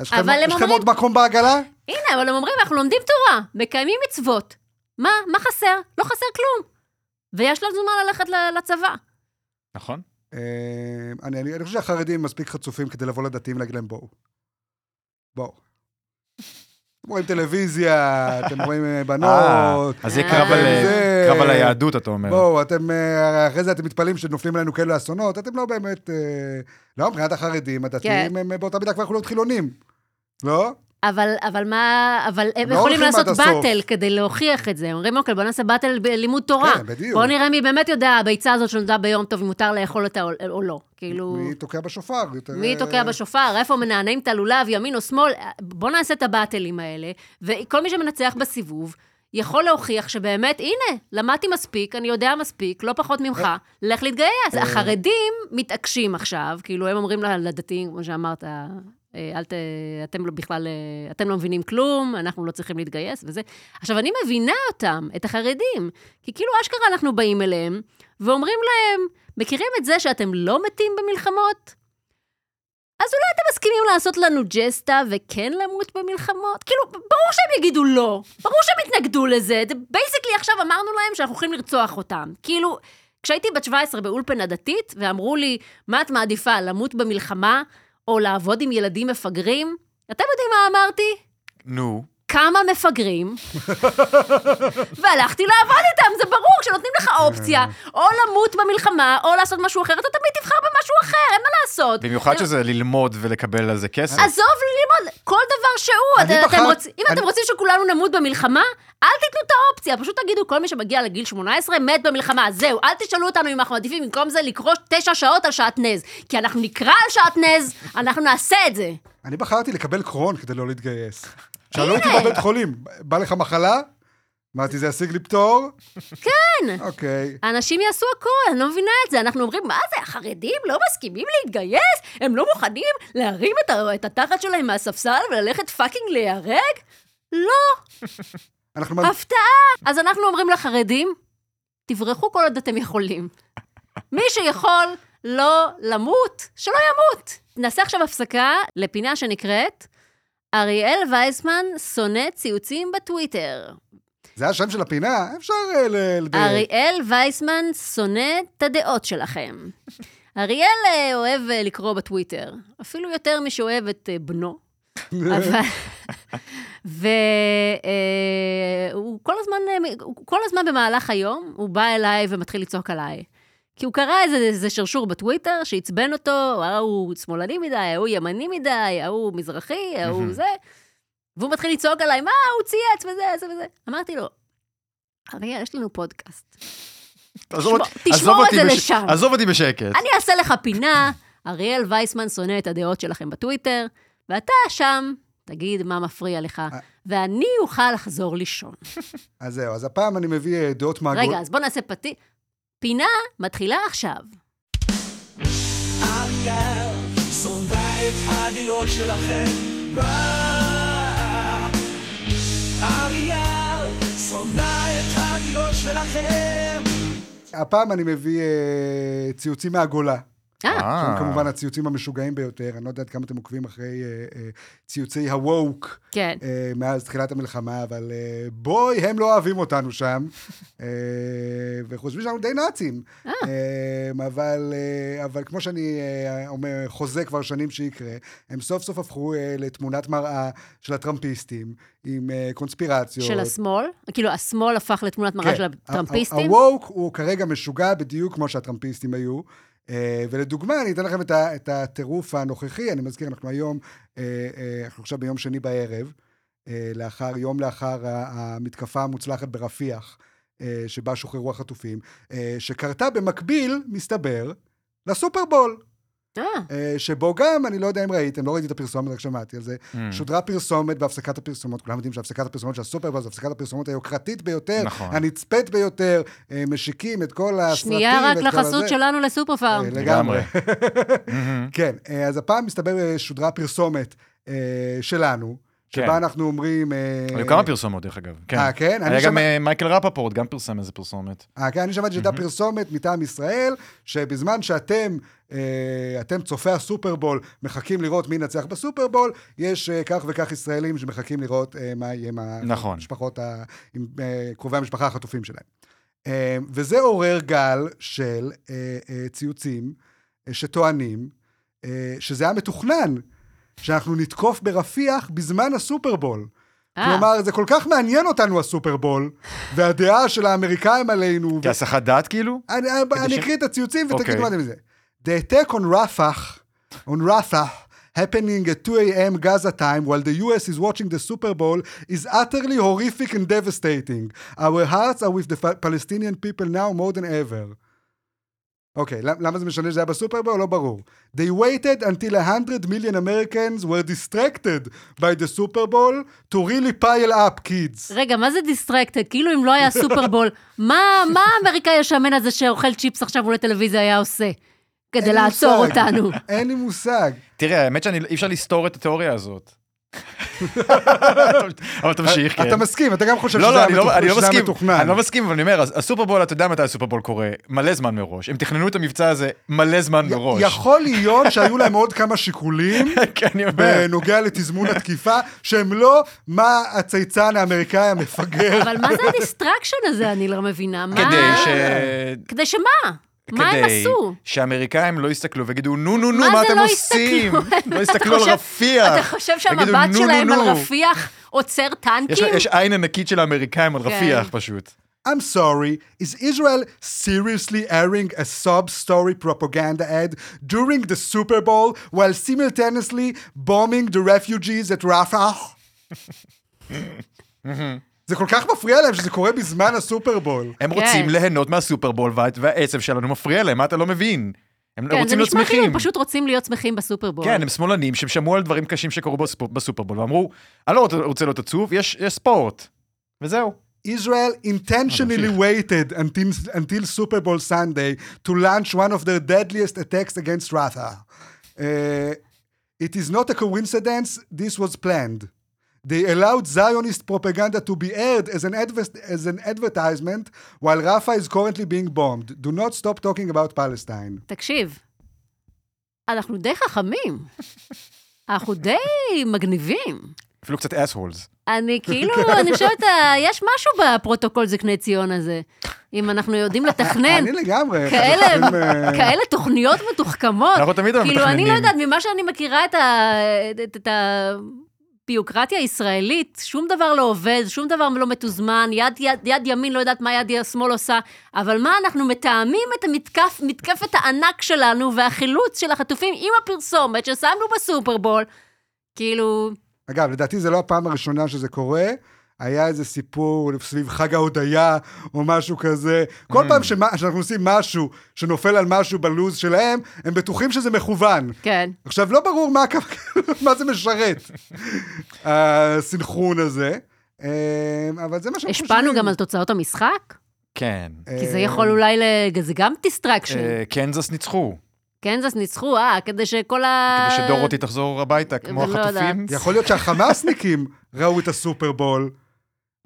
[SPEAKER 1] יש לכם-
[SPEAKER 3] אבל הם
[SPEAKER 1] יש לכם
[SPEAKER 3] אומרים-
[SPEAKER 1] עוד מקום בעגלה?
[SPEAKER 3] הנה, אבל הם אומרים, אנחנו לומדים תורה, מקיימים מצוות. מה, מה חסר? לא חסר כלום. ויש לנו זמן ללכת ל- לצבא.
[SPEAKER 4] נכון?
[SPEAKER 1] אה, אני, אני, אני חושב שהחרדים מספיק חצופים כדי לבוא לדתיים ולהגיד להם בואו. בואו. אתם רואים טלוויזיה, אתם רואים אה,
[SPEAKER 4] אה,
[SPEAKER 1] בנות.
[SPEAKER 4] אז יהיה
[SPEAKER 3] אה,
[SPEAKER 4] קרב על-
[SPEAKER 1] זה-
[SPEAKER 4] קרב על היהדות, אתה אומר.
[SPEAKER 1] בואו, אתם, אה, אחרי זה אתם מתפלאים שנופלים עלינו כאלו אסונות, אתם לא באמת... אה, לא, מבחינת החרדים, הדתיים
[SPEAKER 3] כן.
[SPEAKER 1] הם אה, באותה מידה כבר יכולים להיות חילונים. לא?
[SPEAKER 3] אבל, אבל מה, אבל הם
[SPEAKER 1] לא
[SPEAKER 3] יכולים
[SPEAKER 1] הולכים עד
[SPEAKER 3] לעשות
[SPEAKER 1] הסוף.
[SPEAKER 3] באטל כדי להוכיח את זה. הם אומרים, אוקיי, בוא נעשה באטל בלימוד תורה.
[SPEAKER 1] כן, בדיוק.
[SPEAKER 3] בוא נראה מי באמת יודע, הביצה הזאת שנולדה ביום טוב, אם מותר לאכול אותה או, או לא. כאילו...
[SPEAKER 1] מי תוקע בשופר? יותר,
[SPEAKER 3] מי
[SPEAKER 1] אה,
[SPEAKER 3] תוקע בשופר, איפה מנענעים את הלולב, ימין או שמאל, בוא נעשה את הבאטלים האלה, וכל מי שמנצח בסיבוב יכול להוכיח שבאמת, הנה, למדתי מספיק, אני יודע מספיק, לא פחות ממך, לך להתגייס.
[SPEAKER 1] אה.
[SPEAKER 3] החרדים מתעקשים עכשיו, כאילו, הם אומרים לדתיים, כמו שאמרת, אה, אל ת... אתם לא בכלל, אה, אתם לא מבינים כלום, אנחנו לא צריכים להתגייס וזה. עכשיו, אני מבינה אותם, את החרדים, כי כאילו אשכרה אנחנו באים אליהם ואומרים להם, מכירים את זה שאתם לא מתים במלחמות? אז אולי אתם מסכימים לעשות לנו ג'סטה וכן למות במלחמות? כאילו, ברור שהם יגידו לא. ברור שהם יתנגדו לזה. זה בייסיקלי עכשיו אמרנו להם שאנחנו הולכים לרצוח אותם. כאילו, כשהייתי בת 17 באולפנה דתית, ואמרו לי, מה את מעדיפה, למות במלחמה או לעבוד עם ילדים מפגרים? אתם יודעים מה אמרתי?
[SPEAKER 4] נו.
[SPEAKER 3] כמה מפגרים, והלכתי לעבוד איתם, זה ברור, כשנותנים לך אופציה,
[SPEAKER 4] אה.
[SPEAKER 3] או למות במלחמה, או לעשות משהו אחר, אתה תמיד תבחר במשהו אחר, אין מה לעשות. לא-
[SPEAKER 4] במיוחד שזה ללמוד ולקבל על זה כסף.
[SPEAKER 3] עזוב ללמוד, כל דבר שהוא.
[SPEAKER 1] אני
[SPEAKER 3] את- אתם
[SPEAKER 1] בחר-
[SPEAKER 3] רוצ- אם
[SPEAKER 1] אני-
[SPEAKER 3] אתם רוצים שכולנו נמות במלחמה, אל תיתנו את האופציה, פשוט תגידו, כל מי שמגיע לגיל 18 מת במלחמה, זהו. אל תשאלו אותנו אם אנחנו מעדיפים במקום זה לקרוא תשע שעות על שעטנז. כי אנחנו נקרא על שעטנז, אנחנו נעשה את זה.
[SPEAKER 1] אני בחרתי לקבל קרון כדי לא להתגייס. שאלו אותי בבית חולים, בא לך מחלה? אמרתי, זה ישיג לי פטור? כן. אוקיי.
[SPEAKER 3] האנשים יעשו הכל, אני לא מבינה את זה. אנחנו אומרים, מה זה, החרדים לא מסכימים להתגייס? הם לא מוכנים להרים את, ה- את התחת שלהם מהספסל וללכת פאקינג להיהרג? לא,
[SPEAKER 1] אנחנו מעדיפים-
[SPEAKER 3] הפתעה. אז אנחנו אומרים לחרדים, תברחו כל עוד אתם יכולים. מי שיכול לא למות, שלא ימות. נעשה עכשיו הפסקה לפינה שנקראת אריאל וייסמן שונא ציוצים בטוויטר.
[SPEAKER 1] זה השם של הפינה, אפשר אה, ל- לדייק.
[SPEAKER 3] אריאל וייסמן שונא את הדעות שלכם. אריאל אה, אוהב אה, לקרוא בטוויטר, אפילו יותר משאוהב את אה, בנו. אבל... והוא כל הזמן, אה, הוא כל הזמן במהלך היום, הוא בא אליי ומתחיל לצעוק עליי. כי הוא קרא איזה, איזה שרשור בטוויטר שעצבן אותו, ההוא שמאלני מדי, ההוא ימני מדי, ההוא מזרחי, ההוא זה. והוא מתחיל לצעוק עליי, מה, הוא צייץ וזה, זה וזה. אמרתי לו, אריאל, יש לנו פודקאסט.
[SPEAKER 4] עזוב אותי-
[SPEAKER 3] תשמור
[SPEAKER 4] עזוב
[SPEAKER 3] את
[SPEAKER 4] אותי
[SPEAKER 3] זה
[SPEAKER 4] בש-
[SPEAKER 3] לשם.
[SPEAKER 4] עזוב אותי בשקט.
[SPEAKER 3] אני אעשה לך פינה, אריאל וייסמן שונא את הדעות שלכם בטוויטר, ואתה שם, תגיד מה מפריע לך,
[SPEAKER 1] אה.
[SPEAKER 3] ואני אוכל לחזור לישון.
[SPEAKER 1] אז זהו, אז הפעם אני מביא אה, דעות מעגול.
[SPEAKER 3] רגע, אז בוא נעשה פתי... פינה מתחילה עכשיו.
[SPEAKER 5] אגב, שונא את הדעות שלכם ביי. אריאל, שונא את הדעות שלכם
[SPEAKER 1] הפעם אני מביא אה, ציוצים מהגולה.
[SPEAKER 3] אה,
[SPEAKER 4] אה,
[SPEAKER 1] שהם כמובן הציוצים המשוגעים ביותר. אני לא יודע עד כמה אתם עוקבים אחרי אה, אה, ציוצי הווק.
[SPEAKER 3] כן.
[SPEAKER 1] אה, מאז תחילת המלחמה, אבל אה, בואי, הם לא אוהבים אותנו שם, אה, וחושבים שאנחנו די נאצים. אה, אבל, אה, אבל כמו שאני אה, אומר, חוזה כבר שנים שיקרה, הם סוף סוף הפכו אה, לתמונת מראה של הטראמפיסטים, עם אה, קונספירציות.
[SPEAKER 3] של השמאל? כאילו, השמאל הפך לתמונת
[SPEAKER 1] כן,
[SPEAKER 3] מראה של הטראמפיסטים?
[SPEAKER 1] הווק הוא כרגע משוגע בדיוק כמו שהטראמפיסטים היו. אה, ולדוגמה, אני אתן לכם את ה- את הטירוף הנוכחי, אני מזכיר, אנחנו היום, אה, אה, אנחנו עכשיו ביום שני בערב, אה, לאחר, יום לאחר ה- המתקפה המוצלחת ברפיח, אה, שבה שוחררו החטופים, אה, שקרתה במקביל, מסתבר, לסופרבול,
[SPEAKER 3] אה,
[SPEAKER 1] אה, שבו גם, אני לא יודע אם ראיתם, לא ראיתי את הפרסומת, רק שמעתי על זה,
[SPEAKER 4] אה, Mm.
[SPEAKER 1] שודרה פרסומת בהפסקת הפרסומות, כולם יודעים שהפסקת הפרסומות של הסופרבול זו הפסקת הפרסומות היוקרתית ביותר,
[SPEAKER 4] נכון.
[SPEAKER 1] הנצפית ביותר, אה, משיקים את כל הסרטים.
[SPEAKER 3] שנייה רק
[SPEAKER 1] ואת כל
[SPEAKER 3] לחסות
[SPEAKER 1] הזה.
[SPEAKER 3] שלנו לסופר פארם.
[SPEAKER 1] אה, לגמרי.
[SPEAKER 4] לגמרי. Mm.
[SPEAKER 1] כן, אה, אז הפעם מסתבר אה, שודרה פרסומת אה, שלנו,
[SPEAKER 4] כן.
[SPEAKER 1] שבה אנחנו אומרים... אה,
[SPEAKER 4] היו כמה פרסומות, דרך אגב. כן.
[SPEAKER 1] אה, כן? אני
[SPEAKER 4] היה גם
[SPEAKER 1] שמע-
[SPEAKER 4] אה, מייקל רפפורט, גם פרסם איזה פרסומת.
[SPEAKER 1] אה, כן, אני שמעתי שהייתה פרסומת מטעם ישראל, שבזמן שאתם, אה, אתם צופי הסופרבול, מחכים לראות מי ינצח בסופרבול, יש אה, כך וכך ישראלים שמחכים לראות אה, מה יהיה עם
[SPEAKER 4] נכון.
[SPEAKER 1] המשפחות, ה- עם אה, קרובי המשפחה החטופים שלהם. אה, וזה עורר גל של אה, אה, ציוצים אה, שטוענים אה, שזה היה מתוכנן, שאנחנו נתקוף ברפיח בזמן הסופרבול.
[SPEAKER 3] אה.
[SPEAKER 1] כלומר, זה כל כך מעניין אותנו הסופרבול, והדעה של האמריקאים עלינו. ו-
[SPEAKER 4] כהסחת דעת כאילו?
[SPEAKER 1] אני, אני
[SPEAKER 4] ש-
[SPEAKER 1] אקריא את הציוצים ותגיד
[SPEAKER 4] אוקיי.
[SPEAKER 1] מה אתם מזה. The attack on Rafah, on Rafah, happening at 2 a.m. Gaza time while the U.S. is watching the Super Bowl is utterly horrific and devastating. Our hearts are with the Fa- Palestinian people now more than ever. אוקיי, okay, למה זה משנה שזה היה בסופרבול? לא ברור. They waited until 100 million Americans were distracted by the Super Bowl to really pile up kids.
[SPEAKER 3] רגע, מה זה דיסטרקטד? כאילו אם לא היה סופרבול, מה מה האמריקאי השמן הזה שאוכל צ'יפס עכשיו מול הטלוויזיה היה עושה? כדי
[SPEAKER 1] אין לי
[SPEAKER 3] לעצור
[SPEAKER 1] מושג.
[SPEAKER 3] אותנו.
[SPEAKER 1] אין לי מושג.
[SPEAKER 4] תראה, האמת שאי אפשר לסתור את התיאוריה הזאת. אבל תמשיך, כן.
[SPEAKER 1] אתה מסכים, אתה גם חושב
[SPEAKER 4] לא,
[SPEAKER 1] שזה
[SPEAKER 4] לא,
[SPEAKER 1] היה
[SPEAKER 4] אני לא, אני לא
[SPEAKER 1] מתוכנן- שזה היה
[SPEAKER 4] מסכים,
[SPEAKER 1] מתוכנן.
[SPEAKER 4] אני לא מסכים, אבל אני אומר, אז הסופרבול, אתה יודע מתי הסופרבול קורה, מלא זמן מראש. הם תכננו את המבצע הזה מלא זמן מראש.
[SPEAKER 1] יכול להיות שהיו להם עוד כמה שיקולים
[SPEAKER 4] כן, אני אומר.
[SPEAKER 1] בנוגע לתזמון התקיפה, שהם לא מה הצייצן האמריקאי המפגר.
[SPEAKER 3] אבל מה זה הדיסטרקשן הזה, אני לא מבינה? מה-
[SPEAKER 4] כדי ש...
[SPEAKER 3] כדי שמה? מה הם
[SPEAKER 4] כדי
[SPEAKER 3] עשו?
[SPEAKER 4] שהאמריקאים לא יסתכלו ויגידו, נו, נו, נו,
[SPEAKER 3] מה
[SPEAKER 4] מה
[SPEAKER 3] זה
[SPEAKER 4] אתם
[SPEAKER 3] לא
[SPEAKER 4] עושים?
[SPEAKER 3] הסתכלו? אתה
[SPEAKER 4] לא יסתכלו על
[SPEAKER 3] חושב-
[SPEAKER 4] רפיח.
[SPEAKER 3] אתה חושב
[SPEAKER 4] יגידו,
[SPEAKER 3] שהמבט
[SPEAKER 4] "נו, נו,
[SPEAKER 3] שלהם
[SPEAKER 4] נו".
[SPEAKER 3] על רפיח עוצר
[SPEAKER 4] יש
[SPEAKER 3] טנקים?
[SPEAKER 4] לה- יש עין ענקית של האמריקאים
[SPEAKER 3] כן.
[SPEAKER 4] על רפיח פשוט.
[SPEAKER 1] I'm sorry, is Israel seriously airing a sub-story propaganda ad during the Super Bowl while simultaneously bombing the refugees at Rafah? זה כל כך מפריע להם שזה קורה בזמן הסופרבול.
[SPEAKER 4] הם
[SPEAKER 3] כן.
[SPEAKER 4] רוצים ליהנות מהסופרבול וה- והעצב שלנו מפריע להם, מה אתה לא מבין? הם
[SPEAKER 3] כן, זה
[SPEAKER 4] רוצים להיות
[SPEAKER 3] נשמע כאילו
[SPEAKER 4] שמחים.
[SPEAKER 3] הם פשוט רוצים להיות שמחים בסופרבול.
[SPEAKER 4] כן, הם שמאלנים שהם שמעו על דברים קשים שקרו בסופ- בסופרבול, ואמרו, אני לא רוצה- רוצה להיות עצוב, יש יש ספורט. וזהו.
[SPEAKER 1] Israel intentionally waited until, until Super Bowl Sunday to launch one of their deadliest attacks against Rafah. Uh, it is not a coincidence, this was planned. They allowed Zionist propaganda to be aired as an, adver- as an advertisement while Rafah is currently being bombed. Do not stop talking about Palestine.
[SPEAKER 3] תקשיב, אנחנו די חכמים. אנחנו די מגניבים.
[SPEAKER 4] אפילו קצת אס-הולס.
[SPEAKER 3] אני כאילו, אני חושבת, אה, יש משהו בפרוטוקול זקני ציון הזה. אם אנחנו יודעים לתכנן
[SPEAKER 4] לא
[SPEAKER 1] אני לגמרי.
[SPEAKER 3] כאלה,
[SPEAKER 1] חתוכים, אה,
[SPEAKER 3] כאלה תוכניות מתוחכמות.
[SPEAKER 4] אנחנו תמיד
[SPEAKER 3] כאילו, אני
[SPEAKER 4] מתכננים.
[SPEAKER 3] לא יודעת, ממה שאני מכירה את ה... את- את ה... ביוקרטיה הישראלית, שום דבר לא עובד, שום דבר לא מתוזמן, יד, יד, יד ימין לא יודעת מה יד השמאל עושה, אבל מה, אנחנו מתאמים את המתקף, מתקפת הענק שלנו והחילוץ של החטופים עם הפרסומת ששמנו בסופרבול, כאילו,
[SPEAKER 1] אגב, לדעתי זה לא הפעם הראשונה שזה קורה. היה איזה סיפור סביב חג ההודיה, או משהו כזה.
[SPEAKER 4] Mm.
[SPEAKER 1] כל פעם שמה- שאנחנו עושים משהו שנופל על משהו בלוז שלהם, הם בטוחים שזה מכוון.
[SPEAKER 3] כן.
[SPEAKER 1] עכשיו, לא ברור מה, הכו- מה זה משרת, הסנכרון הזה, אה, אבל זה מה שהם
[SPEAKER 3] השפענו גם על תוצאות המשחק,
[SPEAKER 4] כן.
[SPEAKER 3] כי זה
[SPEAKER 1] אמ,
[SPEAKER 3] יכול אולי, לג- זה גם דיסטרקשן.
[SPEAKER 4] אה, קנזס ניצחו.
[SPEAKER 3] קנזס ניצחו, אה, כדי שכל ה...
[SPEAKER 4] כדי שדורותי תחזור הביתה כמו
[SPEAKER 3] ולא
[SPEAKER 4] החטופים.
[SPEAKER 1] יכול להיות שהחמאסניקים ראו את הסופרבול,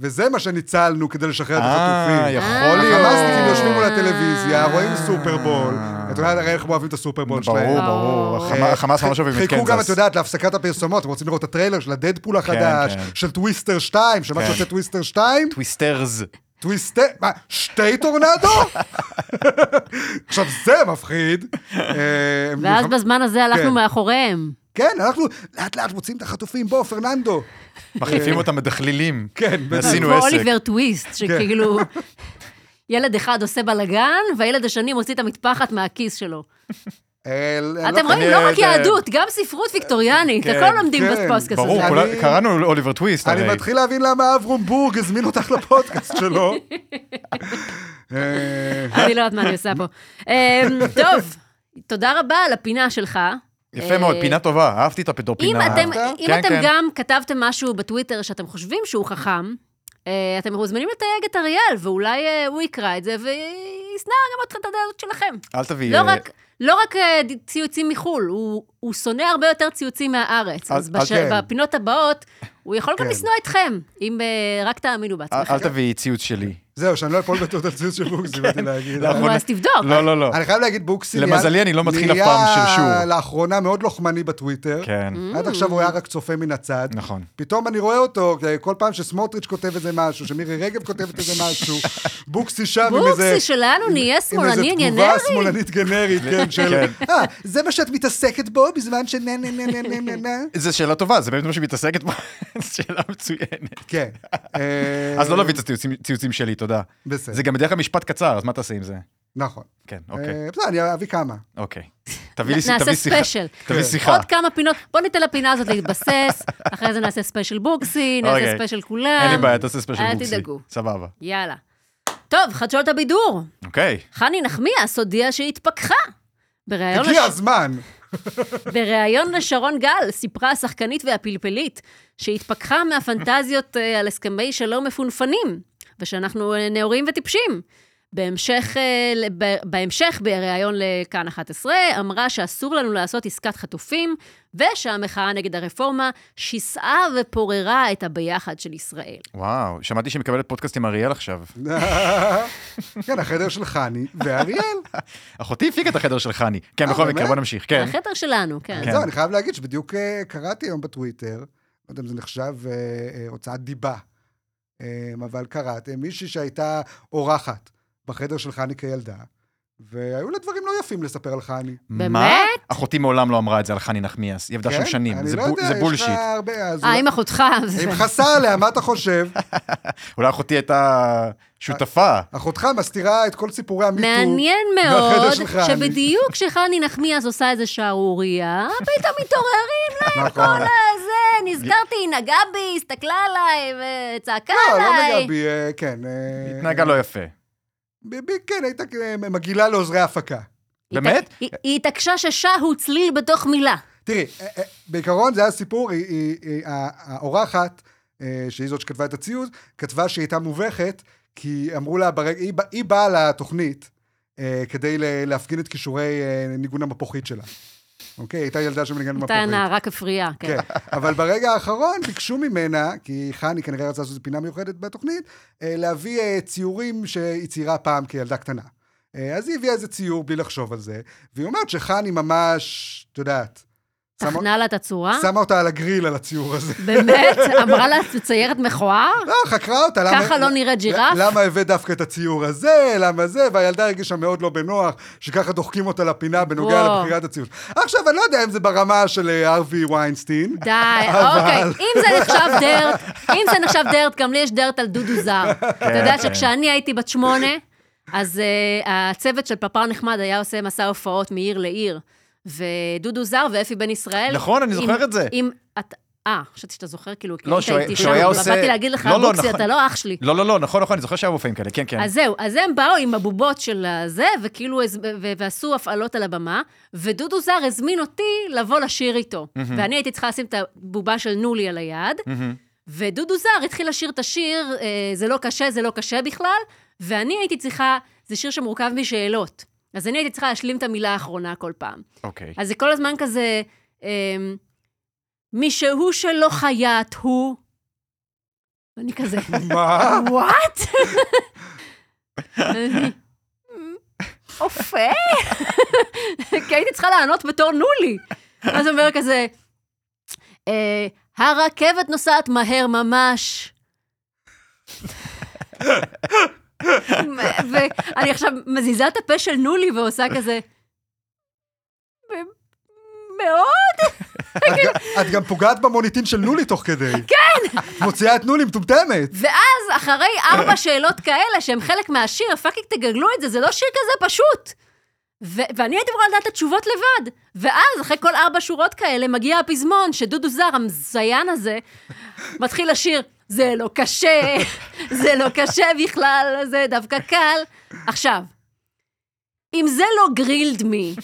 [SPEAKER 1] וזה מה שניצלנו כדי לשחרר את החטופים.
[SPEAKER 4] אה, יכול להיות.
[SPEAKER 1] החמאסניקים יושבים מול הטלוויזיה, רואים סופרבול.
[SPEAKER 4] אה.
[SPEAKER 1] את יודעת הרי איך הם אוהבים את הסופרבול שלהם. אה,
[SPEAKER 4] ברור, ברור.
[SPEAKER 3] ברור.
[SPEAKER 4] החמא- החמאס ממש אוהבים את
[SPEAKER 1] חיכו גם, את
[SPEAKER 4] קנזס.
[SPEAKER 1] יודעת, להפסקת הפרסומות, אתם רוצים לראות את הטריילר של הדדפול החדש,
[SPEAKER 4] כן.
[SPEAKER 1] של טוויסטר 2, שמעת
[SPEAKER 4] כן.
[SPEAKER 1] שיוצא טוויסטר 2?
[SPEAKER 4] טוויסטרס.
[SPEAKER 1] טוויסטר, מה, שתי טורנדו? עכשיו, זה מפחיד. אה, הם
[SPEAKER 3] ואז
[SPEAKER 4] נכון.
[SPEAKER 1] נלחמ-
[SPEAKER 3] בזמן הזה הלכנו
[SPEAKER 1] כן.
[SPEAKER 3] מאחוריהם.
[SPEAKER 1] כן, אנחנו לאט לאט מוצאים את החטופים, בוא, פרננדו.
[SPEAKER 4] מחליפים אותם בדחלילים.
[SPEAKER 1] כן, בדיוק.
[SPEAKER 4] עשינו
[SPEAKER 3] כמו
[SPEAKER 4] עסק. כן.
[SPEAKER 3] אוליבר טוויסט, שכאילו, ילד אחד עושה בלאגן, והילד השני מוציא את המטפחת מהכיס שלו.
[SPEAKER 1] אה, לא-
[SPEAKER 3] אתם רואים,
[SPEAKER 4] אני-
[SPEAKER 3] לא רק
[SPEAKER 4] אה,
[SPEAKER 3] יהדות, גם ספרות ויקטוריאנית,
[SPEAKER 4] כן,
[SPEAKER 3] הכל לומדים
[SPEAKER 1] כן,
[SPEAKER 3] בפוסטקאסט
[SPEAKER 4] ברור,
[SPEAKER 3] הזה.
[SPEAKER 1] אני-
[SPEAKER 4] כולה- קראנו אוליבר טוויסט הרי.
[SPEAKER 1] אני מתחיל להבין למה אברום בורג הזמין אותך לפודקאסט שלו. אה,
[SPEAKER 3] אני לא יודעת מה אני עושה פה. אמ, טוב, תודה רבה על הפינה שלך.
[SPEAKER 4] יפה מאוד,
[SPEAKER 3] אה,
[SPEAKER 4] פינה טובה, אהבתי את הפדו
[SPEAKER 3] אם
[SPEAKER 4] פינה.
[SPEAKER 3] אתם,
[SPEAKER 1] אהבת?
[SPEAKER 3] אם
[SPEAKER 4] כן,
[SPEAKER 3] אתם
[SPEAKER 4] כן.
[SPEAKER 3] גם כתבתם משהו בטוויטר שאתם חושבים שהוא חכם, אה, אתם מוזמנים לתייג את אריאל, ואולי אה, הוא יקרא את זה וישנא גם אתכם את הדעות שלכם.
[SPEAKER 4] אל תביא...
[SPEAKER 3] לא
[SPEAKER 4] אה,
[SPEAKER 3] רק, לא רק אה, ד- ציוצים מחו"ל, הוא, הוא שונא הרבה יותר ציוצים מהארץ.
[SPEAKER 4] אל-
[SPEAKER 3] אז
[SPEAKER 4] אל
[SPEAKER 3] בש...
[SPEAKER 4] כן.
[SPEAKER 3] בפינות הבאות, הוא יכול גם
[SPEAKER 1] כן.
[SPEAKER 3] לשנוא אתכם, אם אה, רק תאמינו
[SPEAKER 4] אל
[SPEAKER 3] בעצמכם.
[SPEAKER 4] אל תביא ציוץ שלי.
[SPEAKER 1] זהו, שאני לא אפול בתעודת ציוץ של בוקסי, באתי להגיד.
[SPEAKER 4] לא,
[SPEAKER 3] נו, אז תבדוק.
[SPEAKER 4] לא, לא, לא.
[SPEAKER 1] אני חייב להגיד, בוקסי...
[SPEAKER 4] למזלי,
[SPEAKER 1] נהיה-
[SPEAKER 4] אני לא מתחיל אף פעם
[SPEAKER 1] נהיה
[SPEAKER 4] שרשור.
[SPEAKER 1] לאחרונה מאוד לוחמני בטוויטר.
[SPEAKER 4] כן.
[SPEAKER 1] עד עכשיו הוא היה רק צופה מן הצד.
[SPEAKER 4] נכון.
[SPEAKER 1] פתאום אני רואה אותו, כל פעם שסמוטריץ' כותב איזה משהו, שמירי רגב כותבת איזה משהו, בוקסי שם עם איזה...
[SPEAKER 3] בוקסי שלנו נהיה
[SPEAKER 1] עם איזה
[SPEAKER 3] שמאלני
[SPEAKER 1] תגובה
[SPEAKER 3] גנרי.
[SPEAKER 1] שמאלנית גנרית, כן, של...
[SPEAKER 4] כן.
[SPEAKER 1] אה, זה מה שאת מתעסקת בו בזמן שנה נה נה נה נה נה נה.
[SPEAKER 4] זו שאלה טובה, זה באמת מה שמתעסקת בו. זו שאלה מצוינת.
[SPEAKER 1] כן. אה,
[SPEAKER 4] אז לא להביא את הציוצים ציוצים שלי, תודה.
[SPEAKER 1] בסדר.
[SPEAKER 4] זה גם בדרך כלל משפט קצר, אז מה תעשה עם זה?
[SPEAKER 1] נכון.
[SPEAKER 4] כן, אוקיי,
[SPEAKER 1] אה, בסדר, אני אביא כמה.
[SPEAKER 4] אוקיי. תביא לי
[SPEAKER 3] נעשה
[SPEAKER 4] תביא שיחה.
[SPEAKER 3] ספיישל. כן.
[SPEAKER 4] תביא
[SPEAKER 1] כן.
[SPEAKER 4] שיחה.
[SPEAKER 3] עוד כמה פינות, בוא ניתן לפינה הזאת להתבסס, אחרי זה נעשה ספיישל בוקסי, נעשה
[SPEAKER 4] אוקיי.
[SPEAKER 3] ספיישל
[SPEAKER 4] אין לי
[SPEAKER 3] כולם,
[SPEAKER 4] בעיה, תעשה ספיישל
[SPEAKER 3] אל
[SPEAKER 4] בוקסי.
[SPEAKER 3] תדאגו.
[SPEAKER 4] סבבה.
[SPEAKER 3] יאללה. טוב, חדשות הבידור.
[SPEAKER 4] אוקיי.
[SPEAKER 3] חני נחמיאס הודיעה שהיא התפכחה. בריאיון
[SPEAKER 1] הגיע
[SPEAKER 3] לא לש-
[SPEAKER 1] הזמן.
[SPEAKER 3] בריאיון לשרון גל סיפרה השחקנית והפלפלית שהתפכחה מהפנטזיות אה, על הסכמי שלום מפונפנים, ושאנחנו אה, נאורים וטיפשים. בהמשך, אה, ל- ב- בהמשך בריאיון לכאן 11, אמרה שאסור לנו לעשות עסקת חטופים, ושהמחאה נגד הרפורמה שיסעה ופוררה את הביחד של ישראל.
[SPEAKER 4] וואו, שמעתי שהיא מקבלת פודקאסט עם אריאל עכשיו.
[SPEAKER 1] כן, החדר של חני ואריאל.
[SPEAKER 3] כן.
[SPEAKER 4] אחותי הפיקה את החדר של חני. כן,
[SPEAKER 1] אה,
[SPEAKER 4] בכל מקרה,
[SPEAKER 1] באמת?
[SPEAKER 4] בוא נמשיך, כן.
[SPEAKER 3] החדר שלנו, כן.
[SPEAKER 1] אז זהו, אני חייב להגיד שבדיוק אה, קראתי היום בטוויטר, לא יודע אם זה נחשב אה, אה, הוצאת דיבה, אה, אבל קראתי, מישהי שהייתה אורחת בחדר של חני כילדה, והיו לה דברים לא יפים לספר על חני.
[SPEAKER 4] מה?
[SPEAKER 3] באמת?
[SPEAKER 4] אחותי מעולם לא אמרה את זה על חני נחמיאס. היא עבדה שם
[SPEAKER 1] כן?
[SPEAKER 4] שנים,
[SPEAKER 1] אני
[SPEAKER 4] זה
[SPEAKER 1] לא
[SPEAKER 4] בול-
[SPEAKER 1] יודע,
[SPEAKER 4] זה
[SPEAKER 1] יש לך
[SPEAKER 4] בולשיט.
[SPEAKER 1] הרבה, אז לא-
[SPEAKER 3] אה,
[SPEAKER 1] אולי-
[SPEAKER 3] עם אחותך. זה-
[SPEAKER 1] אם חסה עליה, מה אתה חושב?
[SPEAKER 4] אולי אחותי הייתה
[SPEAKER 1] אה,
[SPEAKER 4] שותפה.
[SPEAKER 1] אחותך מסתירה את כל סיפורי המיטו.
[SPEAKER 3] מעניין
[SPEAKER 1] והחדר
[SPEAKER 3] מאוד,
[SPEAKER 1] של חני.
[SPEAKER 3] שבדיוק כשחני נחמיאס עושה איזה שערורייה, פתאום מתעוררים להם
[SPEAKER 1] נכון.
[SPEAKER 3] אה, זה, נזכרתי, היא נגעה בי, הסתכלה עליי וצעקה
[SPEAKER 1] לא, לא
[SPEAKER 3] עליי.
[SPEAKER 1] מגבי, אה, כן. אה,
[SPEAKER 4] התנהגה לא יפה.
[SPEAKER 1] ב- ב- כן, הייתה אה, מגעילה לעוזרי הפקה.
[SPEAKER 3] היא
[SPEAKER 4] באמת?
[SPEAKER 3] התע- היא- היא התעקשה ששעה הוא צליל בתוך מילה.
[SPEAKER 1] תראי, אה, אה, בעיקרון זה היה סיפור, היא- היא- היא- הא- האורחת, אה, שהיא זאת שכתבה את הציוז, כתבה שהיא הייתה מובכת, כי אמרו לה, ברג... היא, בא- היא באה לתוכנית אה, כדי ל- להפגין את כישורי אה, ניגון המפוחית שלה. אוקיי? היא הייתה ילדה שמניגן
[SPEAKER 3] הייתה
[SPEAKER 1] במפוחית.
[SPEAKER 3] נערה כפרייה, כן.
[SPEAKER 1] כן, אבל ברגע האחרון ביקשו ממנה, כי חני כנראה רצה לעשות פינה מיוחדת בתוכנית, אה, להביא אה, ציורים שהיא ציירה פעם כילדה קטנה. אה, אז היא הביאה איזה ציור בלי לחשוב על זה, והיא אומרת שחני ממש, את יודעת, שמה-
[SPEAKER 3] תכנה לה את הצורה.
[SPEAKER 1] שמה אותה על הגריל, על הציור הזה.
[SPEAKER 3] באמת? אמרה לה, את ציירת מכוער?
[SPEAKER 1] לא, חקרה אותה. למה-
[SPEAKER 3] ככה לא נראה ג'ירף?
[SPEAKER 1] למה הבאת דווקא את הציור הזה, למה זה, והילדה הרגישה מאוד לא בנוח, שככה דוחקים אותה לפינה בנוגע
[SPEAKER 3] וואו.
[SPEAKER 1] לבחירת הציור. עכשיו, אני לא יודע אם זה ברמה של אה, ארווי ויינסטין.
[SPEAKER 3] די, אוקיי. אם זה נחשב דרט, אם זה נחשב דרט, גם לי יש דרט על דודו זר. אתה יודע
[SPEAKER 4] כן.
[SPEAKER 3] שכשאני הייתי בת שמונה, אז uh, הצוות של פרפר נחמד היה עושה מסע הופעות מעיר לעיר. ודודו זר ואפי בן ישראל...
[SPEAKER 4] נכון, אני זוכר
[SPEAKER 3] עם-
[SPEAKER 4] את זה.
[SPEAKER 3] עם... את- אה, חשבתי שאתה זוכר, כאילו, כי
[SPEAKER 4] לא,
[SPEAKER 3] היית
[SPEAKER 4] שהוא-
[SPEAKER 3] איתי
[SPEAKER 4] שהוא
[SPEAKER 3] שם,
[SPEAKER 4] היה
[SPEAKER 3] אבל
[SPEAKER 4] עושה-
[SPEAKER 3] באתי להגיד לך,
[SPEAKER 4] לא, לא,
[SPEAKER 3] בוקסי,
[SPEAKER 4] נכון.
[SPEAKER 3] אתה לא אח שלי.
[SPEAKER 4] לא, לא, לא, נכון, נכון, אני זוכר שהיו מופעים כאלה, כן, כן.
[SPEAKER 3] אז זהו, אז הם באו עם הבובות של הזה, וכאילו, הז- ו- ועשו הפעלות על הבמה, ודודו זר הזמין אותי לבוא לשיר איתו. ואני הייתי צריכה לשים את הבובה של נולי על היד, ודודו זר התחיל לשיר את השיר, אה, זה לא קשה, זה לא קשה בכלל, ואני הייתי צריכה, זה שיר שמורכב משאלות. אז אני הייתי צריכה להשלים את המילה האחרונה כל פעם.
[SPEAKER 4] אוקיי.
[SPEAKER 3] אז זה כל הזמן כזה, אמ, מישהו שלא חייט הוא... אני כזה,
[SPEAKER 4] אה,
[SPEAKER 1] מה?
[SPEAKER 3] וואט? אני, אופה? כי הייתי צריכה לענות בתור נולי. אז הוא אומר כזה, אה, הרכבת נוסעת מהר ממש. ואני עכשיו מזיזה את הפה של נולי ועושה כזה, "ב- מאוד?
[SPEAKER 1] את גם- את גם פוגעת במוניטין של נולי תוך כדי. כן! מוציאה את נולי מטומטמת.
[SPEAKER 3] ואז, אחרי ארבע שאלות כאלה, שהן חלק מהשיר, פאקינג תגגלו את זה, זה לא שיר כזה פשוט. ו- ואני הייתי אמורה לדעת את התשובות לבד. ואז, אחרי כל ארבע שורות כאלה, מגיע הפזמון, שדודו זר, המזיין הזה, מתחיל לשיר, זה לא קשה, זה לא קשה בכלל, זה דווקא קל. עכשיו, אם זה לא גרילד מי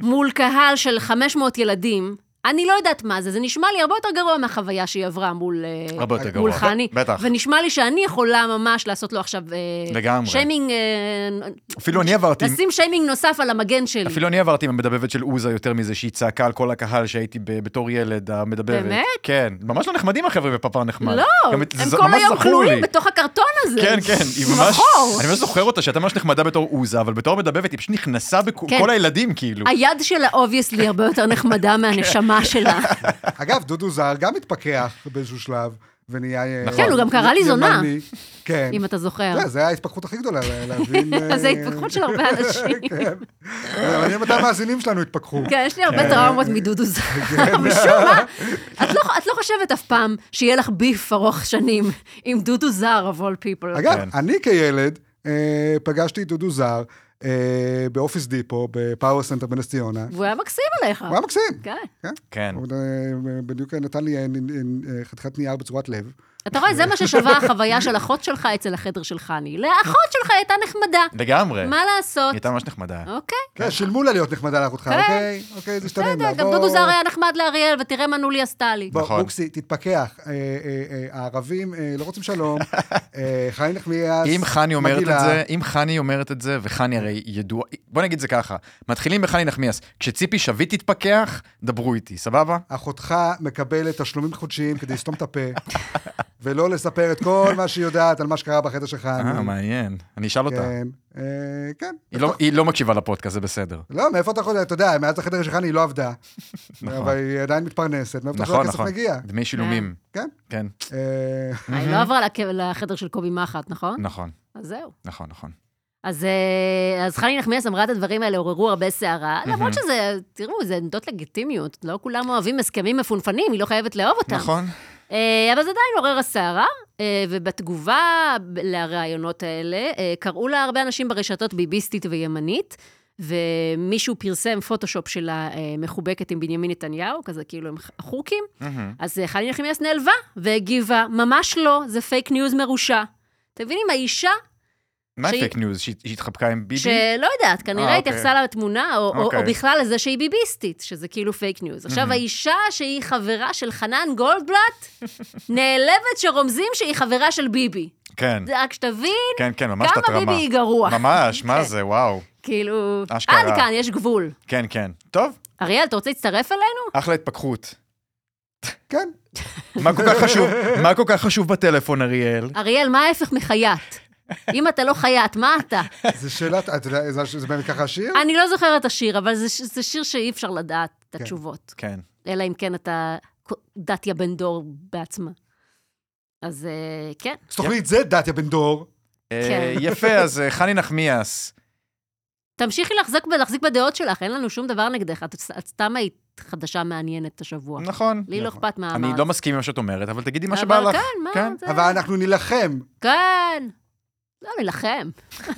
[SPEAKER 3] מול קהל של 500 ילדים, אני לא יודעת מה זה, זה נשמע לי הרבה יותר גרוע מהחוויה שהיא עברה מול... אה,
[SPEAKER 4] הרבה יותר גרוע.
[SPEAKER 3] מול חני.
[SPEAKER 4] בטח.
[SPEAKER 3] ונשמע לי שאני יכולה ממש לעשות לו עכשיו... אה,
[SPEAKER 4] לגמרי.
[SPEAKER 3] שיימינג... אה,
[SPEAKER 4] אפילו אני עברתי...
[SPEAKER 3] לשים שיימינג נוסף על המגן שלי.
[SPEAKER 4] אפילו אני עברתי עם המדבבת של עוזה יותר מזה שהיא צעקה על כל הקהל שהייתי ב- בתור ילד, המדברת.
[SPEAKER 3] באמת?
[SPEAKER 4] כן. ממש לא נחמדים החבר'ה בפאפר נחמד.
[SPEAKER 3] לא,
[SPEAKER 4] גם
[SPEAKER 3] הם
[SPEAKER 4] את- זה
[SPEAKER 3] כל
[SPEAKER 4] ממש
[SPEAKER 3] היום
[SPEAKER 4] זכור
[SPEAKER 3] כלואים
[SPEAKER 4] לי.
[SPEAKER 3] בתוך הקרטון הזה.
[SPEAKER 4] כן, כן, היא ממש...
[SPEAKER 3] בחור.
[SPEAKER 4] אני ממש זוכר אותה, שהייתה ממש נחמדה בתור עוזה, אבל בתור מדבבת היא פשוט נכנסה בכל
[SPEAKER 3] כן.
[SPEAKER 4] כל הילדים, כאילו.
[SPEAKER 3] היד שלה אובייסלי הרבה יותר
[SPEAKER 4] כן.
[SPEAKER 3] נחמדה מהנשמה שלה.
[SPEAKER 1] אגב, דודו זר גם התפכח באיזשהו שלב, ונהיה... אה,
[SPEAKER 4] נכון. כן, הוא
[SPEAKER 3] גם קרא לי זונה.
[SPEAKER 1] ימני. כן.
[SPEAKER 3] אם אתה זוכר.
[SPEAKER 1] זה, זה ההתפכחות הכי גדולה, לה- להבין... אה,
[SPEAKER 3] זה התפכחות של הרבה אנשים.
[SPEAKER 1] כן. אבל מעניין מתי המאזינים שלנו התפכחו.
[SPEAKER 3] כן, יש לי הרבה טראומות מדודו זר.
[SPEAKER 4] כן.
[SPEAKER 3] משום מה, את לא- את לא חושבת אף פעם שיהיה לך ביף ארוך שנים עם דודו זר, of all people.
[SPEAKER 1] אגב,
[SPEAKER 4] כן.
[SPEAKER 1] אני כילד אה, פגשתי את דודו זר אה, באופיס דיפו, בפאוור סנטר בנס ציונה.
[SPEAKER 3] והוא היה מקסים עליך.
[SPEAKER 1] הוא היה מקסים.
[SPEAKER 3] נכון. כן.
[SPEAKER 1] כן.
[SPEAKER 4] כן.
[SPEAKER 1] הוא אה, בדיוק נתן לי אה, נ- נ- אה, חתיכת נייר בצורת לב.
[SPEAKER 3] אתה רואה, זה מה ששווה החוויה של אחות שלך אצל החדר של חני. לאחות שלך הייתה נחמדה.
[SPEAKER 4] לגמרי. היא
[SPEAKER 3] מה לעשות?
[SPEAKER 4] הייתה ממש נחמדה.
[SPEAKER 3] אוקיי.
[SPEAKER 1] כן, שילמו לה להיות נחמדה לאחותך,
[SPEAKER 3] כן.
[SPEAKER 1] אוקיי? אוקיי, זה השתלם
[SPEAKER 3] בסדר,
[SPEAKER 1] לה.
[SPEAKER 3] גם
[SPEAKER 1] בוא-
[SPEAKER 3] דודו זר היה נחמד לאריאל, ותראה מה נולי עשתה לי.
[SPEAKER 1] בוא,
[SPEAKER 4] נכון.
[SPEAKER 1] בוקסי, תתפכח. אה, אה, אה, הערבים אה, לא רוצים שלום. אה, חיים נחמיאס,
[SPEAKER 4] אם חני אומרת
[SPEAKER 1] מגעילה.
[SPEAKER 4] את זה, אם חני אומרת את זה, וחני הרי ידוע, בוא נגיד זה ככה, מתחילים בחני נחמיאס, כשציפי שביט תתפכח, דברו איתי, סבבה?
[SPEAKER 1] אחותך מקבלת תשלומים חודשיים כדי לסתום את הפה, ולא לספר את כל מה שהיא יודעת על מה שקרה בחדר שלך.
[SPEAKER 4] אה, מעניין, אני אשאל אותה.
[SPEAKER 1] כן, אה, כן.
[SPEAKER 4] היא לא- היא לא מקשיבה לפודקאסט, זה בסדר.
[SPEAKER 1] לא, מאיפה אתה יכול, אתה יודע, מאז החדר שלך היא לא עבדה, אבל היא עדיין מתפרנסת, מאיפה אתה חושב
[SPEAKER 4] נכון,
[SPEAKER 1] הכסף
[SPEAKER 4] נכון.
[SPEAKER 1] מגיע?
[SPEAKER 4] דמי שילומים.
[SPEAKER 1] כן.
[SPEAKER 4] כן,
[SPEAKER 1] אה,
[SPEAKER 3] היא לא עברה לכ- לחדר של קובי מחט,
[SPEAKER 1] כן.
[SPEAKER 3] נכון?
[SPEAKER 4] נכון,
[SPEAKER 3] אז זהו.
[SPEAKER 4] נכון, נכון.
[SPEAKER 3] אז, אה, אז חני נחמיאס אמרה את הדברים האלה, עוררו הרבה סערה, למרות שזה, תראו, זה עמדות לגיטימיות, לא כולם אוהבים הסכמים מפונפנים, היא לא חייבת לאהוב אותם.
[SPEAKER 4] נכון.
[SPEAKER 3] אה, אבל זה עדיין עורר הסערה, אה, ובתגובה ב- לראיונות האלה, אה, קראו לה הרבה אנשים ברשתות ביביסטית וימנית, ומישהו פרסם פוטושופ שלה אה, מחובקת עם בנימין נתניהו, כזה כאילו הם ח- חוקים,
[SPEAKER 4] מהמם.
[SPEAKER 3] אז אה, חני נחמיאס נעלבה והגיבה, ממש לא, זה פייק ניוז מרושע. אתם מבינים, האישה
[SPEAKER 4] מה
[SPEAKER 3] שהיא-
[SPEAKER 4] פייק ניוז? שהיא שהיא התחבקה עם ביבי?
[SPEAKER 3] שלא לא יודעת,
[SPEAKER 4] אה,
[SPEAKER 3] כנראה
[SPEAKER 4] אוקיי.
[SPEAKER 3] התייחסה לתמונה, או- או-
[SPEAKER 4] אוקיי.
[SPEAKER 3] או בכלל לזה שהיא ביביסטית, שזה כאילו פייק ניוז. עכשיו, האישה שהיא חברה של חנן גולדבלט, נעלבת שרומזים שהיא חברה של ביבי.
[SPEAKER 4] כן,
[SPEAKER 3] זה רק שתבין
[SPEAKER 4] כן, כן, ממש תת
[SPEAKER 3] כמה
[SPEAKER 4] רמה.
[SPEAKER 3] ביבי היא גרוע.
[SPEAKER 4] ממש, מה
[SPEAKER 3] כן.
[SPEAKER 4] זה, וואו.
[SPEAKER 3] כאילו,
[SPEAKER 4] אשכרה.
[SPEAKER 3] עד כאן, יש גבול.
[SPEAKER 4] כן, כן. טוב,
[SPEAKER 3] אריאל, אתה רוצה להצטרף אלינו?
[SPEAKER 4] אחלה התפכחות.
[SPEAKER 1] כן,
[SPEAKER 4] מה כל כך חשוב? מה כל כך חשוב בטלפון, אריאל?
[SPEAKER 3] אריאל, מה ההפך מחייט? אם אתה לא חייט, מה אתה?
[SPEAKER 1] זו שאלה, אתה יודע, זה- זה באמת ככה השיר?
[SPEAKER 4] אה,
[SPEAKER 3] אני לא זוכרת את השיר, אבל זה ש- זה שיר שאי אפשר לדעת את התשובות.
[SPEAKER 4] כן.
[SPEAKER 3] אלא אם כן אתה דתיה בן דור בעצמה. אז אה, כן.
[SPEAKER 1] אז תוכנית זה דתיה בן דור.
[SPEAKER 4] אה,
[SPEAKER 3] כן.
[SPEAKER 4] יפה, אז אה, חני נחמיאס.
[SPEAKER 3] תמשיכי לחזק, להחזיק בדעות שלך, אין לנו שום דבר נגדך. את, את סתם היית חדשה מעניינת השבוע.
[SPEAKER 4] נכון.
[SPEAKER 3] לי לא אכפת מה
[SPEAKER 4] אני
[SPEAKER 3] אמרת.
[SPEAKER 4] לא מסכים עם מה שאת אומרת, אבל תגידי מה שבא לך.
[SPEAKER 3] אבל כן, מה
[SPEAKER 4] כן.
[SPEAKER 3] זה?
[SPEAKER 1] אבל אנחנו נילחם.
[SPEAKER 3] כן. לא נילחם.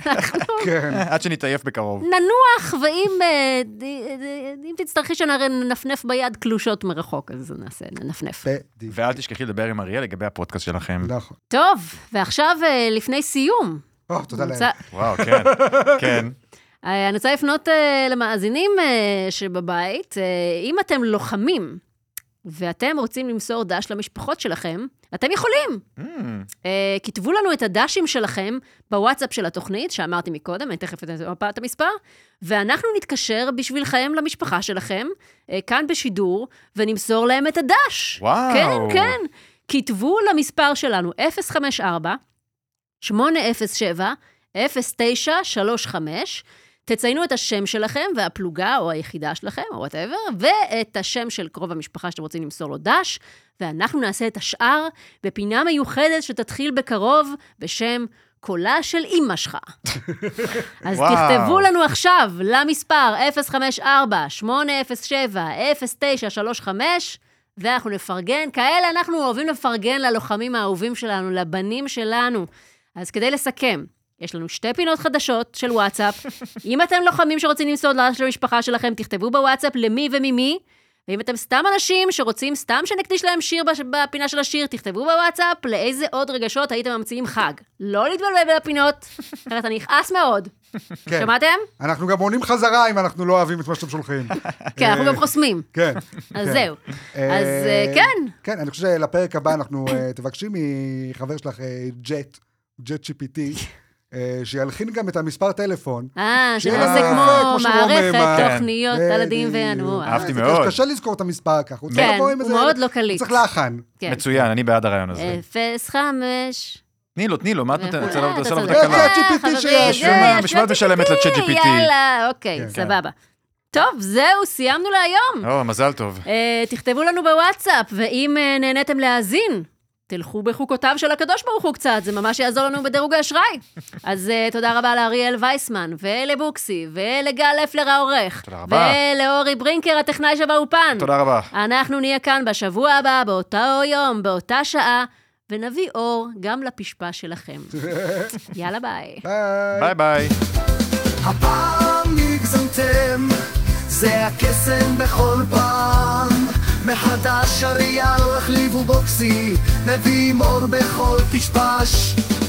[SPEAKER 3] אנחנו
[SPEAKER 1] כן.
[SPEAKER 4] עד שנתעייף בקרוב.
[SPEAKER 3] ננוח, ואם אה, ד- ד- אם תצטרכי שננפנף ביד קלושות מרחוק, אז נעשה, ננפנף.
[SPEAKER 1] בדיוק.
[SPEAKER 4] ואל תשכחי לדבר עם אריאל לגבי הפודקאסט שלכם.
[SPEAKER 1] נכון.
[SPEAKER 3] טוב, ועכשיו, אה, לפני סיום,
[SPEAKER 1] או, תודה
[SPEAKER 3] אני
[SPEAKER 1] לאל.
[SPEAKER 3] רוצה-
[SPEAKER 4] וואו, כן, כן.
[SPEAKER 3] אה, אני רוצה לפנות אה, למאזינים אה, שבבית. אה, אם אתם לוחמים ואתם רוצים למסור דש למשפחות שלכם, אתם יכולים.
[SPEAKER 4] אמ,
[SPEAKER 3] אה, כתבו לנו את הדשים שלכם בוואטסאפ של התוכנית, שאמרתי מקודם, אני תכף אתן עוד פעם את המספר, ואנחנו נתקשר בשבילכם למשפחה שלכם, אה, כאן בשידור, ונמסור להם את הדש.
[SPEAKER 4] וואו.
[SPEAKER 3] כן, כן. כתבו למספר שלנו, 054 807 0935 תציינו את השם שלכם והפלוגה או היחידה שלכם, או וואטאבר, ואת השם של קרוב המשפחה שאתם רוצים למסור לו דש, ואנחנו נעשה את השאר בפינה מיוחדת שתתחיל בקרוב בשם קולה של אימא שלך. אז
[SPEAKER 4] וואו.
[SPEAKER 3] תכתבו לנו עכשיו למספר 054-807-0935, ואנחנו נפרגן. כאלה אנחנו אוהבים לפרגן ללוחמים האהובים שלנו, לבנים שלנו. אז כדי לסכם, יש לנו שתי פינות חדשות של וואטסאפ. אם אתם לוחמים שרוצים למסור דרש למשפחה שלכם, תכתבו בוואטסאפ למי וממי. ואם אתם סתם אנשים שרוצים סתם שנקדיש להם שיר בש- בפינה של השיר, תכתבו בוואטסאפ לאיזה עוד רגשות הייתם ממציאים חג. לא להתבלבל בין הפינות, אחרת אני אכעס מאוד.
[SPEAKER 1] כן.
[SPEAKER 3] שמעתם?
[SPEAKER 1] אנחנו גם עונים חזרה אם אנחנו לא אוהבים את מה שאתם שולחים.
[SPEAKER 3] כן, אנחנו
[SPEAKER 1] אה,
[SPEAKER 3] גם חוסמים.
[SPEAKER 1] כן.
[SPEAKER 3] אז
[SPEAKER 1] כן.
[SPEAKER 3] זהו. אז אה,
[SPEAKER 1] אה,
[SPEAKER 3] כן,
[SPEAKER 1] כן, אני חושב שלפרק הבא אנחנו אה, תבקשי מחבר שלך, אה, ג'ט, ג'ט GPT, אה, שילחין גם את המספר טלפון.
[SPEAKER 3] אה,
[SPEAKER 1] שיהיה
[SPEAKER 3] שנעשה
[SPEAKER 1] לנו
[SPEAKER 3] כמו
[SPEAKER 1] יפה, כמו שהוא אומר,
[SPEAKER 3] מערכת
[SPEAKER 1] מה-
[SPEAKER 3] תוכניות
[SPEAKER 1] בדיוק.
[SPEAKER 3] ילדים וינוח.
[SPEAKER 1] אה,
[SPEAKER 4] אהבתי
[SPEAKER 1] זה
[SPEAKER 4] מאוד.
[SPEAKER 1] קשה לזכור את המספר ככה. הוא צריך
[SPEAKER 3] כן,
[SPEAKER 1] לבוא עם
[SPEAKER 3] הוא
[SPEAKER 1] איזה-
[SPEAKER 3] מאוד לא
[SPEAKER 1] הוא
[SPEAKER 3] קליט.
[SPEAKER 1] צריך לחן.
[SPEAKER 3] כן. אה.
[SPEAKER 4] מצוין, אני בעד הרעיון הזה.
[SPEAKER 3] אפס חמש.
[SPEAKER 4] תני לו, תני לו, מה את נותנת? לא- רוצה
[SPEAKER 3] נכון. אתה
[SPEAKER 4] לעשות עליו
[SPEAKER 3] צודק.
[SPEAKER 1] תקלה.
[SPEAKER 4] תקלה?
[SPEAKER 1] אה, ChatGPT
[SPEAKER 3] חברים,
[SPEAKER 1] שיש.
[SPEAKER 3] זה,
[SPEAKER 4] בשביל מה- בשביל מה את משלמת
[SPEAKER 3] ChatGPT?
[SPEAKER 4] ל-ChatGPT?
[SPEAKER 3] יאללה, אוקיי,
[SPEAKER 1] כן.
[SPEAKER 3] סבבה. טוב, זהו, סיימנו להיום.
[SPEAKER 4] או, מזל טוב.
[SPEAKER 3] אה, תכתבו לנו בוואטסאפ, ואם אה, נהניתם להאזין, תלכו בחוקותיו של הקדוש ברוך הוא קצת, זה ממש יעזור לנו בדירוג האשראי. אז אה, תודה רבה לאריאל וייסמן, ולבוקסי, ולגל לפלר העורך.
[SPEAKER 4] תודה רבה.
[SPEAKER 3] ולאורי ברינקר, הטכנאי שבאופן.
[SPEAKER 4] תודה רבה.
[SPEAKER 3] אנחנו נהיה כאן בשבוע הבא, באותו יום, באותה שעה, ונביא אור גם לפשפש שלכם. יאללה ביי. אה.
[SPEAKER 1] ביי.
[SPEAKER 4] ביי ביי.
[SPEAKER 2] הפעם הגזמתם, זה הקסם בכל פעם. לא מחדש אריאל, רכליב ובוקסי, מביאים אור בכל פשפש